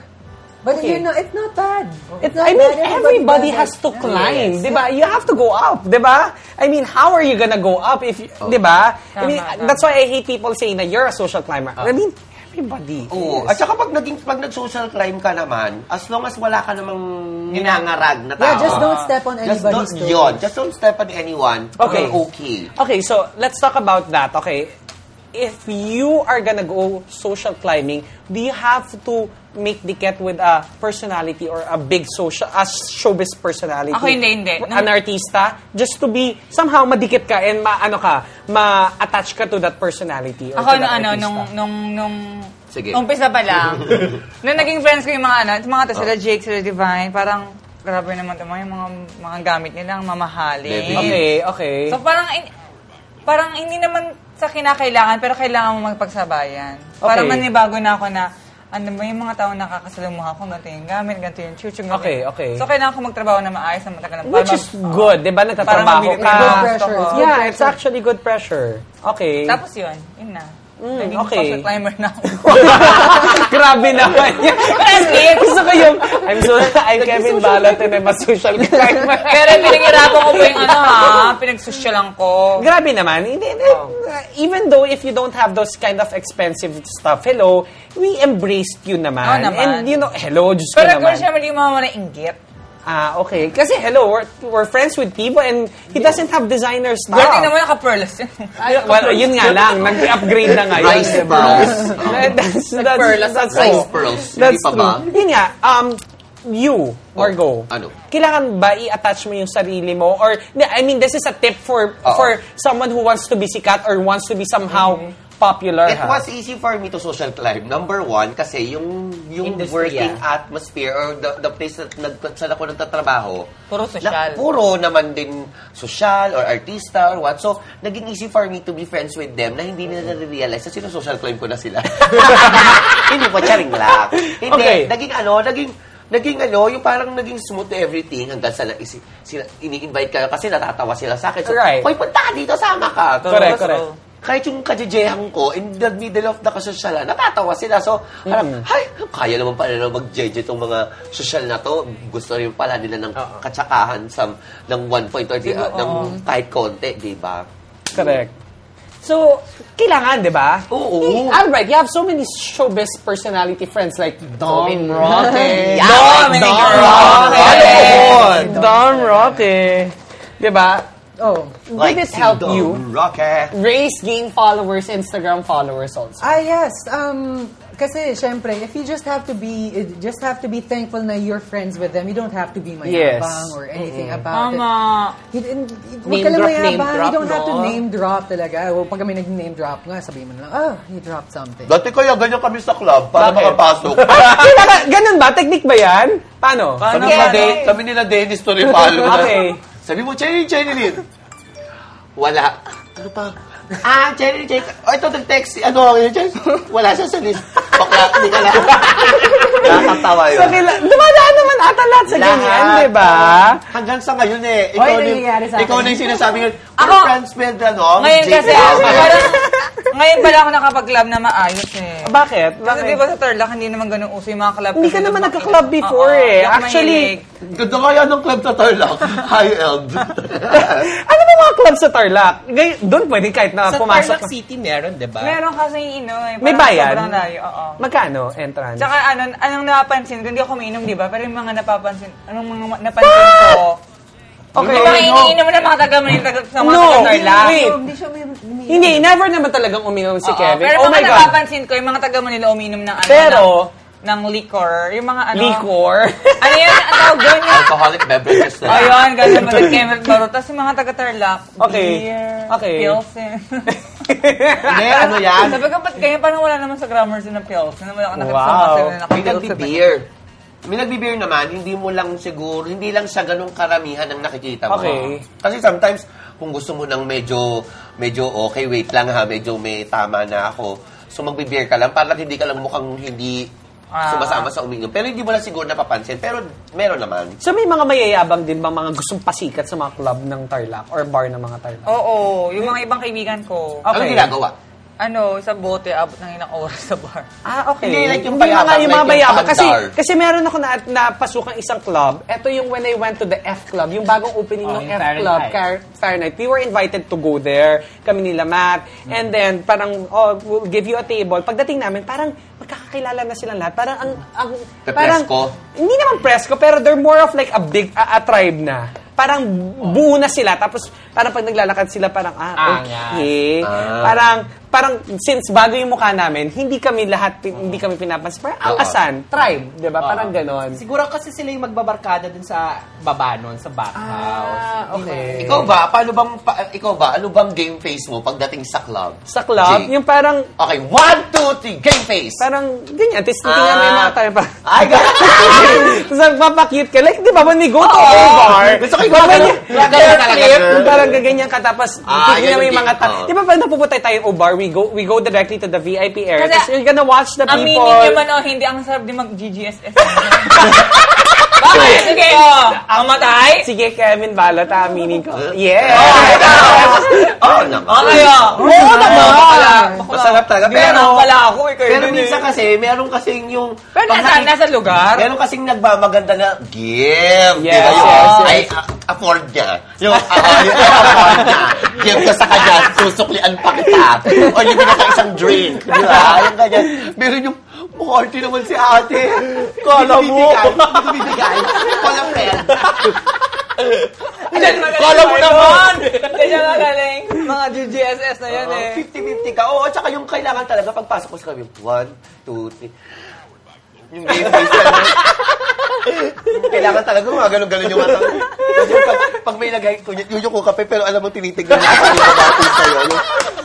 But
Okay.
you know, it's not bad. It's not
I mean,
bad.
everybody
does
has
it.
to
Yeah.
climb, di ba? You have to go up, di ba? I mean, how are you gonna go up if, you, di ba? I mean,
Tama, tama.
that's why I hate people saying na you're a social climber. I mean, everybody.
Oo. At saka pag, naging, pag nag-social climb ka naman, as long as wala ka namang ninangarag na tao. Ah.
Yeah, just don't step on
Just
anybody's
don't,
toes.
yun. Just don't step on anyone.
Okay.
You're okay.
Okay, so let's talk about that. Okay. If you are gonna go social climbing, do you have to make the get with a personality or a big social, a showbiz personality?
Ako hindi, hindi. Hmm. Nung-
An artista? Just to be, somehow madikit ka and ma-ano ka, ma-attach ka to that personality or
Ako
to
nung
that
ano,
artista.
nung, nung, nung,
Sige.
umpisa pa lang, nung naging friends ko yung mga ano, yung mga to,
Oh.
sila Jake, sila Divine, parang, grabe naman to, mga, mga, mga gamit nila, ang mamahalin.
Okay, okay.
So parang, in- parang hindi naman sa kinakailangan, pero kailangan mo magpagsabayan. Parang manibago na ako na, ano ba yung mga tao nakakasalamuha ko, ganito yung gamit, ganito yung chuchong. ganito.
Okay, okay.
So kailangan ko magtrabaho na maayos na matagal. na-
Which
para
is
mag-
good, di ba? Nagtatrabaho
Parang
ka.
mabilis na
Good
gusto
pressure.
ko.
It's good
Yeah,
pressure.
it's actually good pressure. Okay.
Tapos yun, yun na. Naging
Mm, okay.
okay. climber na ako.
Grabe naman yan. Kasi gusto ko yung, I'm, so, I'm Kevin Balot and I'm a social climber.
Pero pinaghirapan ko po yung ano ha, pinagsosyalan ko.
Grabe naman. Hindi, hindi. Even though if you don't have those kind of expensive stuff, hello, we embraced you Oh, naman.
Oo naman.
And you know, hello, Diyos
Pero
ko
girl,
naman.
syempre yung mga wala inggit.
Ah, okay. Kasi hello, we're, we're friends with people and he doesn't have designer stuff.
Girl, tingnan mo naka-pearls yun.
Well, yun nga lang. Nag-upgrade na ngayon.
Rice
diba?
pearls.
That's, that's,
Nag-perlas
that's, that's,
Rice pearls. Hindi
That's
pa ba?
true. Yun nga, um, you, Margo.
ano?
Kailangan ba i-attach mo yung sarili mo? Or, I mean, this is a tip for
Oo.
for someone who wants to be sikat or wants to be somehow popular.
It
ha?
was easy for me to social climb. Number one, kasi yung yung
Industry,
working
ah.
atmosphere or the, the place that nag, saan ako nagtatrabaho,
Puro social.
Na, puro naman din social or artista or what. So, naging easy for me to be friends with them na hindi nila na-realize na social climb ko na sila. hindi po, charing lang. Hindi,
Okay.
naging ano, naging naging ano, yung parang naging smooth everything hanggang sa na- isi- sila, ini-invite ka kasi natatawa sila sa akin. So,
Right.
"Hoy, punta ka dito, sama ka.
Correct,
Tapos,
correct.
kahit yung kajejehang ko, in the middle of the kasosyalan, natatawa sila. So, parang, hay, kaya naman pala na mag-jeje itong mga sosyal na to. Gusto rin pala nila ng katsakahan sa, ng one point or the, uh, ng kahit konti, di ba?
Correct. So, kailangan, di ba?
Oo.
Eh, Alright, you have so many showbiz personality friends like Dom Roque.
Yeah,
Dom,
Dominic
Dom
Roque.
Ano
Roque. Dom Roque. eh. Di ba?
Oh.
Like
Did it help
Dom
you?
Roque.
Raise gain followers, Instagram followers also.
Ah, yes. Um, kasi, syempre, if you just have to be, you just have to be thankful na you're friends with them. You don't have to be
Yes.
mayabang or anything about
Tama.
it. Hin- hin- Huwag ka
Name
lang
drop,
mayabang.
name drop,
you don't have to
no?
name drop talaga. Well, pag kami nag-name drop nga, sabihin mo na lang, oh, he dropped something.
Dati kaya ganyan kami sa club para
Bakit?
makapasok.
Ah, Kailangan, ganun ba? Technique ba yan? Paano?
Sabi,
Ano
nila,
ba?
De- sabi nila Dennis to Ripalo.
Okay.
Sabi mo, Chenny, Chenny, Lin. Wala. Ano pa? Ah, Chenny, Chenny. O, ito, nag-text. si- Ano, yun, Chenny? Wala siya sa list. Bakla, hindi ka lang. Nakakatawa yun.
Sa kila- dumadaan naman ata lahat sa ganyan,
Lahat.
di ba?
Hanggang sa ngayon eh. Ikaw,
Hoy,
na yung-
nangyayari sa
ikaw
akin.
na yung sinasabi ngayon. Ako,
Ako-
friends with, ano,
Ngayon
Jake
kasi,
Alba.
parang, ngayon pala ako nakapag-club na maayos eh.
Bakit?
Kasi
Bakit?
di ba sa Tarlac, hindi naman ganun uso yung mga club.
Hindi ka
kasi
naman
lumaki-
nagka-club before
Oo,
eh.
hindi ako
Actually,
mahilig.
Ganda kaya nung club sa Tarlac. High end.
ano ba mga club sa Tarlac? Ngay- Doon pwede kahit na
Sa Tarlac
pumasok.
City meron, di ba?
meron kasi yung ino eh.
ah. May
parang
bayan?
Sobrang layo, oo.
Magkano entrance?
Tsaka ano, anong napansin ko, hindi ako umiinom, di ba? Pero yung mga napapansin, anong mga ma- napansin ko,
okay.
yung mga iniinom na mga taga mga taga sa mga
Ano? No,
taga Tarlac.
wait.
Hindi siya may... may-
Hindi, never naman talagang uminom si
Oo,
Kevin.
Pero
oh
mga
my God.
napapansin ko, yung mga taga Manila umiinom ng ano,
Pero-
ng, ng liquor, yung mga ano,
Liquor.
ano yan, ang tawag doon yung
Alcoholic beverages na.
Ayun, ganun ba din kay Mel Baro. Tapos yung mga taga-Tarlac,
Okay.
beer,
Okay.
Pilsen.
Hindi, ano yan?
Sabi ko, ba't kaya parang wala naman sa grammar yun na Pilsen? Wala ako nakita
Wow.
sa mga na
Ah, oh.
eh.
May
naka-Pilsen.
nagbe-beer. May nagbe-beer naman, hindi mo lang siguro, hindi lang siya ganong karamihan ang nakikita mo.
Okay.
Kasi sometimes, kung gusto mo ng medyo, medyo okay, wait lang ha, medyo may tama na ako. So magbe-beer ka lang, parang hindi ka lang mukhang hindi
Ah.
sumasama sa uminom. Pero hindi mo lang siguro napapansin. Pero meron naman.
So may mga mayayabang din bang mga gustong pasikat sa mga club ng Tarlac or bar ng mga Tarlac?
Oo, yung mga ibang kaibigan ko.
Okay.
Ano ginagawa?
Ano, sa bote, abot ng ilang oras sa bar.
Ah, okay.
Hindi, like yung
mga- yung
mayabang, like
mga
yung
mayabang. Kasi,
pandar.
kasi meron ako na, napasukang isang club. Ito yung when I went to the F Club, yung bagong opening
Oh,
ng
yung
F
Fahrenheit.
Club, Car- Fahrenheit. We were invited to go there. Kami nila Matt.
Hmm.
And then, parang, oh, we'll give you a table. Pagdating namin, parang magkakakilala na silang lahat. Parang, ang, ang
The
parang,
Presco?
Hindi naman Presco, pero they're more of like a big, a, a tribe na. Parang buo na sila. Tapos, parang pag naglalakad sila, parang, ah, okay.
Ah.
Parang, parang, since bago yung mukha namin, hindi kami lahat, pin- hindi kami pinapansin. Parang, ah,
Oo.
asan? Tribe, di ba? Parang ganon.
Siguro kasi sila yung magbabarkada dun sa baba nun, sa back house. eh.
Ah,
Eh.
Okay.
Ikaw ba, paano bang, pa- ikaw ba, ano bang game face mo pagdating sa club?
Sa club,
Jake.
yung parang,
Okay, one, two, three, game face!
parang, ganyan. Tapos, titingnan mo yung mga tayo pa.
Ah. Ay, gano'n!
Tapos, nagpapakute ka. Like, di ba, when we go to a bar, diba,
Gusto ko yung
parang
gumagano-
ganyan-
gumagano
Hair
talaga,
flip,
girl.
Parang gaganyan ka, tapos,
Ah,
titingnan mo
yun yung
yung mga
game.
tayong
Oo.
Di ba, pag napupunta tayong o bar, we go, we go directly to the VIP area.
Kasi, oh,
Tapos, you're gonna watch the people.
Aminin nyo man o hindi, ang sarap din mag-GGSS. Bakit? Sige, oh. Ang matay?
Sige, Kevin Balot, aminin ko. Yeah!
Oo naman.
Okay, oh.
Oo naman.
Bakala.
Masarap talaga.
Pero,
Pero,
pala ako, ikaw
pero
yun
minsan
eh.
kasi, meron kasing yung...
Pero
pag
nasa,
nakik-
nasa lugar?
Meron kasing nagbamaganda na give.
Yes,
Diba yung,
yes, yes.
Ay, a- afford niya. Yung, ah, yung afford niya. Give ka sa kanya, susuklian pa kita. O yung pinaka isang drink. Di ba? Yung ganyan. Meron yung, mukhang arty naman si ate. Kala mo. Hindi ko bibigay. Wala friend.
Kala mo naman! Kaya nga galing. Mga GGSS na yun eh.
50-50 ka. Oo, tsaka yung kailangan talaga pagpasok ko sa kami. One, two, three. Yung game face talaga. kailangan talaga mga ganun-ganun yung mata. Kasi pag, pag may lagay, kunya- yun yung kape, pero alam mo tinitignan mo kasi yung batin sa'yo. Yung,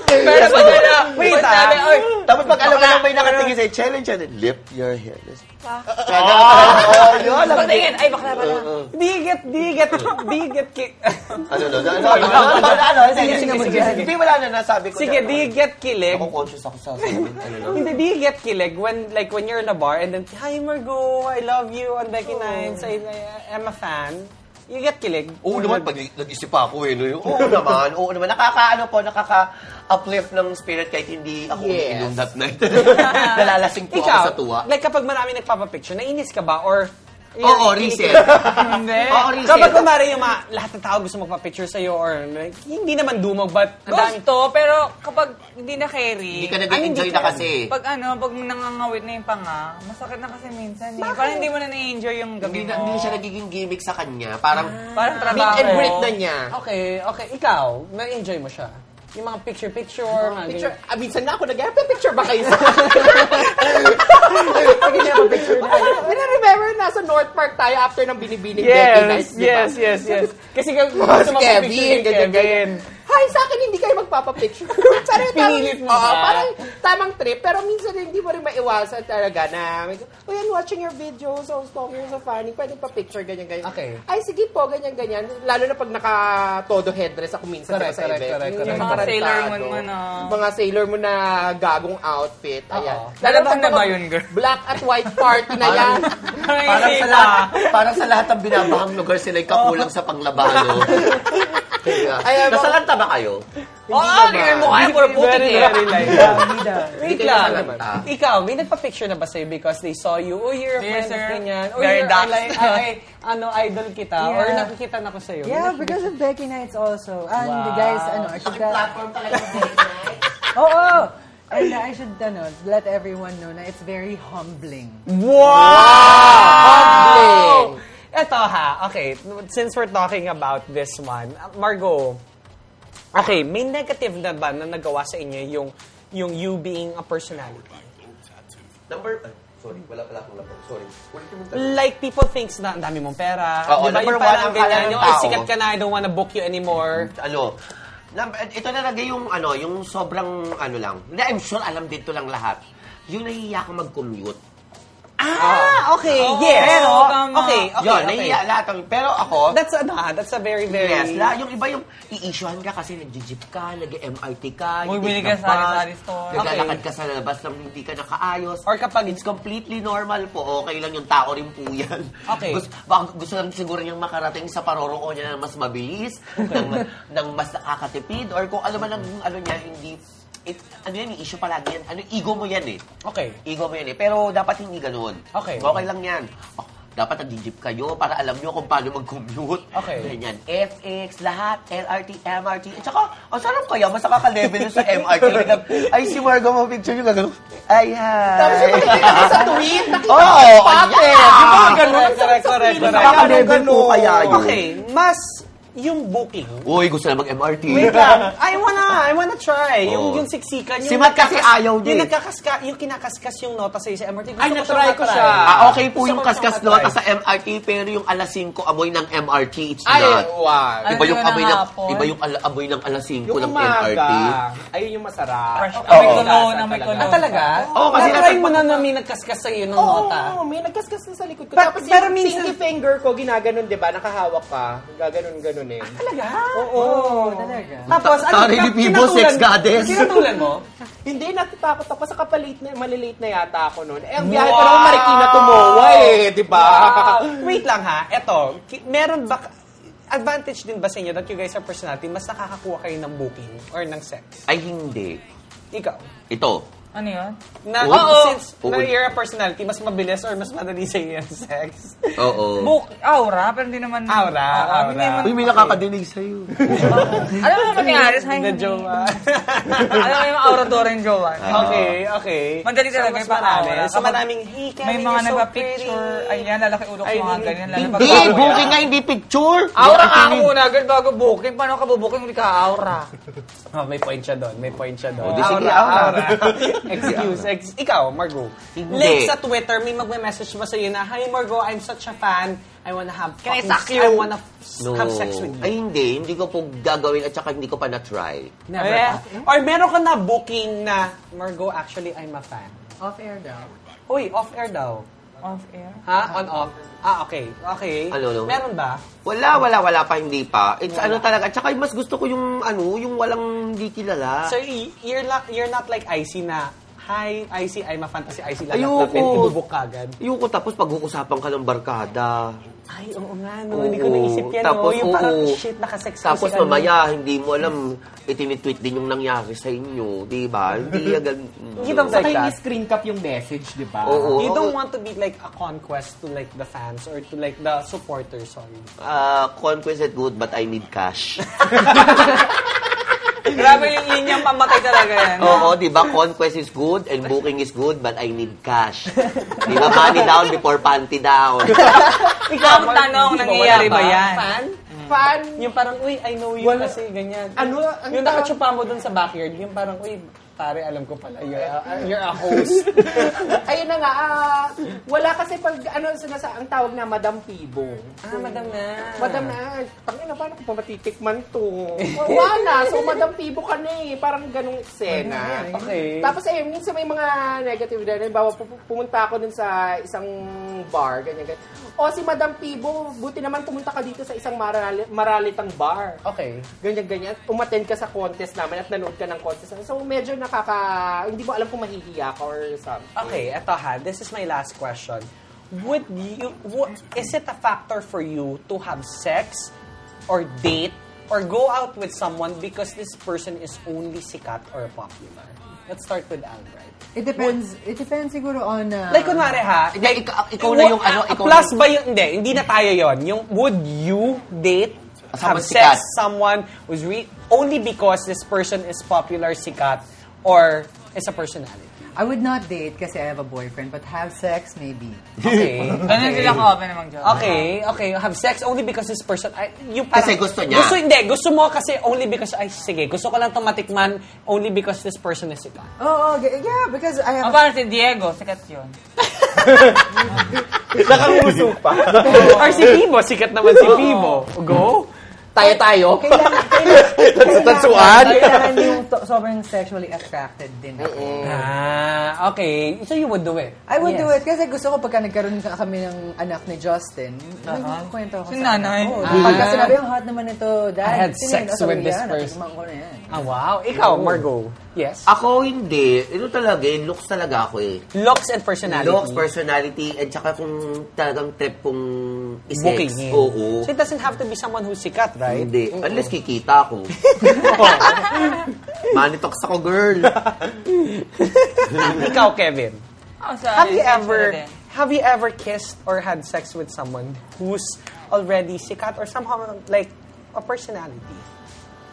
Pero pag ano, wait ah. Sabi, oy,
tapos pag alam mo lang may nakatingin sa'yo, challenge yan. Lift your hair. Oh, yun. Alam mo.
pagtingin, ay bakla pala.
Diget, diget, diget, ki-
Ano, no? Ano, ano, ano, ano, ano, ano, sige, sige, sige. Hindi, wala na, nasabi ko.
sige,
na.
diget kilig.
Ako conscious ako sa sabi. Ano, no?
Hindi, diget kilig when, like, when you're in a bar and then, Hi, Margo, I love you on Becky Nines, I, I- I'm a fan. You get kilig.
Oo naman, pag nag-isip pa ako eh. No? yung, Oo naman, oo naman. Nakakaano po, nakaka-uplift ng spirit kahit hindi ako
Yes.
umiinom that night. Nalalasing po
Ikaw,
ako sa tuwa.
like, kapag marami nagpapapicture, nainis ka ba? Or,
Oo, reset.
Hindi.
Oo, reset.
Kapag kumari yung mga, lahat ng tao gusto magpa-picture sa'yo or like, hindi naman dumog but ang dami.
Gusto, pero kapag hindi na carry,
Hindi ka nag-enjoy na kasi.
pag ano, pag nangangawit na yung panga, masakit na kasi minsan eh. Parang hindi mo na na-enjoy yung
Hindi,
gabi
na,
mo.
hindi siya nagiging gimmick sa kanya. Parang,
Parang trabaho.
Meet and greet na Ano niya.
Okay, okay. Ikaw, na-enjoy mo siya. Yung mga picture-picture, mga
Picture, ah, minsan na ako nag picture ba kayo sa picture na. remember nasa North Park tayo after ng binibining Becky Nights, di
Yes,
ba?
yes, yes, yes. Kasi ka, gusto mo
Kevin,
picture
ganyan,
Kevin.
ganyan.
Kevin.
Hi, sa akin hindi kayo magpapapicture. pero yung
Pinilit mo
Oo,
ba?
parang tamang trip. Pero minsan hindi mo rin maiwasan talaga na, Uy, I'm watching your videos. I was talking so funny. Pwede pa picture, ganyan, ganyan.
Okay.
Ay, sige po, ganyan, ganyan. Lalo na pag naka-todo headdress ako minsan
Correct,
diba, sa
correct,
eh,
event.
correct, correct.
Yung
Yung mga Sailor Moon
tarantado.
mo na.
Mga Sailor Moon na gagong outfit. Ayan.
Oo.
Lalo
Nalaban
pag
na ba
mga
yun, girl?
Black at white party na yan.
parang sa lahat, parang sa lahat ng binabahang lugar sila'y kakulang sa panglabano.
Ay,
Kaya, Nasalanta ba kayo?
Oo, hindi Ah, mo kaya puro putik
Very,
eh.
very light. Wait
Hindi kayo
lang.
nasalanta.
Ikaw, may nagpa-picture na ba sa'yo because they saw you, oh, you're a friend
Yes,
of
sir.
ganyan. Oh,
Very
you're
dark.
like, ay, ay, ano, idol kita. Or
Yeah.
nakikita na ko sa'yo.
Yeah, because of Becky Nights also. And the guys, ano, I should...
Platform talaga ng
Oo! Oh, And I should, ano, let everyone know na it's very humbling.
Wow! Ito ha, okay, since we're talking about this one, uh, Margot, okay, may negative na ba na nagawa sa inyo yung yung you being a personality?
Number, ah, sorry, wala pala akong lapang. Sorry. Ulitin mo tayo.
Like, people thinks na ang dami mong pera. di
Oo,
ba?
number
Yung parang
one ang kala
ganyan,
ng
yung, "Ay,
tao."
sikat ka na, I don't wanna book you anymore.
ano, nam- ito talaga yung ano, yung sobrang ano lang. Na I'm sure alam dito lang lahat. Yung nahihiya ka mag-commute.
Ah, okay,
Oo,
yes.
pero, tama.
okay, okay,
Yun,
okay.
nahihiya lahat. Ang, pero
um,
ako,
That's a, nah, that's a very, very...
yes, la, yung iba yung i-issuehan ka kasi nag-jeep ka, nag-MRT ka,
Uy,
nag-take
bumili
ng
ka sa
bus,
sari-sari store.
Naglalakad ka sa labas lang hindi ka nakaayos.
Or kapag
It's completely normal po. Okay lang yung tao rin po yan.
Okay.
Gusto, baka gusto lang siguro niyang makarating sa paroroo niya na mas mabilis, ng, ng mas nakakatipid, or kung ano man ang ano niya, hindi... It, ano yan, yung issue palagi yan. Ano, ego mo yan eh.
Okay.
Ego mo yan eh. Pero dapat hindi ganun.
Okay.
Okay lang yan. Oh, dapat nag-jeep kayo para alam niyo kung paano mag-commute.
Okay.
Ganyan. FX, lahat, LRT, MRT. At saka, ang sarap kaya, mas nakaka-level yun sa MRT. Ay, si Margo, mapicture niyo gano'n. ano? Ay, hi.
Tapos yung makikita ka sa tweet, nakita
Oo,
ka sa
ayan.
pocket. Yung mga ganun.
Correct, correct, correct,
Sa- sa-
correct.
sa-
Nakaka-level po kaya yun.
Okay, mas yung booking,
Uy, gusto na mag-MRT.
Wait lang. I wanna, I wanna try. Yung,
Oo.
yung siksikan. Yung
Oh. Si Matt kasi
nagkakas-
ayaw niya
Yung
eh.
nagkakaska, yung kinakaskas yung nota sa'yo sa MRT. Gusto
Ay,
ko
na-try ko
matry.
siya.
Ah, okay po
Gusto
yung
ko siyang
kaskas
matry.
nota sa MRT, pero yung alas 5 amoy ng MRT, it's
Ay,
ah, not.
wow.
Iba yung
Ano yun
amoy
ang
ng,
hapon?
iba yung ala- amoy ng alas 5
Yung
ng
umaga,
MRT.
ayun yung masarap.
Fresh
Oo.
amoy
Oo.
cologne, amoy
Talaga.
cologne.
Ah, talaga?
Oo, kasi
Na-try
nagpag-
mo na na may nagkaskas sa'yo ng
Oo,
nota.
oo, may nagkaskas na sa likod ko.
But-
Tapos
pero
yung
minsan-
pinky finger ko, ginaganon, di ba? Nakahawak ka. Gaganon-ganon eh.
Ah, Talaga?
Oo.
Talaga.
Tapos, ano,
Sorry,
ka-
Bibo,
kinatulan-
sex goddess.
Kinatulan mo?
Hindi, natatakot ako. Sa kapalit na, malilate na yata ako noon. Eh, ang biyahe ko naman Marikina Tumoa eh. eh, di ba?
Wow. Wait lang ha, eto, ki- meron ba, advantage din ba sa inyo that you guys are personality, mas nakakakuha kayo ng booking or ng sex?
Ay, hindi.
Ikaw.
Ito.
Ano yun?
Na,
Oo.
Since na
Oo.
you're a personality, mas mabilis or mas madali sa inyo yung sex.
Oo.
Book, aura, pero hindi naman...
Aura,
Oo,
aura.
Hindi naman,
Uy, may nakakadinig sa'yo.
alam mo ba ni Aris?
The
Hi, honey.
jowa.
Ah, Alam mo yung aura Dora yung
Ah.
jowa.
okay, okay.
Madali talaga
mas
yung pa-aura.
marami. So
Kapag
maraming, hey, Kevin,
May mga
you're so
nagpa-picture.
pretty.
Ayan, lalaki ulo ko
Ay,
mga
hindi.
ganyan.
Hindi, booking nga, hindi picture.
Aura ka ako muna, agad bago booking. Paano ka bubuking hindi ka aura?
Oh, may point siya doon. May point siya doon.
Oh, di sige, aura.
Excuse. Ex- ikaw, Margo.
Hindi.
Like sa Twitter, may magme-message ba sa'yo na, Hi, Margo, I'm such a fan. I wanna have
Can I
fucking
suck
sex.
you?"
I wanna f- have sex with you.
Ay, hindi. Hindi ko po gagawin at saka hindi ko pa na-try.
Never eh, Or meron ka na booking na, Margo, actually, I'm a fan.
Off-air daw.
Uy, off-air daw.
Off air.
Ha? On off? Ah, okay. Okay.
Ano, ano?
Meron ba?
Wala, wala, wala pa, hindi pa. It's ano talaga. At saka mas gusto ko yung ano, yung walang hindi kilala.
So, y- you're, la- you're not like Icy na, Hi, Icy, I'm a fan. Kasi Icy lang
Ayoko.
lapin, ibubok ka agad.
Yung ko tapos pag-uusapan ka ng barkada.
Ay, oo nga, no. Hindi ko
Oo.
naisip yan,
Tapos,
no. Yung parang,
oo.
shit, nakasex ko
Tapos
si ano.
mamaya, hindi mo alam, itinitweet din yung nangyari sa inyo. Di ba? Hindi agad...
You don't like that.
screen cap yung message, di ba?
Oo.
You don't want to be like a conquest to like the fans or to like the supporters, sorry.
Ah, conquest is good, but I need cash.
Grabe yung linyang pamatay talaga yan.
Oo, di ba? Conquest is good and booking is good, but I need cash. Di ba? Money down before panty down.
Ikaw ang tanong, nangyayari ba Diba? yan? Mm.
Fan.
Yung parang, uy, I know you kasi, ganyan.
Ano, ang
yung nakatsupa mo dun sa backyard, yung parang, uy, pare, alam ko pala, you're a, you're a host.
Ayun na nga, ah, wala kasi pag, ano, sinasa, ang tawag na Madam Pibong.
ah, madam na.
Madam na, tangina, paano ko pa matitikman to? Wala, so Madam Pibo ka na eh. Parang ganong eksena.
Okay.
Tapos ayun, minsan may mga negative na. Halimbawa, pu- pumunta ako dun sa isang bar, ganyan, ganyan. O si Madam Pibo, buti naman pumunta ka dito sa isang marali, maralitang bar.
Okay.
Ganyan, ganyan. Umattend ka sa contest namin at nanood ka ng contest. namin. So medyo nakaka... Hindi mo alam kung mahihiya ka or something.
Okay, eto ha. This is my last question. Would you, wo- is it a factor for you to have sex or date or go out with someone because this person is only sikat or popular? Let's start with Albright.
It depends, it depends siguro on... uh,
Like, kunwari ha,
Um, Hindi, ikaw, ikaw na yung ano,
Ah,
ikaw
plus
na yung-
ba yun? Hindi, hindi na tayo yon Yung would you date, have
Someone
sex,
sikat.
someone who's re- only because this person is popular, sikat, or is a personality?
I would not date kasi I have a boyfriend, but have sex, maybe.
Okay.
Ganun sila ka open namang jowa.
Okay, okay. Have sex only because this person... I, you
Kasi gusto niya.
Gusto, hindi. Gusto mo kasi only because... Ay, sige. Gusto ko lang itong matikman only because this person is sikat.
Oh, okay. yeah, because I
Ang
have...
parang si Diego, sikat yun.
Nakausok pa.
or si Pibo. Sikat naman si Pibo. Go.
Tayo-tayo.
Kailangan, kailangan,
Tatsuan.
kailangan yung to- sobrang sexually attracted din ako.
Ah, okay. So you would do it.
I would
Yes.
do it kasi gusto ko pagka nagkaroon ka kami ng anak ni Justin,
Uh-huh.
nagkukwento ako
Si
sa
nanay.
anak ko.
Ah.
Pagka sinabi, ang hot naman ito, dad.
I had
Sino
sex
yun? Oh, sabi
with
ko,
this
"Yan,
person."
natikman ko na yan.
Ah, wow. Ikaw, Margot. Yes.
Ako hindi. Ano talaga eh, looks talaga ako eh.
Looks and personality.
Looks, personality, at saka kung talagang trip kong isex.
Booking. eh.
Oo.
So it doesn't have to be someone who's sikat, right?
Hindi. Unless kikita ako. Manitox ako, girl.
Ikaw, Kevin.
Oh, sorry.
Have you
Sikat
ever
din.
have you ever kissed or had sex with someone who's already sikat or somehow like a personality?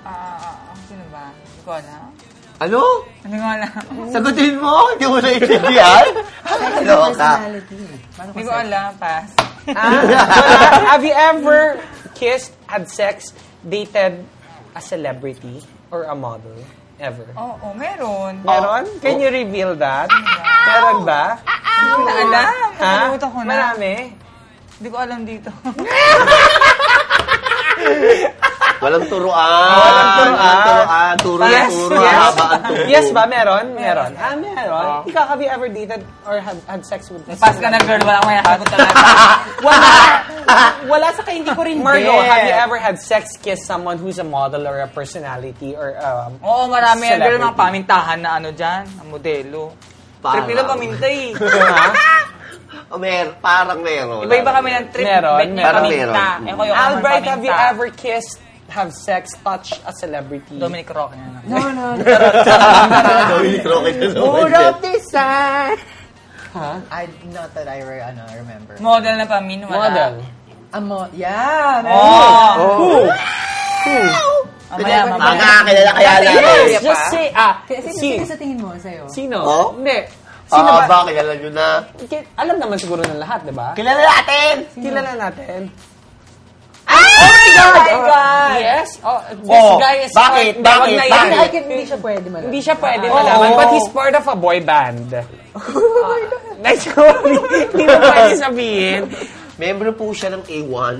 Ah, uh, sino ba? Hindi ko alam.
Ano?
Hindi ko alam.
Sagutin mo? Hindi mo naiintindihan? Ano ka?
Personality. Paano ko
Hindi ko
sex?
alam. Pass.
Ah, have you ever kissed, had sex, dated a celebrity or a model ever?
Oo, oh, meron.
Meron? Can you reveal that? Meron ba?
Hindi ko na alam.
Ha?
Nakalimutan ko na.
Marami?
Hindi ko alam dito.
Walang turuan.
Walang turuan.
Walang turuan. Turo yung turo.
Yes.
Haba ang turo.
yes ba? Meron? Meron. Ah, meron. Ikaw, have you ever dated or had, had sex with a
Pass ka na, girl. Wala akong mayasagot talaga.
Wala. Wala sa kayo, hindi ko rin Margo,
bet.
have you ever had sex kiss someone who's a model or a personality or um,
Oo, marami yan. Pero
Celebrity.
mga pamintahan na ano dyan, ang modelo.
Parang.
Trip nila pamintay.
ha?
O Oh, mer, parang meron.
Iba-iba kami ng trip.
Meron,
bet niya
meron.
paminta.
Parang meron.
Ako yung
Albright,
paminta.
have you ever kissed, have sex, touch a celebrity?
Dominic Roque na lang.
No, no, no.
Dominic Roque na naman yan.
I, not that I re- ano, remember.
Model na pa, Min, wala.
Model.
Amo, yeah.
Oh!
Who?
Mamaya,
Ang
mamaya.
nakakilala kaya lang.
Yes, just say, ah,
Kasi
si,
sino sa tingin mo sa'yo?
sino?
Oh?
Hindi. Sino
Ah,
ba?
ba, kilala nyo na.
Ki- Alam naman siguro ng lahat, di ba?
Kilala natin!
Kilala natin. Ah!
Oh my God!
Yes. Oh, this
Oh,
guy is part- Wag
bakit? Bakit?
na yan.
Hindi, I
Bakit? Oh.
can, hindi siya pwede malaman.
Hindi siya pwede malaman, but he's part of a boy band. Like, sorry. Hindi mo pwede sabihin.
Member po siya ng A1.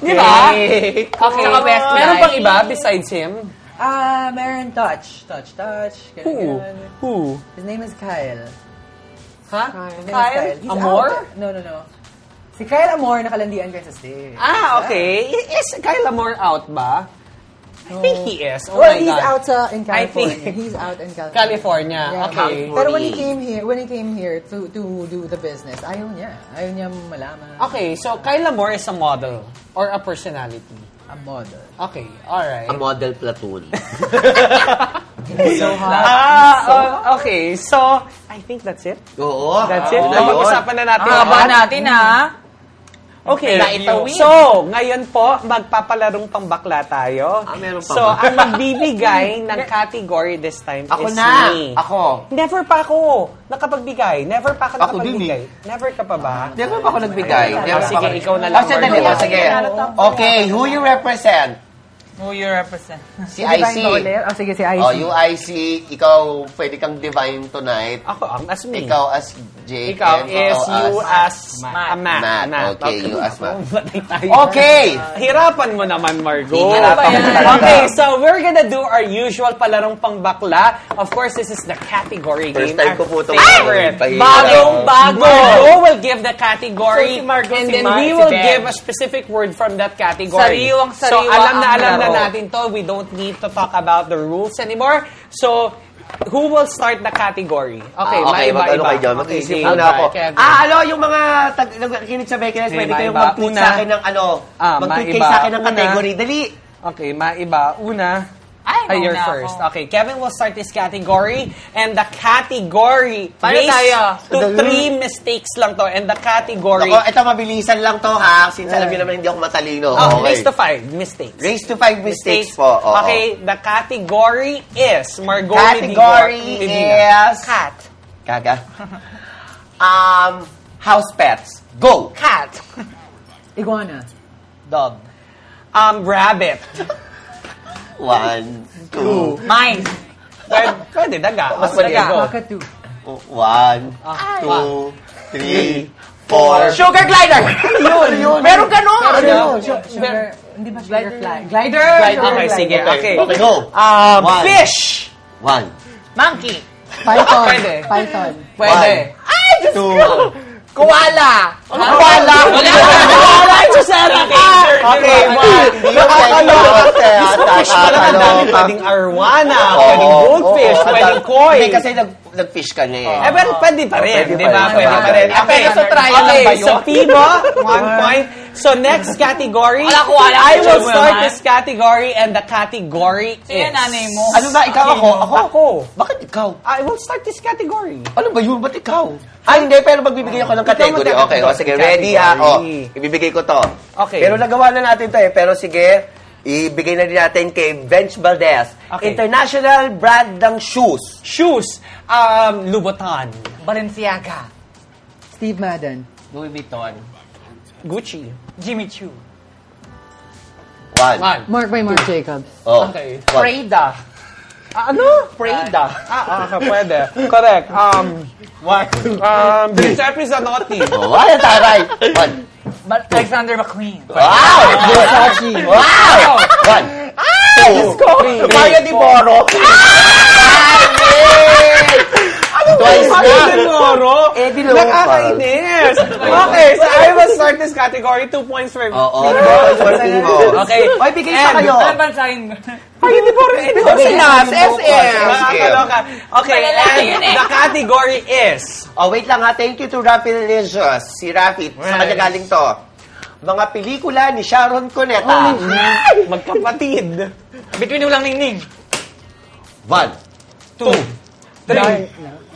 Di ba?
Okay, ako best
Meron
guy.
pang iba besides him?
Ah, meron touch. Touch, touch.
Who?
Ganun, ganun.
Who?
His name is Kyle.
Ha?
His name is
Kyle?
He's
Amor?
out there. No, no, no. Si Kyle Amor, nakalandian kayo sa stage.
Ah, okay. Is Kyle Amor out ba? I think he is. Oh
well,
my
he's
God.
out sa, in
I
California.
think-
He's out in California.
California.
Yeah.
Okay.
Pero when he came here, when he came here to to do the business, ayaw niya. Ayaw niya malaman.
Okay, so Kyle Amor is a model or a personality.
A model.
Okay, alright.
A model platoon.
So hot.
Ah, oh, okay. So, I think that's it.
Oo.
That's it.
Yun na yun.
Napag-usapan Ah, na natin.
Ang haba
lahat.
natin, ha?
Okay.
Naitawid.
So, ngayon po, magpapalarong pambakla tayo.
Ah, meron pa
so,
ba?
ang magbibigay ng category this time
Ako
is
na.
me.
Ako.
Never pa ako nakapagbigay. Never pa ako
Ako din
nakapagbigay. Never ka pa ba?
Never pa ako nagbigay. Never
Ah,
pa
sige,
ako-
ikaw na lang.
Oh, sandali.
Mark.
Oh, sige. Okay, who you represent?
Who you represent?
Si IC.
Oh, sige, si IC.
Oh, yung IC, ikaw pwede kang divine tonight.
Ako ang as me.
Hmm. Ikaw as Jake.
Ikaw
and
is
ako
you as Matt.
Matt.
Matt.
Okay, you as Matt.
Matay tayo.
Okay!
Hirapan mo naman, Margo.
Hihirapan
ko talaga.
okay, so we're gonna do our usual palarong pangbakla. Of course, this is the category
First
game. Our
time ko po ito
favorite.
makakapagpahirap.
Bagong bago. Margo will give the category.
So, si Margo,
and
si
then
Ma-
we
si
will
Ben.
give a specific word from that category.
Sariwang
So
sariwa
alam na
ang
alam na
laro.
natin to. We don't need to talk about the rules anymore. So, who will start the category? Okay,
Ah, okay,
maiba-iba.
mag-ano kayo dyan? Mag-iisip
Okay,
muna
Jake,
ako.
Kevin.
Ah, ano, yung mga tag- nagkikinig sa Beckles,
Okay,
pwede kayong
maiba.
mag-tweet
Una.
sa akin ng ano,
Ah,
mag-tweet kayo
maiba.
sa akin ng
Una.
category. Dali!
Okay, maiba. Una,
Ay,
ay, you're
mauna ako.
first. Okay, Kevin will start this category. And the category
Paano
raise
tayo?
to three mistakes lang to. And the category,
Ako, ito mabilisan lang to ha, since alam niyo naman hindi ako matalino.
oh, raise to five mistakes.
Raise to five mistakes po. oo.
Okay, the category is Margot Medigo-
Category
Medina.
is... Cat. Gaga. um, house pets. Go!
Cat.
Iguana.
Dog.
Um, rabbit.
One, two,
Mine.
Pwede, pwede daga.
Mas
Mas daga.
maligo.
Cockatoo.
one,
Ah,
two, three, four.
Sugar glider!
Yun, yun.
Meron ka nun!
Pero
Ano?
yun.
Sugar, sugar, hindi ba sugar fly? Glider!
Okay, sige. Okay.
Okay, go.
Um,
One.
fish.
One,
Monkey.
Python.
Pwede.
Python.
Pwede.
two,
Koala!
wala. Wala.
Wala, Susana ka! Okay, one.
ah.
Parang ang dami pwedeng arwana, pwedeng goldfish, pwedeng koi.
Hindi kasi nag, nag-fish ka niya eh.
Eh, pero pwede pa rin,
Pwede
di
pa
ba?
rin.
Pwede pa rin.
Ah,
Okay,
pero sa trial lang ba yun?
So, Timo, one point. So, next category,
Wala ko, wala ko,
I will
Joel,
start
man.
this category and the category is...
Sino yung nanay mo?
Ano ba, ikaw ako? Ako?
Ako.
Bakit ikaw?
I will start this category.
Ano ba yun? Ba't ikaw? Ah, hindi. Pero magbibigay ako ng category.
Ikaw
Okay, o sige.
magkakaroon.
Ready ha? O,
Category.
ibibigay ko to.
Okay.
Pero nagawa na natin to eh. Pero sige, ibigay na rin natin kay Bench Valdez.
Okay.
International brand ng shoes.
Shoes, um, Louboutin,
Balenciaga.
Steve Madden.
Louis Vuitton.
Gucci.
Jimmy Choo.
One.
One.
Mark by Mark Jacobs.
Oh.
Okay.
One.
Prada.
Ah, ano?
Prada.
Ah, ah, pwede. Correct. Um,
One.
um, Giuseppe Zanotti.
Oh, ay, taray. One.
Ba- Alexander McQueen.
Wow! Good. Ah, Wow! Ah, One. Two. Ah!
Three.
Mario Di Boro. Ay, eh! Ano
Ay,
Twice na.
Eddie Loro.
Eddie Loro.
Nakakainis. Okay, so I will start this category. Two points for
Oo. Bawal for Timo.
Okay.
Oy, bigay
And-
pa kayo.
Ano ba sa akin?
Ay, hindi po rin. Hindi po rin.
Sinas, SM.
Nakakaloka. Okay,
Malalaki yun
and
eh.
the category is...
Oh, wait lang ha. Thank you to Rafi Religious. Si Rafi, sa kanya galing to. Mga pelikula ni Sharon
Oh.
Cuneta.
Magkapatid.
Between ulang ningning.
One.
Two. Three.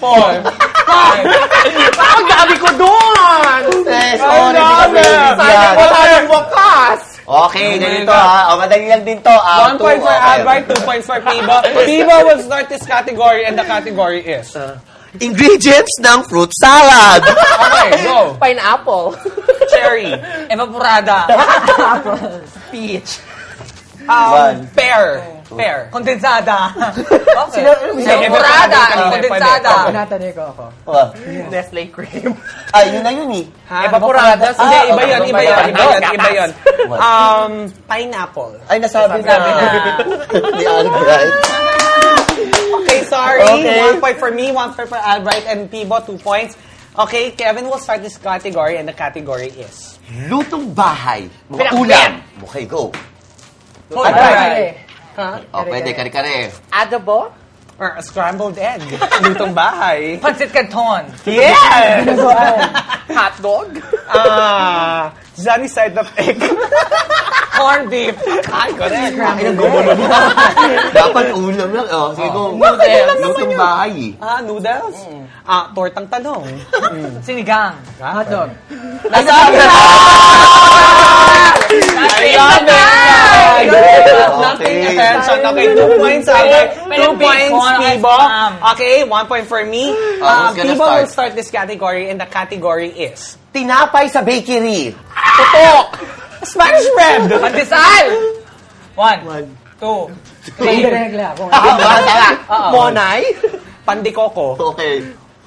Four.
Ang dami ko doon!
Yes,
Ang
oh, sorry, hindi kami
dami.
bibigyan.
Wala nang wakas!
Okay, ganito ha. O, madali lang din to. ah.
One
Two,
point for
okay.
Albert, two points for Piba. Piba will start this category and the category is...
Ingredients ng fruit salad.
Okay, go.
Pineapple.
Cherry.
Evaporada.
Peach.
Um, pear. Pear.
Oh. Kondensada. Okay.
Evaporada.
Evaporada. Kondensada.
Natanay ko ako.
Oh.
Nestle cream.
Ay, yun na yun eh.
Evaporada. Hindi,
Ah,
iba yun,
okay.
iba yun, iba yun, iba yun.
What?
Um, pineapple.
Ay, nasabi na. Ni Albright.
Okay, sorry.
Okay.
One point for me, one point for Albright and Pibo, two points. Okay, Kevin will start this category and the category is...
Lutong bahay. Mga
Pinakbet.
ulam. Okay, go.
Alright.
O, pwede. Kare-kare.
Adobo.
Or a scrambled egg. Lutong bahay.
Pancit Canton.
Yes!
Hotdog.
Ah, Johnny side of egg. Corned beef. Ay, correct.
Dapat ulam lang. O, sige, go. Lutong bahay.
Ah, noodles? Ah, tortang tanong.
Sinigang.
Hotdog.
Nasabi na!
Ayan na! Nothing
Okay.
attention. Okay, two points, Albert. Two
Philippine
points,
corn ice
Pibo.
cream.
Okay, one point for me.
Ah,
Uh,
who's gonna
Pibo will
start?
start this category, and the category is...
Tinapay sa bakery.
Spanish bread!
Pandesal. One. Two.
Hindi regla. Kung ano.
Tama, tama.
Monay? Pandikoko.
Okay.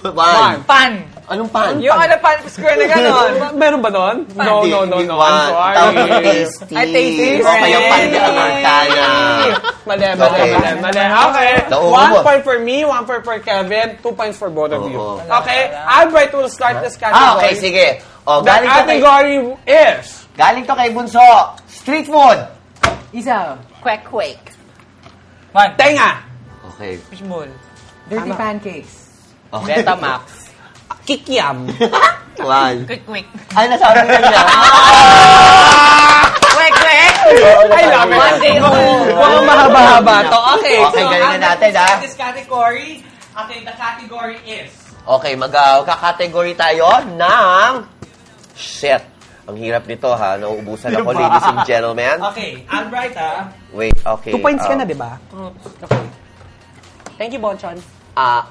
One.
Pan.
Anong pan?
Yung ano pan square na gano'n.
Ba- Meron ba nun? No,
Hindi,
no, no,
hindi
no.
one.
I'm
Tawag yung
sorry.
tasty.
Ay, tasty.
Okay, yung pan
Yay!
na Amerikana.
Mali, mali,
Okay.
mali, mali. Okay.
Nauubo.
One point for me, one point for Kevin, two points for both of you.
Oo.
Okay, Albright will start this category.
Ah, okay, sige. O,
The
galing to kay,
category is...
galing to kay Bunso. Street food.
Isa.
Quack quake.
One.
Tenga.
Okay.
Fish bowl.
Dirty pancakes.
Okay.
Betamax.
Kikiam.
One.
Quick, quick.
Ay, nasabi na niya.
Ah!
Quick, quick.
I
love it.
One day only.
Mukhang mahaba-haba to. Okay,
Okay, galingan natin, ah. ha?
This category, okay, the category is...
Okay, mag-kakategory tayo ng... Shit. Ang hirap nito, ha? Nauubusan ako,
Diba?
ladies and gentlemen.
Okay, Albright, ah. ha?
Wait, okay.
Two points ka
um,
na, di ba? Okay. Thank you, Bonchon.
Ah,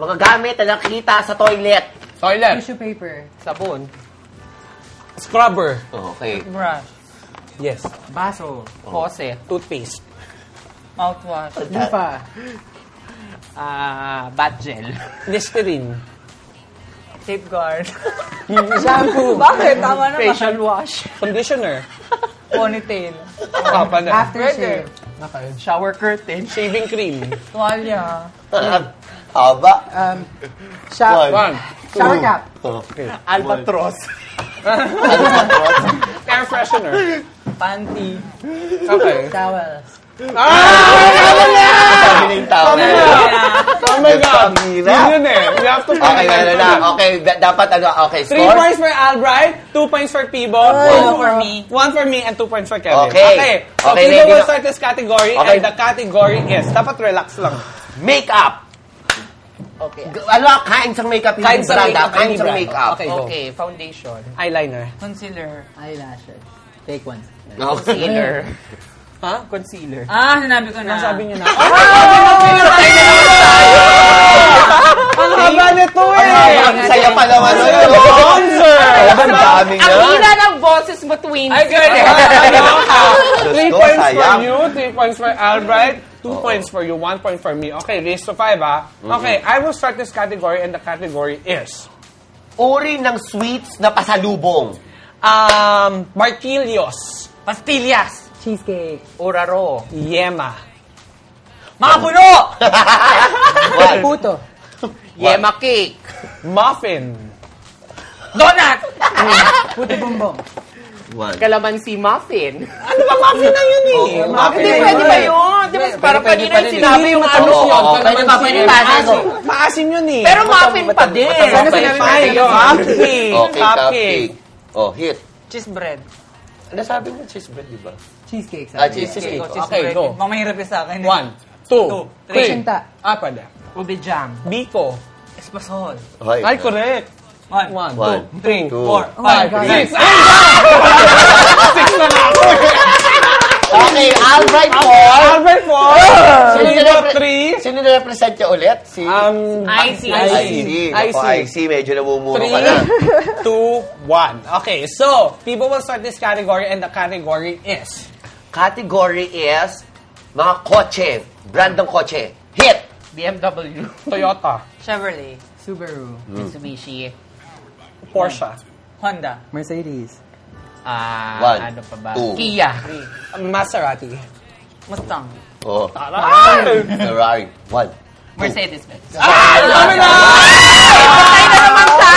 mga gamit na nakita sa toilet.
Toilet.
Tissue paper.
Sabon. Scrubber.
Okay.
Brush.
Yes.
Baso.
Pose.
Toothpaste.
Mouthwash.
Lupa.
Ah, bat gel.
Listerine.
Safeguard.
Shampoo.
Bakit? Tama na ba?
Facial wash.
Conditioner.
Ponytail.
Papa na.
Aftershave.
Shower curtain.
Shaving cream.
Tuwalya.
Aba.
Um, sha-
One.
shower cap.
Oh. Okay.
Albatros.
Air freshener.
Panty.
Okay.
Towel.
Sabi na yung tao.
Oh my God. Yun
Pamira.
yun eh. We have to
Okay, meron na. Okay, da- dapat ano, okay,
Three
score?
points for Albright, two points for Pibo, one for me, one for me, and two points for Kevin.
Okay.
So
Okay,
Pibo
ready
will
na.
start this category,
Okay.
and the category is, dapat relax lang.
Makeup.
Okay.
G- Ano, kinds ng makeup, hindi
Kinds ng
brand, ah,
makeup,
kinds
hindi
ng
brand.
makeup.
Okay, go.
Okay, foundation.
Eyeliner.
Concealer.
Eyelashes. Take one.
Okay.
Ha?
Concealer.
Ah, sinabi ko na.
Sabi niyo na. Oh, Ah, ang haba nito eh!
Ang saya pa naman. Ang
Sponsor!
Ang dami
Ang
niya.
hila ng boses mo, twins.
Ay, girl.
Three
Diyos ko,
points for
sayang.
you, three points for Albright, two points for you, one point for me. Okay, raise to five ah. Okay, I will start this category and the category is...
Uri ng sweets na pasalubong.
Um, Barquilios.
Pastillas.
Cheesecake.
Oraro.
Yema.
Mga puno.
One.
Puto.
Yema cake.
Muffin.
Donut!
Puti bumbong.
One.
Calamansi muffin.
Ano ba muffin na yun eh?
Oo,
Muffin
Hindi,
na
pwede
yun.
ba yun? Di ba, parang
pwede
kanina yung
pa rin eh.
sinabi yung ano
Oo,
yun.
oo, pwede pa,
calamansi.
pwede pa.
Maasim.
Maasim yun eh.
Pero muffin pa din.
Sana
Okay,
sinabi
fine.
tayo, cupcake.
Okay,
Cupcake.
cupcake. Oh, hit.
Cheese bread.
Nasabi mo cheese bread, di ba?
Cheesecake.
Ah,
Sabi.
cheese, cheese
Okay,
cake.
go, cheese
Okay,
bread.
go.
Mamahirap yun sa akin. eh.
One, two,
Two,
three.
three.
Sinta.
Apa na.
Ube jam.
Biko.
Espasol.
Okay.
Ay, correct.
One.
One,
One,
two, three,
two,
four,
Oh my
five,
God.
six. Ay, ah! Six na na ako.
Okay, Albright Paul.
Albert Paul.
Sino
Three
nire-
three.
Sino na-represent niya ulit? Si...
Um,
IC.
IC.
IC.
Ako, IC. Medyo namumuro
Three,
ka na.
two, one. Okay, so people will start this category, and the category is
Category is mga kotse. Brand ng kotse. Hit!
BMW.
Toyota,
Chevrolet. Mm.
Subaru.
Mitsubishi.
Porsche,
Honda.
Mercedes.
Ah,
One,
ano pa ba?
two.
Kia.
Maserati.
Mustang.
Oh,
Tara!
Ferrari. One.
Mercedes-Benz.
Ah, dami na!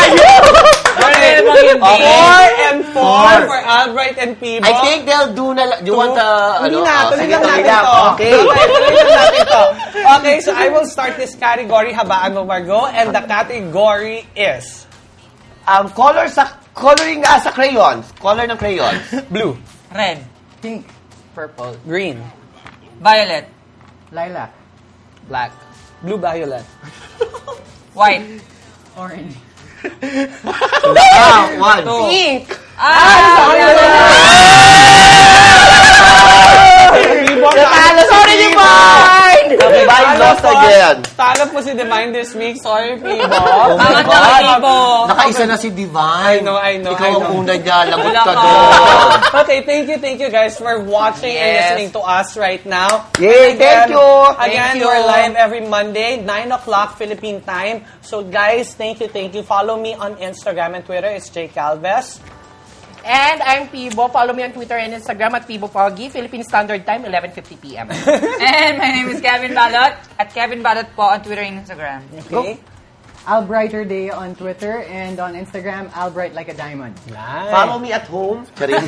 Pwede bang hindi?
Four and four for Albright and Pibo.
I think they'll do na lang. You want the...
Hindi
ano,
na,
oh,
tuloy
sige,
lang
tuloy
natin to.
Okay.
Okay, tuloy lang natin to. Okay, so I will start this category, Habaan mo Margo, and the category is
Um, color sa... Coloring nga sa crayons. Color ng crayons.
blue,
Red.
Pink.
Purple.
green,
Violet.
Lilac.
black, blue violet.
White.
Orange.
ah, one.
Pink.
Ay,
Ah!
ano na? Pibo, talo.
Sorry, you mind! Okay, mind
Talo
lost
po.
again.
Talo po si Divine this week. Sorry, Pibo.
Angat na
God.
Pibo.
Nakaisa na si Divine.
I know, I know,
Ikaw
I
ang
know.
una niya. Lagot
Wala
ka
ka.
doon.
Okay, thank you, thank you guys for watching and
Yes.
listening to us right now.
Yay, thank you.
Again,
Thank you.
we're live every Monday, 9 o'clock Philippine time. So guys, thank you, thank you. Follow me on Instagram and Twitter. It's Jay Calves.
And I'm Pibo. Follow me on Twitter and Instagram at Pibo Pogi. Philippine Standard Time, 11.50 p.m.
And my name is Kevin Balot. At Kevin Balot po on Twitter and Instagram.
Okay?
Albrighter Day on Twitter and on Instagram, Albright Like a Diamond.
Follow me at home. Charing.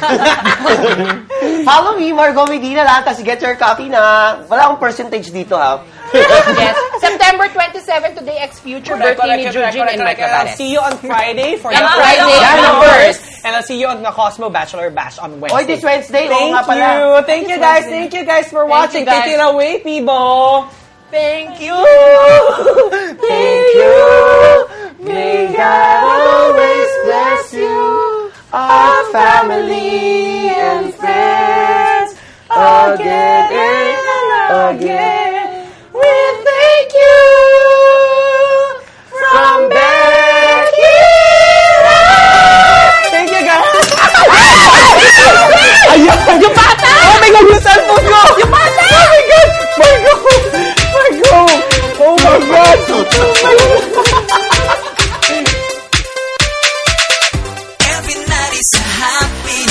Follow me, Margo Medina lahat. Tapos get your copy na. Wala akong percentage dito, ha?
yes. September 27 today, ex-future birthday ni Jujin and Mike
And I'll
Navales.
see you on Friday for
And
the
Friday, and
Cosmo
the
Bachelor.
first.
And I'll see you on the Cosmo Bachelor Bash on
Oy,
Wednesday.
this Wednesday. Oo
Thank
nga pala.
you. Thank you guys. Thank you guys for watching.
guys.
Take it away, people.
Thank you.
Thank you. May God always bless you. Our family and friends. Again and again. We thank you. From back
Thank you guys. Ayun, yung bata! Oh my God, yung cellphone ko! Yung bata! Oh my God! My God! My God! Oh my God!
Every night is a happy